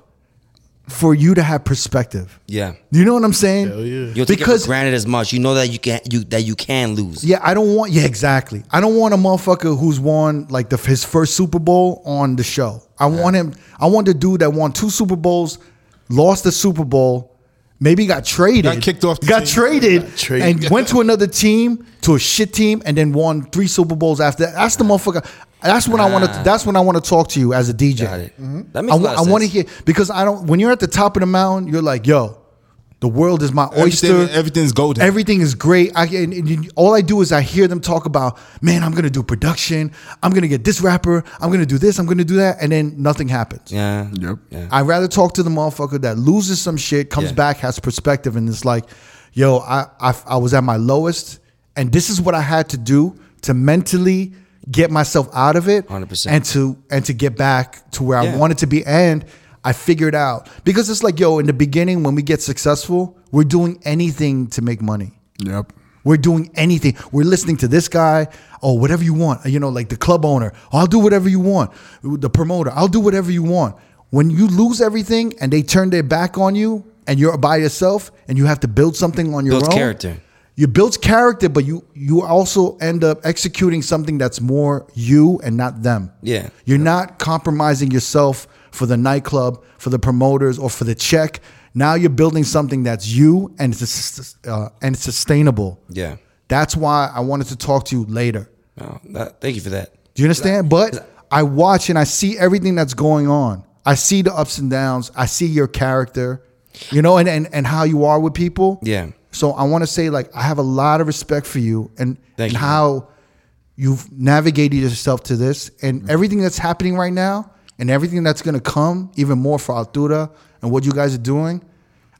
[SPEAKER 1] for you to have perspective.
[SPEAKER 4] Yeah.
[SPEAKER 1] You know what I'm saying?
[SPEAKER 4] You'll take it for granted as much. You know that you can you that you can lose.
[SPEAKER 1] Yeah, I don't want. Yeah, exactly. I don't want a motherfucker who's won like the, his first Super Bowl on the show. I want him. I want the dude that won two Super Bowls, lost the Super Bowl, maybe got traded,
[SPEAKER 2] Got kicked off the
[SPEAKER 1] got
[SPEAKER 2] team.
[SPEAKER 1] traded,
[SPEAKER 5] traded.
[SPEAKER 1] and went to another team to a shit team, and then won three Super Bowls after. that. That's the motherfucker. That's when I want to. That's when I want to talk to you as a DJ.
[SPEAKER 4] Got it. Mhm. That makes a lot of
[SPEAKER 1] I want to
[SPEAKER 4] sense.
[SPEAKER 1] hear because I don't. When you're at the top of the mountain, you're like, yo. The world is my oyster.
[SPEAKER 2] Everything- everything's golden.
[SPEAKER 1] Everything is great. I and, and you- all I do is I hear them talk about, man, I'm gonna do production. I'm gonna get this rapper. I'm gonna do this. I'm gonna do that, and then nothing happens.
[SPEAKER 4] Yeah.
[SPEAKER 3] Yep.
[SPEAKER 4] Yeah.
[SPEAKER 1] I'd rather talk to the motherfucker that loses some shit, comes
[SPEAKER 4] Yeah.
[SPEAKER 1] back, has perspective, and it's like, yo, I, I I was at my lowest, and this is what I had to do to mentally get myself out of it,
[SPEAKER 4] 100%.
[SPEAKER 1] and to and to get back to where I
[SPEAKER 4] Yeah.
[SPEAKER 1] wanted to be. And I figured out because it's like, yo, in the beginning when we get successful, we're doing anything to make money.
[SPEAKER 3] Yep.
[SPEAKER 1] We're doing anything. We're listening to this guy. Oh, whatever you want. You know, like the club owner. I'll do whatever you want. The promoter. I'll do whatever you want. When you lose everything and they turn their back on you and you're by yourself and you have to build something on your
[SPEAKER 4] Builds
[SPEAKER 1] own.
[SPEAKER 4] character.
[SPEAKER 1] You build character, but you you also end up executing something that's more you and not them.
[SPEAKER 4] Yeah.
[SPEAKER 1] You're not compromising yourself for the nightclub, for the promoters, or for the check. Now you're building something that's you and it's sus- uh, and it's sustainable.
[SPEAKER 4] Yeah.
[SPEAKER 1] That's why I wanted to talk to you later.
[SPEAKER 4] Oh, that, thank you for that.
[SPEAKER 1] Do you understand? But I watch and I see everything that's going on. I see the ups and downs. I see your character, you know, and and, and how you are with people.
[SPEAKER 4] Yeah.
[SPEAKER 1] So I want to say like I have a lot of respect for you and,
[SPEAKER 4] Thank
[SPEAKER 1] and
[SPEAKER 4] you.
[SPEAKER 1] how you've navigated yourself to this
[SPEAKER 4] Mm-hmm.
[SPEAKER 1] and everything that's happening right now and everything that's going to come even more for Altura and what you guys are doing.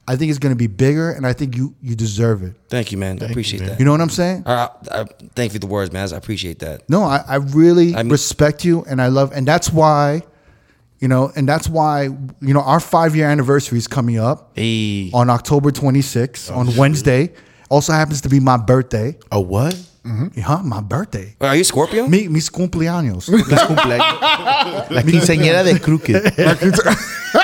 [SPEAKER 1] I think it's going to be bigger and I think you you deserve it.
[SPEAKER 4] Thank you, man. I appreciate that.
[SPEAKER 1] You know what I'm saying?
[SPEAKER 4] All right, I, I, thank you for the words, man. I appreciate that.
[SPEAKER 1] No, I, I really
[SPEAKER 4] I mean-
[SPEAKER 1] respect you and I love, and that's why, you know, and that's why, you know, our five year anniversary is coming up
[SPEAKER 4] Hey.
[SPEAKER 1] on October
[SPEAKER 4] Oh,
[SPEAKER 1] 26th on Wednesday. Also happens to be my birthday.
[SPEAKER 5] A what?
[SPEAKER 1] Huh? My birthday.
[SPEAKER 4] Are you Scorpio?
[SPEAKER 1] Mi, mis cumpleaños.
[SPEAKER 5] La quinceañera de Kruger.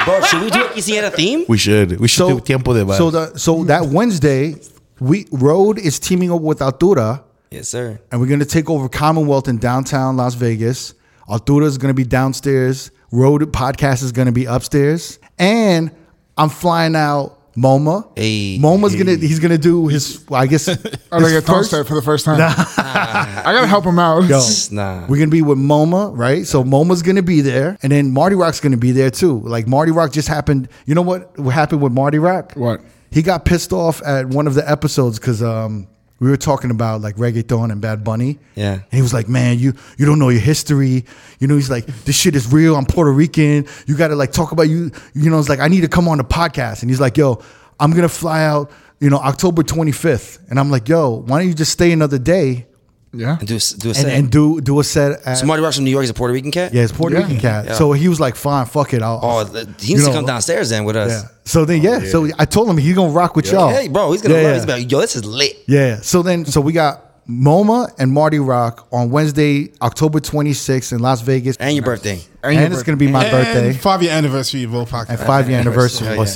[SPEAKER 4] Bro, should we do a quinceañera theme?
[SPEAKER 5] We should. We should do tiempo de
[SPEAKER 1] so
[SPEAKER 5] vals.
[SPEAKER 1] the so that Wednesday, we Road is teaming up with Altura
[SPEAKER 4] Yes, sir.
[SPEAKER 1] and we're gonna take over Commonwealth in downtown Las Vegas. Altura is gonna be downstairs. Road podcast is gonna be upstairs, and I'm flying out MoMA.
[SPEAKER 4] Hey.
[SPEAKER 1] MoMA's gonna he's gonna do his well, I guess.
[SPEAKER 3] Oh,
[SPEAKER 1] his
[SPEAKER 3] they get first, for the first time. I gotta help him out.
[SPEAKER 1] Yo,
[SPEAKER 4] Nah.
[SPEAKER 1] We're gonna be with MoMA, right? So MoMA's gonna be there, and then Marty Rock's gonna be there too. Like Marty Rock just happened. You know what what happened with Marty Rock?
[SPEAKER 3] What?
[SPEAKER 1] He got pissed off at one of the episodes because um, we were talking about like reggaeton and Bad Bunny.
[SPEAKER 4] Yeah.
[SPEAKER 1] And he was like, "Man, you you don't know your history. You know." He's like, "This shit is real. I'm Puerto Rican. You got to like talk about you. You know." It's like, "I need to come on the podcast." And he's like, "Yo, I'm gonna fly out. You know, October 25th." And I'm like, "Yo, why don't you just stay another day
[SPEAKER 3] Yeah.
[SPEAKER 4] And do a, s- do a
[SPEAKER 1] and,
[SPEAKER 4] set.
[SPEAKER 1] and do do a set at
[SPEAKER 4] so Marty Rock's from New York. He's a Puerto Rican cat?
[SPEAKER 1] yeah, it's Puerto Rican cat."
[SPEAKER 4] Yeah.
[SPEAKER 1] So he was like, "Fine, fuck it. I'll."
[SPEAKER 4] Oh, th- he needs
[SPEAKER 1] you
[SPEAKER 4] to
[SPEAKER 1] know,
[SPEAKER 4] come downstairs then with us.
[SPEAKER 1] Yeah. So then, yeah. So I told him he's gonna rock with y'all.
[SPEAKER 4] Hey, bro, he's gonna
[SPEAKER 1] Yeah,
[SPEAKER 4] love
[SPEAKER 1] yeah.
[SPEAKER 4] it. He's about, yo, this is lit.
[SPEAKER 1] Yeah. So then, so we got MoMA and Marty Rock on Wednesday, October 26th in Las Vegas. And,
[SPEAKER 4] And your birthday.
[SPEAKER 3] And, your
[SPEAKER 1] it's going to be my birthday
[SPEAKER 2] Five year anniversary of Vote Podcast.
[SPEAKER 1] and five year anniversary.
[SPEAKER 5] What's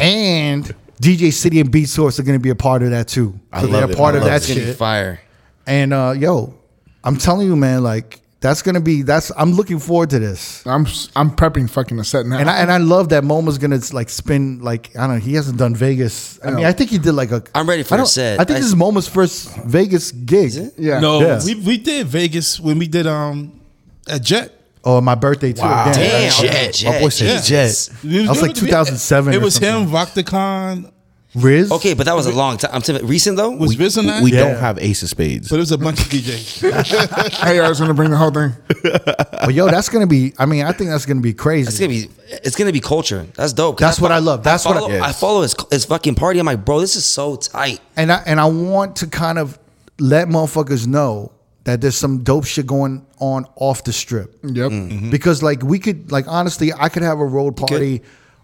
[SPEAKER 1] And DJ City and Beat Source are going to be a part of that too. So
[SPEAKER 5] I
[SPEAKER 1] they're
[SPEAKER 5] love
[SPEAKER 1] a
[SPEAKER 5] it.
[SPEAKER 1] part
[SPEAKER 5] I
[SPEAKER 1] of
[SPEAKER 5] love
[SPEAKER 1] that
[SPEAKER 4] It's gonna be
[SPEAKER 1] shit.
[SPEAKER 4] fire.
[SPEAKER 1] And uh, yo, I'm telling you, man, like That's gonna be that's I'm looking forward to this.
[SPEAKER 3] I'm s- I'm prepping fucking the set now.
[SPEAKER 1] And I and I love that MoMA's gonna like spin like I don't know, he hasn't done Vegas. I mean I think he did like a
[SPEAKER 4] I'm ready for
[SPEAKER 1] I don't-
[SPEAKER 4] the set.
[SPEAKER 1] I think
[SPEAKER 4] I-
[SPEAKER 1] this is MoMA's first Vegas gig.
[SPEAKER 3] yeah.
[SPEAKER 2] No,
[SPEAKER 1] Yeah.
[SPEAKER 2] we, we did Vegas when we did um at Jet.
[SPEAKER 1] Oh, and my birthday too.
[SPEAKER 5] Wow.
[SPEAKER 1] Again.
[SPEAKER 4] Damn,
[SPEAKER 5] Jet,
[SPEAKER 4] Jet,
[SPEAKER 5] my boy said
[SPEAKER 4] Jet.
[SPEAKER 5] Jet.
[SPEAKER 2] It
[SPEAKER 1] That was like
[SPEAKER 2] remember-
[SPEAKER 1] 2007
[SPEAKER 2] It
[SPEAKER 1] or
[SPEAKER 2] was
[SPEAKER 1] something.
[SPEAKER 2] him, Vocticon,
[SPEAKER 1] Riz.
[SPEAKER 4] Okay, but that was a long time. I'm saying recent though.
[SPEAKER 2] was Riz and that?
[SPEAKER 5] We
[SPEAKER 2] Yeah.
[SPEAKER 5] don't have Ace of Spades.
[SPEAKER 2] But it was a bunch of DJs.
[SPEAKER 3] Hey, I was gonna bring the whole thing.
[SPEAKER 1] But yo, that's gonna be I mean, I think that's gonna be crazy.
[SPEAKER 4] It's gonna be it's gonna be culture. That's dope. 'Cause
[SPEAKER 1] That's what I love. That's what I-
[SPEAKER 4] follow,
[SPEAKER 5] Yes.
[SPEAKER 4] I follow his his fucking party. I'm like, bro, this is so tight.
[SPEAKER 1] and I and I want to kind of let motherfuckers know that there's some dope shit going on off the strip.
[SPEAKER 3] Yep.
[SPEAKER 4] Mm. Mm-hmm.
[SPEAKER 1] Because like we could like honestly, I could have a road party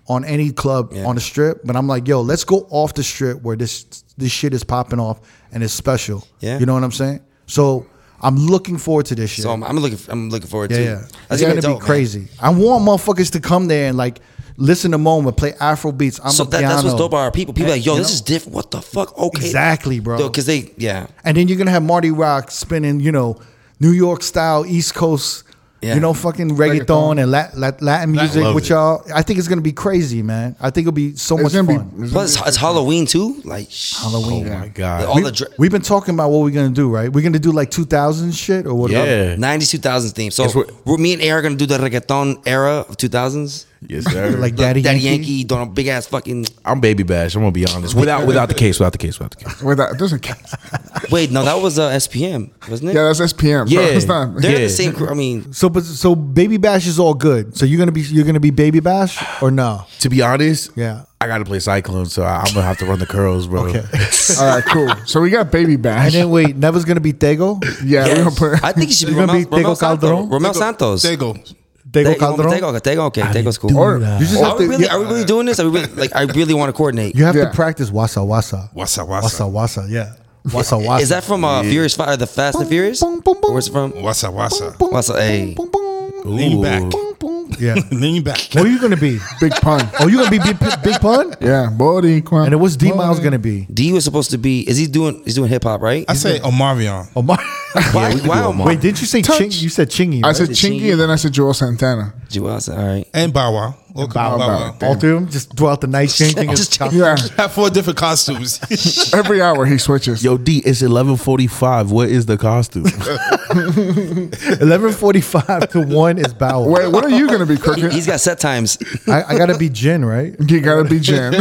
[SPEAKER 1] on any club on the strip, but I'm like, yo, let's go off the strip where this this shit is popping off and it's special.
[SPEAKER 4] Yeah.
[SPEAKER 1] You know what I'm saying? So I'm looking forward to this shit.
[SPEAKER 4] So I'm, I'm looking I'm looking forward
[SPEAKER 1] yeah,
[SPEAKER 4] to. it.
[SPEAKER 1] yeah. it's
[SPEAKER 4] That's
[SPEAKER 1] gonna
[SPEAKER 4] be,
[SPEAKER 1] be
[SPEAKER 4] dope, man.
[SPEAKER 1] crazy. I want motherfuckers to come there and like listen to MoMA, play Afro beats. I'm
[SPEAKER 4] So
[SPEAKER 1] a
[SPEAKER 4] that, that's what's
[SPEAKER 1] piano.
[SPEAKER 4] dope about our people. People are like, yo,
[SPEAKER 1] You
[SPEAKER 4] this
[SPEAKER 1] know?
[SPEAKER 4] is different. What the fuck? Okay,
[SPEAKER 1] Exactly, bro.
[SPEAKER 4] Because they, yeah,
[SPEAKER 1] And then you're gonna have Marty Rock spinning, you know, New York style, East Coast,
[SPEAKER 4] Yeah.
[SPEAKER 1] you know, fucking reggaeton,
[SPEAKER 3] Reggaeton.
[SPEAKER 1] and Latin, Latin music with y'all. I think it's gonna be crazy, man. I think it'll be so
[SPEAKER 3] It's
[SPEAKER 1] much
[SPEAKER 3] gonna
[SPEAKER 1] fun.
[SPEAKER 3] be. it's
[SPEAKER 4] plus it's Halloween too. Like sh-
[SPEAKER 1] Halloween.
[SPEAKER 5] oh my
[SPEAKER 4] all
[SPEAKER 5] god.
[SPEAKER 4] the dr-
[SPEAKER 1] We've been talking about what we're gonna do, right? We're gonna do like 2000 shit or whatever.
[SPEAKER 5] Yeah.
[SPEAKER 4] 90s 2000s theme. So
[SPEAKER 5] Yes, we're-
[SPEAKER 4] we're, me and A are gonna do the reggaeton era of 2000s.
[SPEAKER 5] Yes, sir.
[SPEAKER 1] Like
[SPEAKER 5] like
[SPEAKER 1] Daddy,
[SPEAKER 4] Daddy
[SPEAKER 1] Yankee.
[SPEAKER 4] Yankee doing a big ass fucking.
[SPEAKER 5] I'm baby bash. I'm gonna be honest. Without without the case, without the case, without the case.
[SPEAKER 3] Wait, that doesn't. count.
[SPEAKER 4] Wait, no, that was uh, SPM, wasn't it?
[SPEAKER 3] Yeah, that's SPM. Yeah.
[SPEAKER 5] Yeah.
[SPEAKER 3] it's not.
[SPEAKER 4] They're
[SPEAKER 5] yeah.
[SPEAKER 4] the same. crew. I mean,
[SPEAKER 1] So, but so Baby Bash is all good. So you're gonna be you're gonna be Baby Bash or no?
[SPEAKER 5] To be honest,
[SPEAKER 1] Yeah.
[SPEAKER 5] I gotta play Cyclone, so I, I'm gonna have to run the curls, bro.
[SPEAKER 1] Okay.
[SPEAKER 3] All right, cool. So we got baby
[SPEAKER 1] And
[SPEAKER 3] bash.
[SPEAKER 1] then wait, Never's gonna be Tego.
[SPEAKER 3] yeah,
[SPEAKER 4] yes.
[SPEAKER 3] we're gonna put.
[SPEAKER 4] I think it should be
[SPEAKER 1] It's gonna
[SPEAKER 4] Romel,
[SPEAKER 1] be Tego
[SPEAKER 4] Romel Santos.
[SPEAKER 1] Calderon?
[SPEAKER 4] Romel Santos.
[SPEAKER 2] There you go.
[SPEAKER 1] Tego
[SPEAKER 4] Tego, Tego,
[SPEAKER 1] Calderon.
[SPEAKER 4] Tego, Tego, okay, Tego's cool.
[SPEAKER 3] Or
[SPEAKER 1] Dude,
[SPEAKER 3] you just
[SPEAKER 4] Are
[SPEAKER 3] have
[SPEAKER 4] we
[SPEAKER 3] to.
[SPEAKER 4] really?
[SPEAKER 3] yeah,
[SPEAKER 4] Are we really doing this? Are we really, like? I really want to coordinate.
[SPEAKER 1] You have
[SPEAKER 3] Yeah.
[SPEAKER 1] to practice wasa wasa.
[SPEAKER 2] Wassa
[SPEAKER 1] Wasa
[SPEAKER 2] wassa.
[SPEAKER 1] wasa. Yeah. Wasa wasa.
[SPEAKER 4] Is that from uh, Furious Fire, the Fast and Furious?
[SPEAKER 1] boom, boom, boom.
[SPEAKER 4] Where's it from?
[SPEAKER 2] Wassa wassa.
[SPEAKER 4] What's up? Hey.
[SPEAKER 2] Lean back.
[SPEAKER 1] Yeah.
[SPEAKER 2] Lean back.
[SPEAKER 1] What are you gonna be?
[SPEAKER 3] Big pun.
[SPEAKER 1] Oh, you gonna be big, big pun?
[SPEAKER 3] Yeah, body.
[SPEAKER 1] And then what's D Miles gonna be?
[SPEAKER 4] D was supposed to be. Is he doing? He's doing hip hop, right?
[SPEAKER 2] I say Omarion.
[SPEAKER 1] Oh my!
[SPEAKER 4] Why?
[SPEAKER 5] we could do
[SPEAKER 4] why
[SPEAKER 5] a
[SPEAKER 4] am I-
[SPEAKER 1] Wait, didn't you say
[SPEAKER 3] Touch.
[SPEAKER 1] Chingy? You said Chingy.
[SPEAKER 3] I
[SPEAKER 1] Right?
[SPEAKER 3] said
[SPEAKER 4] Did she-
[SPEAKER 3] Chingy, and then I said Joel Santana.
[SPEAKER 4] Juwan, all right.
[SPEAKER 2] And Bow Wow. Welcome, Bow
[SPEAKER 3] Bow Wow.
[SPEAKER 2] Wow.
[SPEAKER 1] all three of them just throughout the night changing. his
[SPEAKER 4] Just
[SPEAKER 1] top-
[SPEAKER 3] Yeah,
[SPEAKER 2] Have four different costumes.
[SPEAKER 3] every hour he switches.
[SPEAKER 5] Yo, D, it's 11:45. What is the costume?
[SPEAKER 1] Eleven forty-five to one is Bow. Wow.
[SPEAKER 3] Wait, what are you gonna be, Cricket?
[SPEAKER 4] He's got set times.
[SPEAKER 1] I, I gotta be Jin, right?
[SPEAKER 3] You gotta be Jim.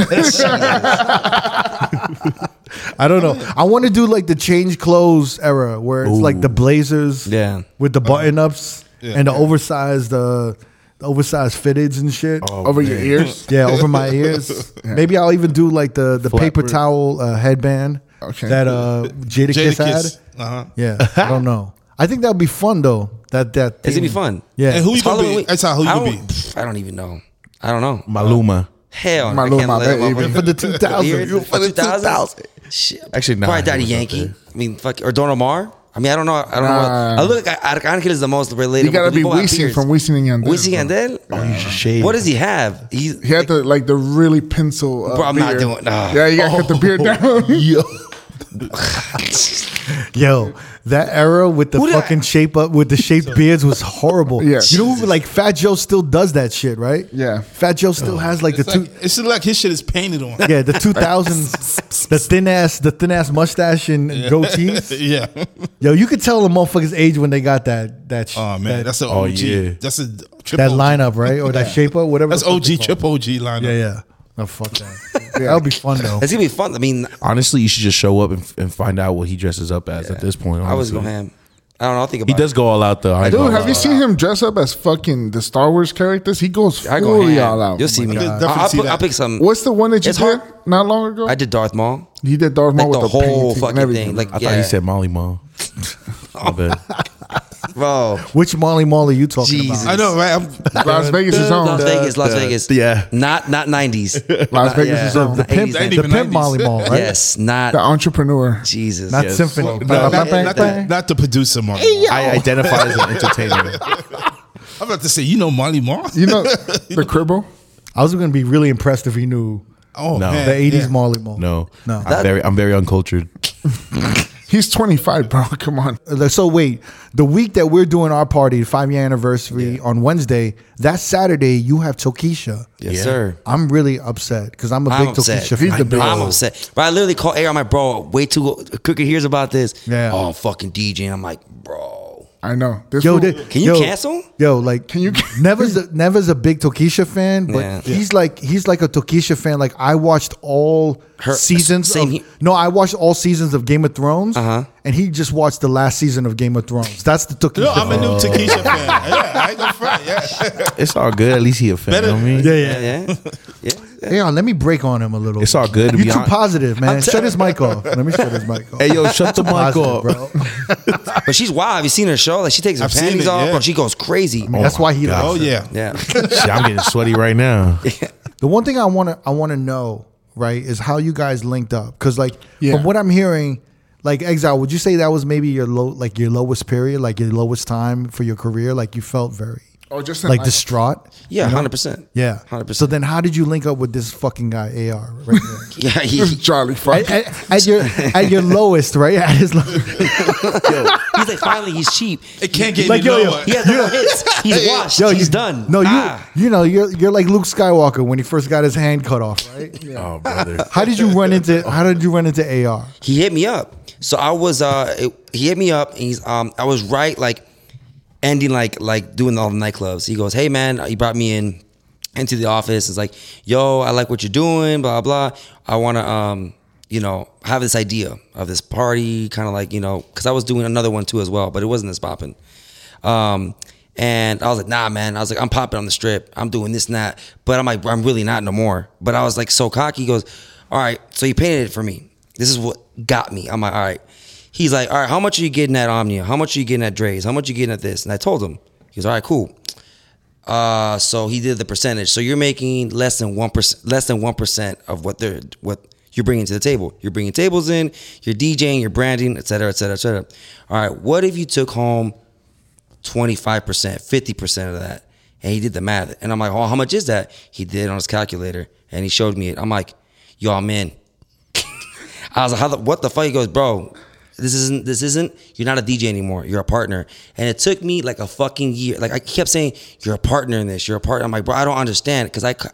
[SPEAKER 1] I don't know. I want to do like the change clothes era where it's like the blazers,
[SPEAKER 4] Yeah.
[SPEAKER 1] with the button ups and the oversized, uh, the oversized fitteds and shit.
[SPEAKER 3] Over your ears.
[SPEAKER 1] Yeah, over my ears. Maybe I'll even do like the the paper towel uh, headband
[SPEAKER 3] Okay.
[SPEAKER 1] that uh, Jada, Kiss had.
[SPEAKER 2] Jadakiss. Uh-huh.
[SPEAKER 1] Yeah, I don't know. I think that would be fun though. That that
[SPEAKER 4] It's
[SPEAKER 1] theme.
[SPEAKER 4] gonna be fun.
[SPEAKER 1] Yeah,
[SPEAKER 2] And who you
[SPEAKER 4] It's
[SPEAKER 2] gonna be?
[SPEAKER 4] Halloween.
[SPEAKER 2] That's how who you
[SPEAKER 4] I
[SPEAKER 2] gonna be.
[SPEAKER 4] don't- pff, I don't even know. I don't know.
[SPEAKER 5] Maluma.
[SPEAKER 4] Hell,
[SPEAKER 3] My
[SPEAKER 4] I
[SPEAKER 3] little
[SPEAKER 4] can't
[SPEAKER 3] my
[SPEAKER 4] let him
[SPEAKER 3] baby.
[SPEAKER 4] up
[SPEAKER 1] for
[SPEAKER 4] on
[SPEAKER 1] the
[SPEAKER 4] the
[SPEAKER 1] two thousand.
[SPEAKER 4] ears.
[SPEAKER 1] You for the two thousand.
[SPEAKER 4] Shit.
[SPEAKER 5] Actually, nah,
[SPEAKER 4] probably
[SPEAKER 5] he
[SPEAKER 4] Daddy
[SPEAKER 5] was up
[SPEAKER 4] Yankee.
[SPEAKER 5] there.
[SPEAKER 4] I mean, fuck, or Don Omar. I mean, I don't know. I don't know.
[SPEAKER 3] Nah.
[SPEAKER 4] I look. like Arcángel is the most related.
[SPEAKER 3] You gotta
[SPEAKER 4] one, 'cause
[SPEAKER 3] be
[SPEAKER 4] we both have
[SPEAKER 3] Weezy
[SPEAKER 4] beards.
[SPEAKER 3] from Weezy and Yandel.
[SPEAKER 4] Weezy Yandel.
[SPEAKER 5] Shade.
[SPEAKER 4] What does he have? He's,
[SPEAKER 3] He had the like the really pencil. Uh,
[SPEAKER 4] Bro, I'm not
[SPEAKER 3] beard.
[SPEAKER 4] doing- nah. Oh.
[SPEAKER 3] Yeah, you gotta cut the beard down.
[SPEAKER 1] Yo. Yo, that era with the
[SPEAKER 4] Who did I-
[SPEAKER 1] fucking shape up with the shaped beards was horrible.
[SPEAKER 3] Yeah.
[SPEAKER 1] you know, who, like Fat Joe still does that shit, right?
[SPEAKER 3] Yeah.
[SPEAKER 1] Fat Joe still has like the
[SPEAKER 2] It's
[SPEAKER 1] two.
[SPEAKER 2] like, it's like his shit is painted on.
[SPEAKER 1] Yeah, the two thousands, the thin ass, the thin ass mustache and goatees.
[SPEAKER 2] Yeah.
[SPEAKER 1] Yo, you could tell the motherfuckers age when they got that that sh-
[SPEAKER 2] Oh man,
[SPEAKER 1] that,
[SPEAKER 2] that's an OG.
[SPEAKER 5] Oh, yeah.
[SPEAKER 2] That's a triple.
[SPEAKER 4] Oh.
[SPEAKER 1] that
[SPEAKER 2] OG.
[SPEAKER 1] lineup, right? Or that shape up, whatever.
[SPEAKER 2] That's
[SPEAKER 1] the fuck
[SPEAKER 2] OG
[SPEAKER 1] they call it.
[SPEAKER 2] triple OG lineup.
[SPEAKER 1] Yeah, yeah. No, fuck that. That would be fun though.
[SPEAKER 4] it's gonna be fun. I mean,
[SPEAKER 5] Honestly, you should just show up and, and find out what he dresses up as at this point.
[SPEAKER 4] I was
[SPEAKER 5] honestly.
[SPEAKER 4] gonna have. I don't know. I'll think about.
[SPEAKER 5] He does go all out though. I ain't
[SPEAKER 3] Dude,
[SPEAKER 5] gonna
[SPEAKER 3] have
[SPEAKER 5] lie.
[SPEAKER 3] you seen him dress up as fucking the Star Wars characters? He goes
[SPEAKER 4] It. I go
[SPEAKER 3] fully
[SPEAKER 4] ham.
[SPEAKER 3] all out.
[SPEAKER 4] You'll see me.
[SPEAKER 2] God. Definitely
[SPEAKER 4] I'll, I'll
[SPEAKER 2] see
[SPEAKER 4] pick,
[SPEAKER 2] that.
[SPEAKER 4] I'll pick some.
[SPEAKER 3] What's the one that you
[SPEAKER 4] It's
[SPEAKER 3] did
[SPEAKER 4] hard.
[SPEAKER 3] not long ago?
[SPEAKER 4] I did Darth Maul.
[SPEAKER 3] he did Darth Maul
[SPEAKER 4] Like
[SPEAKER 3] with
[SPEAKER 4] the
[SPEAKER 3] the,
[SPEAKER 4] whole
[SPEAKER 3] painting and
[SPEAKER 4] fucking
[SPEAKER 3] everything.
[SPEAKER 4] thing. Like,
[SPEAKER 5] I
[SPEAKER 4] yeah,
[SPEAKER 5] thought he said Molly Mom. My bad.
[SPEAKER 4] bro.
[SPEAKER 1] Which Molly Molly you talking
[SPEAKER 4] Jesus.
[SPEAKER 1] about?
[SPEAKER 2] I know, right? I'm,
[SPEAKER 3] Las Vegas is on.
[SPEAKER 4] Las Vegas, Las Vegas.
[SPEAKER 5] yeah.
[SPEAKER 4] Not not nineties.
[SPEAKER 3] Las Vegas is on.
[SPEAKER 1] The pimp,
[SPEAKER 2] ain't
[SPEAKER 1] the
[SPEAKER 2] even
[SPEAKER 1] pimp
[SPEAKER 2] 90s.
[SPEAKER 1] Molly Mall, right?
[SPEAKER 4] Yes, not
[SPEAKER 3] The entrepreneur.
[SPEAKER 4] Jesus.
[SPEAKER 1] Not
[SPEAKER 5] Yes.
[SPEAKER 1] symphony.
[SPEAKER 2] no, not,
[SPEAKER 4] bang,
[SPEAKER 2] not, the,
[SPEAKER 4] bang.
[SPEAKER 2] not the producer Marley. Marl.
[SPEAKER 5] I identify as an entertainer.
[SPEAKER 2] I'm about to say, you know Marley Marl?
[SPEAKER 3] You know the cribble?
[SPEAKER 1] I was gonna be really impressed if he knew
[SPEAKER 2] Oh
[SPEAKER 5] No.
[SPEAKER 2] man,
[SPEAKER 1] the '80s
[SPEAKER 2] yeah.
[SPEAKER 1] Molly Mall.
[SPEAKER 5] No,
[SPEAKER 1] No.
[SPEAKER 5] I'm very, I'm very uncultured.
[SPEAKER 3] He's 25, bro. Come on.
[SPEAKER 1] Uh, So wait, the week that we're doing our party, the five year anniversary on Wednesday, that Saturday you have Tokisha.
[SPEAKER 4] Yes, sir.
[SPEAKER 1] I'm really upset because I'm a
[SPEAKER 4] I'm
[SPEAKER 1] big
[SPEAKER 4] upset.
[SPEAKER 1] Tokisha
[SPEAKER 3] He's the
[SPEAKER 1] fan.
[SPEAKER 3] best.
[SPEAKER 4] I'm upset. But I literally call AR, I'm like, bro, wait till Cooker hears about this.
[SPEAKER 1] Yeah.
[SPEAKER 4] Oh, I'm fucking DJing. I'm like, bro.
[SPEAKER 3] I know. This
[SPEAKER 1] Yo,
[SPEAKER 3] fool-
[SPEAKER 1] they-
[SPEAKER 4] Can you
[SPEAKER 1] yo,
[SPEAKER 4] cancel?
[SPEAKER 1] Yo, like,
[SPEAKER 3] Can you-
[SPEAKER 1] Never's a, Never's a big Tokisha fan, but
[SPEAKER 4] Yeah.
[SPEAKER 1] he's like he's like a Tokisha fan. Like I watched all
[SPEAKER 4] Her-
[SPEAKER 1] seasons.
[SPEAKER 4] same
[SPEAKER 1] of-
[SPEAKER 4] he-
[SPEAKER 1] no, I watched all seasons of Game of Thrones, and he just watched the last season of Game of Thrones. That's the Tokisha.
[SPEAKER 2] No, I'm a
[SPEAKER 1] fan.
[SPEAKER 2] new Takesha fan. Yeah, I ain't gonna front. Yeah,
[SPEAKER 5] It's all good. At least he a fan.
[SPEAKER 2] Better-
[SPEAKER 5] you know what I mean?
[SPEAKER 1] yeah, yeah.
[SPEAKER 4] Yeah. yeah.
[SPEAKER 1] Aeon, let me break on him a little.
[SPEAKER 5] It's all good, to
[SPEAKER 1] You're
[SPEAKER 5] be
[SPEAKER 1] too
[SPEAKER 5] honest.
[SPEAKER 1] positive, man. Shut his mic off. Let me shut his mic off.
[SPEAKER 5] Hey yo, shut the mic
[SPEAKER 1] Positive,
[SPEAKER 5] up.
[SPEAKER 1] bro.
[SPEAKER 4] But she's wild. Have you seen her show? Like she takes her
[SPEAKER 2] I've seen
[SPEAKER 4] panties
[SPEAKER 2] it,
[SPEAKER 4] off,
[SPEAKER 2] yeah.
[SPEAKER 4] bro. She goes crazy.
[SPEAKER 1] That's
[SPEAKER 5] my
[SPEAKER 1] why he
[SPEAKER 5] God.
[SPEAKER 2] oh
[SPEAKER 1] laughs.
[SPEAKER 2] yeah.
[SPEAKER 4] Yeah.
[SPEAKER 5] Shit, I'm getting sweaty right now.
[SPEAKER 1] The one thing I want to I want to know, right, is how you guys linked up. Because like
[SPEAKER 3] Yeah.
[SPEAKER 1] from what I'm hearing, like Exile, would you say that was maybe your low, like your lowest period, like your lowest time for your career? Like you felt very
[SPEAKER 3] Oh, just in
[SPEAKER 1] like
[SPEAKER 3] life.
[SPEAKER 1] distraught.
[SPEAKER 4] Yeah, hundred percent.
[SPEAKER 1] Yeah.
[SPEAKER 4] hundred
[SPEAKER 1] So
[SPEAKER 4] percent.
[SPEAKER 1] then, how did you link up with this fucking guy AR? Right there?
[SPEAKER 4] Yeah, he,
[SPEAKER 3] This is
[SPEAKER 4] he's
[SPEAKER 3] Charlie.
[SPEAKER 1] at,
[SPEAKER 3] Fuck.
[SPEAKER 1] at, at your at your lowest, right? At his low,
[SPEAKER 4] like, finally, he's cheap.
[SPEAKER 2] It can't get
[SPEAKER 1] Like,
[SPEAKER 2] any
[SPEAKER 1] yo, yo,
[SPEAKER 2] lower.
[SPEAKER 4] He has no hits. He's washed. he's
[SPEAKER 1] you-
[SPEAKER 4] done.
[SPEAKER 1] No, you
[SPEAKER 4] Ah.
[SPEAKER 1] you know you're you're like Luke Skywalker when he first got his hand cut off, right?
[SPEAKER 5] Oh brother.
[SPEAKER 1] How did you run into How did you run into AR?
[SPEAKER 4] he hit me up. So I was uh it- he hit me up and he's um I was right like ending like like doing all the nightclubs. He goes, Hey man, he brought me in into the office. It's like, yo, I like what you're doing, blah blah. I wanna um, you know, have this idea of this party, kinda like, you know, cause I was doing another one too as well, but it wasn't as popping. Um and I was like, nah, man. I was like, I'm popping on the strip. I'm doing this and that. But I'm like, I'm really not no more. But I was like so cocky. He goes, all right. So he painted it for me. This is what got me. I'm like, all right. He's like, all right, how much are you getting at Omnia? How much are you getting at Dre's? How much are you getting at this? And I told him. He goes, all right, cool. Uh, so he did the percentage. So you're making less than one percent, less than one percent of what they're what you're bringing to the table. You're bringing tables in, you're DJing, you're branding, et cetera, et cetera, et cetera. All right, what if you took home 25%, 50% of that. And he did the math. And I'm like, oh, how much is that? He did it on his calculator and he showed me it. I'm like, yo, I'm in. I was like, how the, what the fuck? He goes, bro, this isn't, this isn't, you're not a DJ anymore. You're a partner. And it took me like a fucking year. Like I kept saying, you're a partner in this. You're a partner. I'm like, bro, I don't understand. Cause I, ca-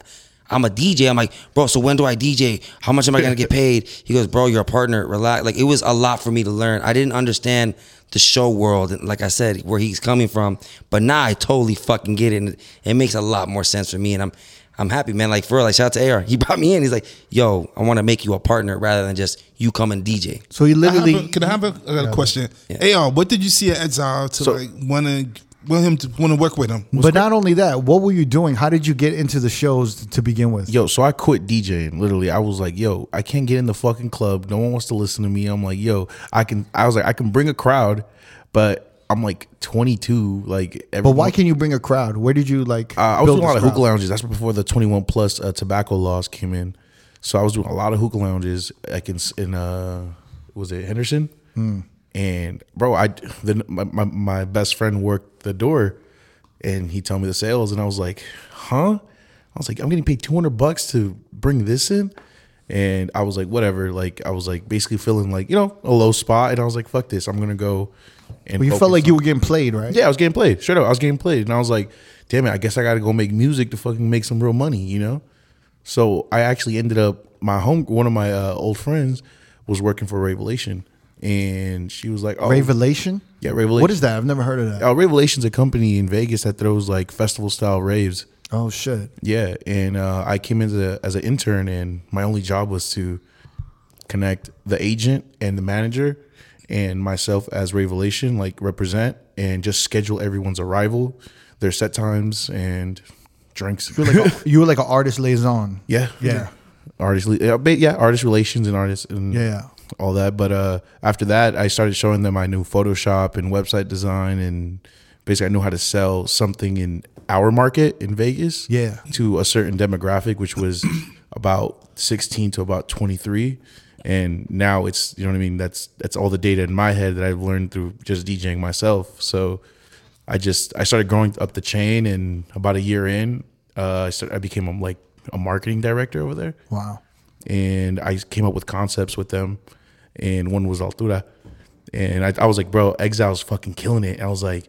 [SPEAKER 4] I'm a DJ. I'm like, bro, so when do I DJ? How much am I going to get paid? He goes, bro, you're a partner. Relax. Like it was a lot for me to learn. I didn't understand the show world and like I said, where he's coming from. But now I totally fucking get it. And it makes a lot more sense for me. And I'm, I'm happy, man. Like for real, like shout out to AR. He brought me in. He's like, yo, I want to make you a partner rather than just you come and DJ.
[SPEAKER 1] So he
[SPEAKER 2] I have
[SPEAKER 1] literally
[SPEAKER 2] a- can I have a, I got a question? Ar, what did you see at Exile to like want to want him to want to work with him?
[SPEAKER 1] But not only that, what were you doing? How did you get into the shows to begin with?
[SPEAKER 5] Yo, so I quit DJing. Literally, I was like, yo, I can't get in the fucking club. No one wants to listen to me. I'm like, yo, I can. I was like, I can bring a crowd, but I'm like 22. Like,
[SPEAKER 1] but why can you bring a crowd? Where did you like?
[SPEAKER 5] Uh, I was
[SPEAKER 1] build
[SPEAKER 5] doing a
[SPEAKER 1] this
[SPEAKER 5] lot of
[SPEAKER 1] crowd?
[SPEAKER 5] hookah lounges. That's before the 21 plus uh, tobacco laws came in. So I was doing a lot of hookah lounges. Like in, s- in uh, was it Henderson?
[SPEAKER 1] Hmm.
[SPEAKER 5] And bro, I then my, my my best friend worked the door, and he told me the sales, and I was like, huh? I was like, I'm getting paid 200 bucks to bring this in. And I was like, whatever. Like I was like basically feeling like you know a low spot, and I was like, fuck this. I'm gonna go. And
[SPEAKER 1] Well, you
[SPEAKER 5] focus
[SPEAKER 1] felt like you were getting played, right?
[SPEAKER 5] yeah, I was getting played. Straight up, I was getting played, and I was like, "Damn it, I guess I got to go make music to fucking make some real money," you know. So I actually ended up my home. One of my uh, old friends was working for Revelation, and she was like, "Oh,
[SPEAKER 1] Revelation.
[SPEAKER 5] yeah, Revelation.
[SPEAKER 1] What is that? I've never heard of that.
[SPEAKER 5] Uh, Revelation's a company in Vegas that throws like festival style raves.
[SPEAKER 1] Oh shit!
[SPEAKER 5] Yeah, and uh, I came into the, as an intern, and my only job was to connect the agent and the manager, and myself as Revelation, like represent and just schedule everyone's arrival, their set times, and drinks.
[SPEAKER 1] You were like, a- you were like an artist liaison.
[SPEAKER 5] yeah,
[SPEAKER 1] Yeah.
[SPEAKER 5] artist, yeah, ba- yeah, artist relations and artists, and
[SPEAKER 1] Yeah.
[SPEAKER 5] all that. But uh, after that, I started showing them I knew Photoshop and website design, and basically I knew how to sell something in our market in Vegas.
[SPEAKER 1] Yeah.
[SPEAKER 5] to a certain demographic, which was about 16 to about 23. And now it's you know what I mean. That's that's all the data in my head that I've learned through just DJing myself. So I just I started growing up the chain, and about a year in, uh, I started, I became um, like a marketing director over there
[SPEAKER 1] Wow.
[SPEAKER 5] and I came up with concepts with them, and one was Altura, and I, I was like, bro, Exile's fucking killing it. And I was like,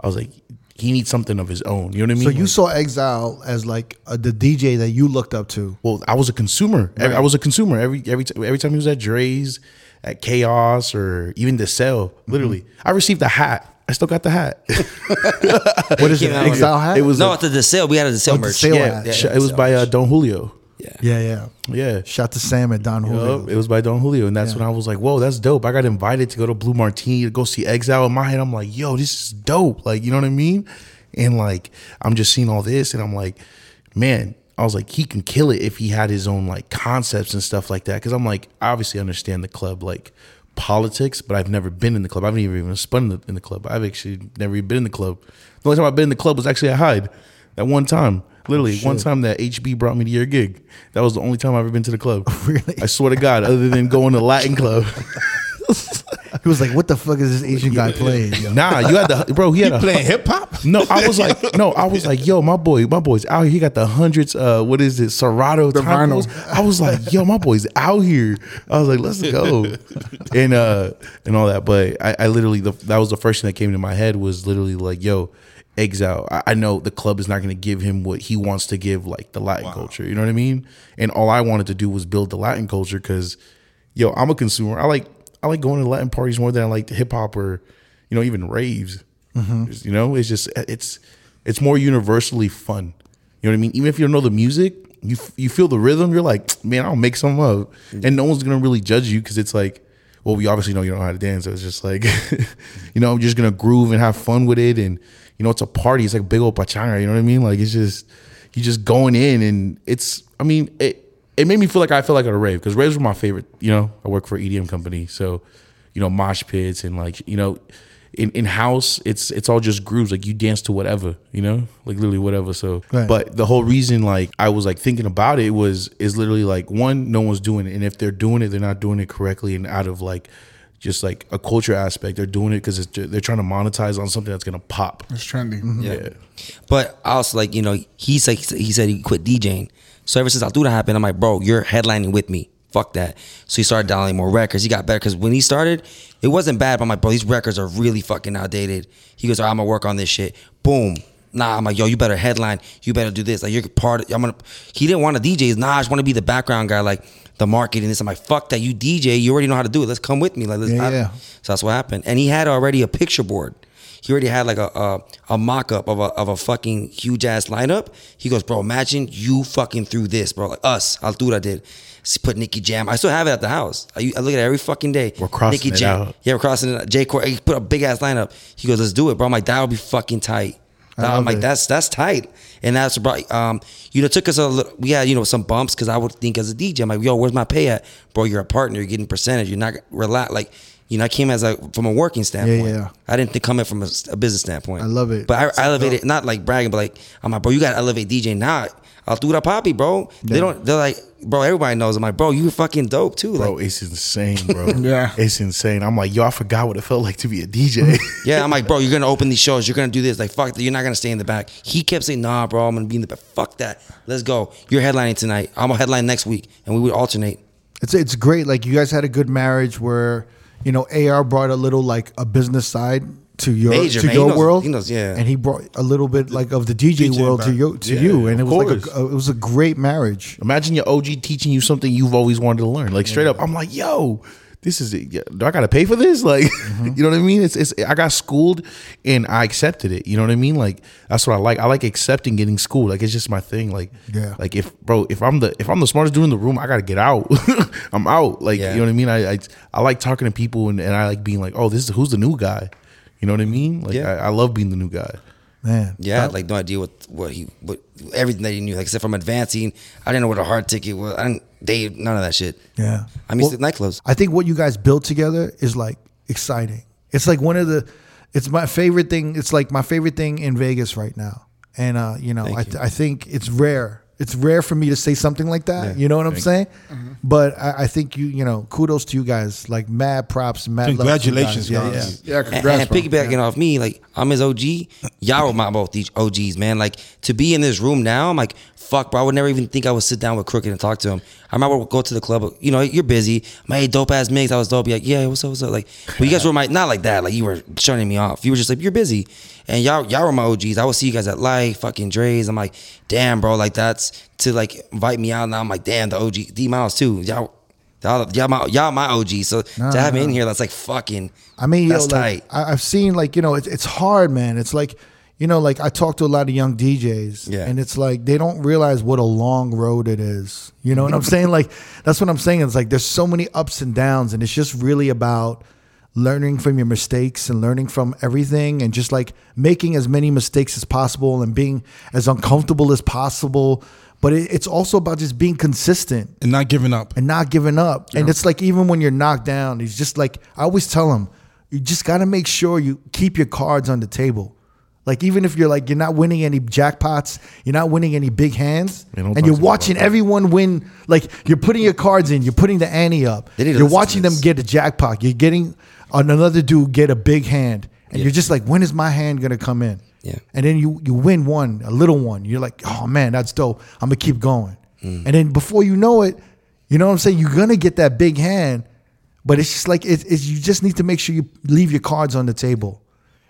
[SPEAKER 5] I was like, he needs something of his own. You know what I mean?
[SPEAKER 1] So you
[SPEAKER 5] Like,
[SPEAKER 1] saw Exile as like uh, the DJ that you looked up to.
[SPEAKER 5] well, I was a consumer. I- I was a consumer every every t- every time he was at Dre's, at Chaos, or even the sale.
[SPEAKER 1] Mm-hmm.
[SPEAKER 5] Literally, I received a hat. I still got the hat.
[SPEAKER 1] What is it?
[SPEAKER 4] came out with-
[SPEAKER 1] Exile hat.
[SPEAKER 5] It was
[SPEAKER 4] no,
[SPEAKER 5] a-
[SPEAKER 4] at the DeSale. We had a DeSale
[SPEAKER 1] the
[SPEAKER 4] merch.
[SPEAKER 1] sale
[SPEAKER 5] yeah,
[SPEAKER 1] hat.
[SPEAKER 4] Yeah,
[SPEAKER 5] sh- it was
[SPEAKER 4] so-
[SPEAKER 5] by uh, Don Julio.
[SPEAKER 1] Yeah, yeah.
[SPEAKER 5] Yeah.
[SPEAKER 1] Shout to Sam and Don Julio.
[SPEAKER 5] Yup, it was by Don Julio, and that's when I was like, "Whoa, that's dope!" I got invited to go to Blue Martini to go see Exile. In my head, I'm like, "Yo, this is dope!" Like, you know what I mean? And like, I'm just seeing all this, and I'm like, "Man," I was like, "He can kill it if he had his own like concepts and stuff like that." Because I'm like, I obviously understand the club like politics, but I've never been in the club. I've never even spun in the, in the club. I've actually never even been in the club. The only time I've been in the club was actually at Hyde. That one time, literally one time that HB brought me to your gig. That was the only time I've ever been to the club.
[SPEAKER 1] Really?
[SPEAKER 5] I swear to God, other than going to Latin club.
[SPEAKER 1] He was like, "What the fuck is this Asian guy playing?" yo?"
[SPEAKER 5] Nah, you had the bro. He had a
[SPEAKER 2] Playing hip hop?
[SPEAKER 5] no. I was like, no, I was like, yo, my boy, my boy's out here. He got the hundreds. Uh, what is it, Serato
[SPEAKER 3] The
[SPEAKER 5] tacos? I was like, yo, my boy's out here. I was like, let's go, and uh, and all that. But I, I literally, the, that was the first thing that came to my head was literally like, yo, eggs out. I, I know the club is not going to give him what he wants to give, like the Latin culture. You know what I mean? And all I wanted to do was build the Latin culture because, yo, I'm a consumer. I like I like going to Latin parties more than I like hip hop or, you know, even raves. Just, You know, it's just it's it's more universally fun. You know what I mean? Even if you don't know the music, you f- you feel the rhythm. You're like, man, I'll make some up, and no one's gonna really judge you because it's like, well, we obviously know you don't know how to dance. So it's just like, you know, I'm just gonna groove and have fun with it, and you know, it's a party. It's like big old pachanga. You know what I mean? Like it's just you just going in, and it's. I mean, it it made me feel like I felt like at a rave because raves were my favorite. You know, I work for an EDM company, so you know, mosh pits and like you know, in in house, it's it's all just grooves. Like you dance to whatever, you know, like literally whatever. So,
[SPEAKER 1] Right.
[SPEAKER 5] but the whole reason like I was like thinking about it was is literally like one, no one's doing it, and if they're doing it, they're not doing it correctly and out of like just like a culture aspect. They're doing it because they're trying to monetize on something that's gonna pop.
[SPEAKER 3] It's trendy.
[SPEAKER 4] Mm-hmm.
[SPEAKER 5] Yeah.
[SPEAKER 4] But I also like you know he's like he said he quit DJing. So ever since Altura happened, I'm like, bro, you're headlining with me. Fuck that. So he started downloading more records. He got better because when he started, it wasn't bad. But I'm like, bro, these records are really fucking outdated. He goes, All right, I'm gonna work on this shit. Boom. Nah, I'm like, yo, you better headline. You better do this. Like you're part. Of, I'm gonna. He didn't want to DJ. Nah, I just want to be the background guy, like the marketing. This. I'm like, fuck that. You DJ. You already know how to do it. Let's come with me. Like, let's.
[SPEAKER 1] Yeah,
[SPEAKER 4] I-
[SPEAKER 1] yeah.
[SPEAKER 4] So that's what happened. And he had already a picture board. He already had like a a, a mock up of a of a fucking huge ass lineup. He goes, bro, imagine you fucking threw this, bro, like us, Altura did. S- Put Nicky Jam. I still have it at the house. I, I look at it every fucking day.
[SPEAKER 5] We're crossing
[SPEAKER 4] Nicky
[SPEAKER 5] it
[SPEAKER 4] Jam.
[SPEAKER 5] out.
[SPEAKER 4] Yeah, we're crossing it. out. J Core. He put a big ass lineup. He goes, let's do it, bro. I'm like, that would be fucking tight.
[SPEAKER 1] love
[SPEAKER 4] I'm like,
[SPEAKER 1] it.
[SPEAKER 4] that's that's tight, and that's right. Um, you know, it took us a little. We had you know some bumps because I would think as a DJ, I'm like, yo, where's my pay at, bro? You're a partner, you're getting percentage, you're not relax. Like, you know, I came as a from a working standpoint.
[SPEAKER 1] yeah.
[SPEAKER 4] I didn't think, come in from a, s- a business standpoint.
[SPEAKER 1] I love it.
[SPEAKER 4] but I,
[SPEAKER 1] It's
[SPEAKER 4] I elevated not like bragging, but like I'm like, bro, you gotta elevate DJ. Nah, I'll do that poppy, bro. They don't. They're like, bro, everybody knows. I'm like, bro, you fucking dope too. Like,
[SPEAKER 5] Bro, it's insane, bro.
[SPEAKER 3] Yeah.
[SPEAKER 5] It's insane. I'm like, yo, I forgot what it felt like to be a DJ.
[SPEAKER 4] Yeah, I'm like, bro, you're gonna open these shows. You're gonna do this. Like, fuck, that, you're not gonna stay in the back. He kept saying, nah, bro, I'm gonna be in the back. Fuck that. Let's go. You're headlining tonight. I'm gonna headline next week, and we would alternate.
[SPEAKER 1] It's it's great. Like you guys had a good marriage where you know AR brought a little like a business side to your
[SPEAKER 4] Major,
[SPEAKER 1] to
[SPEAKER 4] man. He
[SPEAKER 1] your
[SPEAKER 4] knows-
[SPEAKER 1] world.
[SPEAKER 4] he knows, yeah.
[SPEAKER 1] and he brought a little bit like of the DJ,
[SPEAKER 2] DJ
[SPEAKER 1] world to
[SPEAKER 2] back.
[SPEAKER 1] you to
[SPEAKER 5] Yeah,
[SPEAKER 1] you, and it
[SPEAKER 5] of
[SPEAKER 1] was like
[SPEAKER 5] course.
[SPEAKER 1] a, a- it was a great marriage.
[SPEAKER 5] Imagine your OG teaching you something you've always wanted to learn. Like straight up, I'm like, yo, this is it. Yeah, Do I gotta pay for this? Like,
[SPEAKER 4] Mm-hmm.
[SPEAKER 5] you know what I mean? It's, it's I got schooled and I accepted it. You know what I mean? Like that's what I like. I like accepting getting schooled. Like it's just my thing. Like
[SPEAKER 1] Yeah.
[SPEAKER 5] like if bro, if I'm the if I'm the smartest dude in the room, I gotta get out. I'm out. Like
[SPEAKER 4] Yeah.
[SPEAKER 5] you know what I mean? I, I I like talking to people and, and I like being like, oh, this is who's the new guy. You know what I mean? Like
[SPEAKER 4] Yeah.
[SPEAKER 5] I, I love being the new guy.
[SPEAKER 1] Man,
[SPEAKER 4] Yeah, I had, like no idea what what he what everything that he knew. Like except from advancing, I didn't know what a hard ticket was. I didn't. They none of that shit.
[SPEAKER 1] Yeah.
[SPEAKER 4] I'm used
[SPEAKER 1] Well-
[SPEAKER 4] to nightclubs.
[SPEAKER 1] I think what you guys built together is like exciting. It's like one of the, it's my favorite thing. It's like my favorite thing in Vegas right now. And uh, you know, I, I think it's rare. it's rare for me to say something like that. you know what I'm saying? But I, I think you you know kudos to you guys. Like mad props, mad love to you
[SPEAKER 2] Congratulations,
[SPEAKER 1] Yeah,
[SPEAKER 2] guys.
[SPEAKER 1] yeah.
[SPEAKER 3] Yeah,
[SPEAKER 4] And,
[SPEAKER 3] congrats,
[SPEAKER 4] and
[SPEAKER 3] bro.
[SPEAKER 4] piggybacking off me, like I'm his OG. Y'all were my both these OGs, man. Like to be in this room now, I'm like, fuck, bro. I would never even think I would sit down with Crooked and talk to him. I remember go to the club. You know, you're busy. My hey, dope ass mix. I was dope. Be like, yeah, what's up, what's up. Like, but you guys were my not like that. Like you were shutting me off. You were just like, you're busy. And y'all, y'all were my OGs. I would see you guys at Life, fucking Dre's. I'm like, damn, bro. Like that's to like invite me out. Now I'm like, damn, the OG D Miles too. Y'all. Y'all, y'all, my, y'all my OG. So to have me in here, that's like fucking.
[SPEAKER 1] I mean,
[SPEAKER 4] that's
[SPEAKER 1] yo, like,
[SPEAKER 4] tight.
[SPEAKER 1] I, I've seen like you know, it's it's hard, man. It's like you know, like I talk to a lot of young DJs,
[SPEAKER 4] Yeah.
[SPEAKER 1] and it's like they don't realize what a long road it is. You know what I'm saying? Like that's what I'm saying. It's like there's so many ups and downs, and it's just really about learning from your mistakes and learning from everything and just like making as many mistakes as possible and being as uncomfortable as possible but it, it's also about just being consistent
[SPEAKER 2] and not giving up.
[SPEAKER 1] and not giving up. And it's like even when you're knocked down, it's just like I always tell them, you just got to make sure you keep your cards on the table. Like even if you're like you're not winning any jackpots, you're not winning any big hands,
[SPEAKER 5] Man, don't
[SPEAKER 1] and
[SPEAKER 5] talk
[SPEAKER 1] you're
[SPEAKER 5] to me about
[SPEAKER 1] watching everyone win. Like you're putting your cards in, you're putting the ante up.
[SPEAKER 4] They need to
[SPEAKER 1] You're
[SPEAKER 4] listen to
[SPEAKER 1] watching them
[SPEAKER 4] this.
[SPEAKER 1] get a jackpot. You're getting another dude get a big hand, and you're just like, when is my hand gonna come in?
[SPEAKER 4] Yeah.
[SPEAKER 1] And then you you win one, a little one. You're like, oh man, that's dope. I'm gonna keep going. And then before you know it, you know what I'm saying? You're gonna get that big hand, but it's just like it, it's you just need to make sure you leave your cards on the table,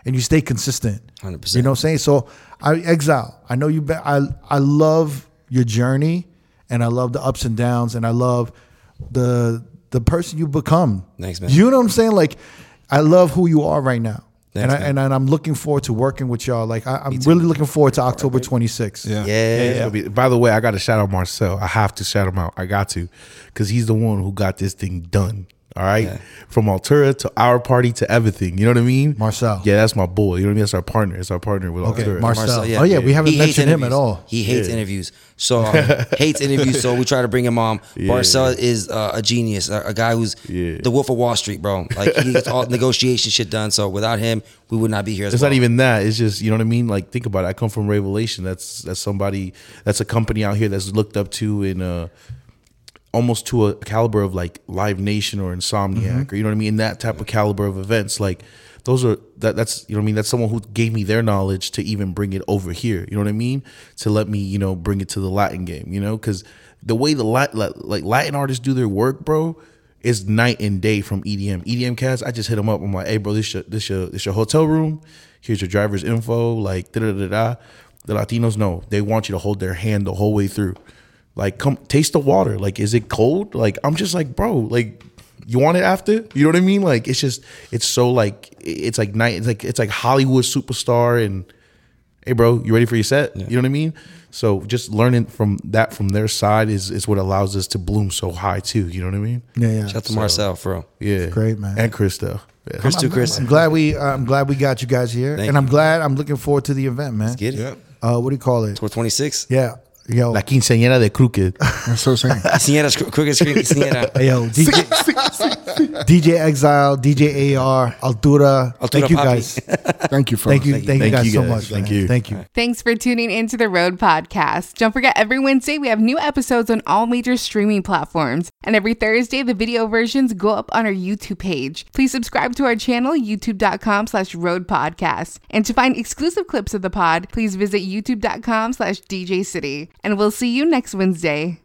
[SPEAKER 1] and you stay consistent.
[SPEAKER 4] 100%.
[SPEAKER 1] You know what I'm saying? So I exile. I know you. Be, I I love your journey, and I love the ups and downs, and I love the the person you become.
[SPEAKER 4] Thanks, man.
[SPEAKER 1] You know what I'm saying? Like, I love who you are right now.
[SPEAKER 4] Thanks,
[SPEAKER 1] and, I,
[SPEAKER 4] man.
[SPEAKER 1] and and I'm looking forward to working with y'all. Like I, I'm really looking forward to October 26th.
[SPEAKER 2] Yeah.
[SPEAKER 4] Yeah.
[SPEAKER 5] It's gonna be- by the way, I got to shout out Marcel. I have to shout him out. I got to, because he's the one who got this thing done. All right, from Altura to our party to everything. You know what I mean,
[SPEAKER 1] Marcel.
[SPEAKER 5] Yeah, that's my boy. You know what I mean. That's our partner. It's our partner with
[SPEAKER 1] Okay,
[SPEAKER 5] Altura.
[SPEAKER 1] Marcel.
[SPEAKER 4] Marcel,
[SPEAKER 1] Oh yeah, we haven't
[SPEAKER 4] He hates
[SPEAKER 1] mentioned him at
[SPEAKER 4] interviews.
[SPEAKER 1] all.
[SPEAKER 4] He hates interviews, so um, hates interviews. So we try to bring him on. Marcel is uh, a genius, a, a guy who's
[SPEAKER 5] Yeah.
[SPEAKER 4] the Wolf of Wall Street, bro. Like he gets all negotiation shit done. So without him, we would not be here. As
[SPEAKER 5] It's
[SPEAKER 4] well.
[SPEAKER 5] not even that. It's just you know what I mean. Like think about it. I come from Revelation. That's that's somebody. That's a company out here that's looked up to in uh almost to a caliber of like Live Nation or Insomniac or you know what I mean. That type of caliber of events. Like those are that that's you know what I mean. That's someone who gave me their knowledge to even bring it over here. You know what I mean. To let me you know bring it to the Latin game. You know because the way the Lat like- like Latin artists do their work, bro it's night and day from E EDM. EDM cats, I just hit them up. I'm like, hey, bro, this your this your this your hotel room. Here's your driver's info. Like da da da da. The Latinos know they want you to hold their hand the whole way through. Like, come taste the water. Like, is it cold? Like, I'm just like, bro, like. You want it after? You know what I mean? Like it's just it's so like it's like night it's like it's like Hollywood superstar and hey bro you ready for your set you know what i mean so just learning from that from their side is is what allows us to bloom so high too you know what i mean
[SPEAKER 1] Yeah, yeah.
[SPEAKER 4] Shout out to Marcel, bro.
[SPEAKER 5] yeah
[SPEAKER 1] great, man.
[SPEAKER 5] and krista yeah.
[SPEAKER 4] Chris to Chris.
[SPEAKER 1] I'm glad we I'm glad we got you guys here, and I'm glad I'm looking forward to the event, man.
[SPEAKER 4] Get it?
[SPEAKER 2] Yeah.
[SPEAKER 1] Uh, what do you call it?
[SPEAKER 4] We're 26.
[SPEAKER 1] Yeah, yo,
[SPEAKER 5] la quinceañera de crooked
[SPEAKER 3] That's so saying.
[SPEAKER 4] Sienna's crooked screen. Sienna.
[SPEAKER 1] yo, DJ, DJ Exile, DJ AR, Altura. thank you
[SPEAKER 4] Papi.
[SPEAKER 1] guys.
[SPEAKER 3] Thank you, fellas.
[SPEAKER 1] Thank you, thank you,
[SPEAKER 5] Thank
[SPEAKER 1] guys
[SPEAKER 5] you
[SPEAKER 1] so
[SPEAKER 5] guys.
[SPEAKER 1] much.
[SPEAKER 5] Thank
[SPEAKER 1] man.
[SPEAKER 5] you.
[SPEAKER 1] thank you.
[SPEAKER 6] Thanks for tuning into the Road Podcast. Don't forget, every Wednesday we have new episodes on all major streaming platforms, and every Thursday the video versions go up on our YouTube page. Please subscribe to our channel, youtube.com slash road podcast. And to find exclusive clips of the pod, please visit youtube.com slash DJ City. And we'll see you next Wednesday.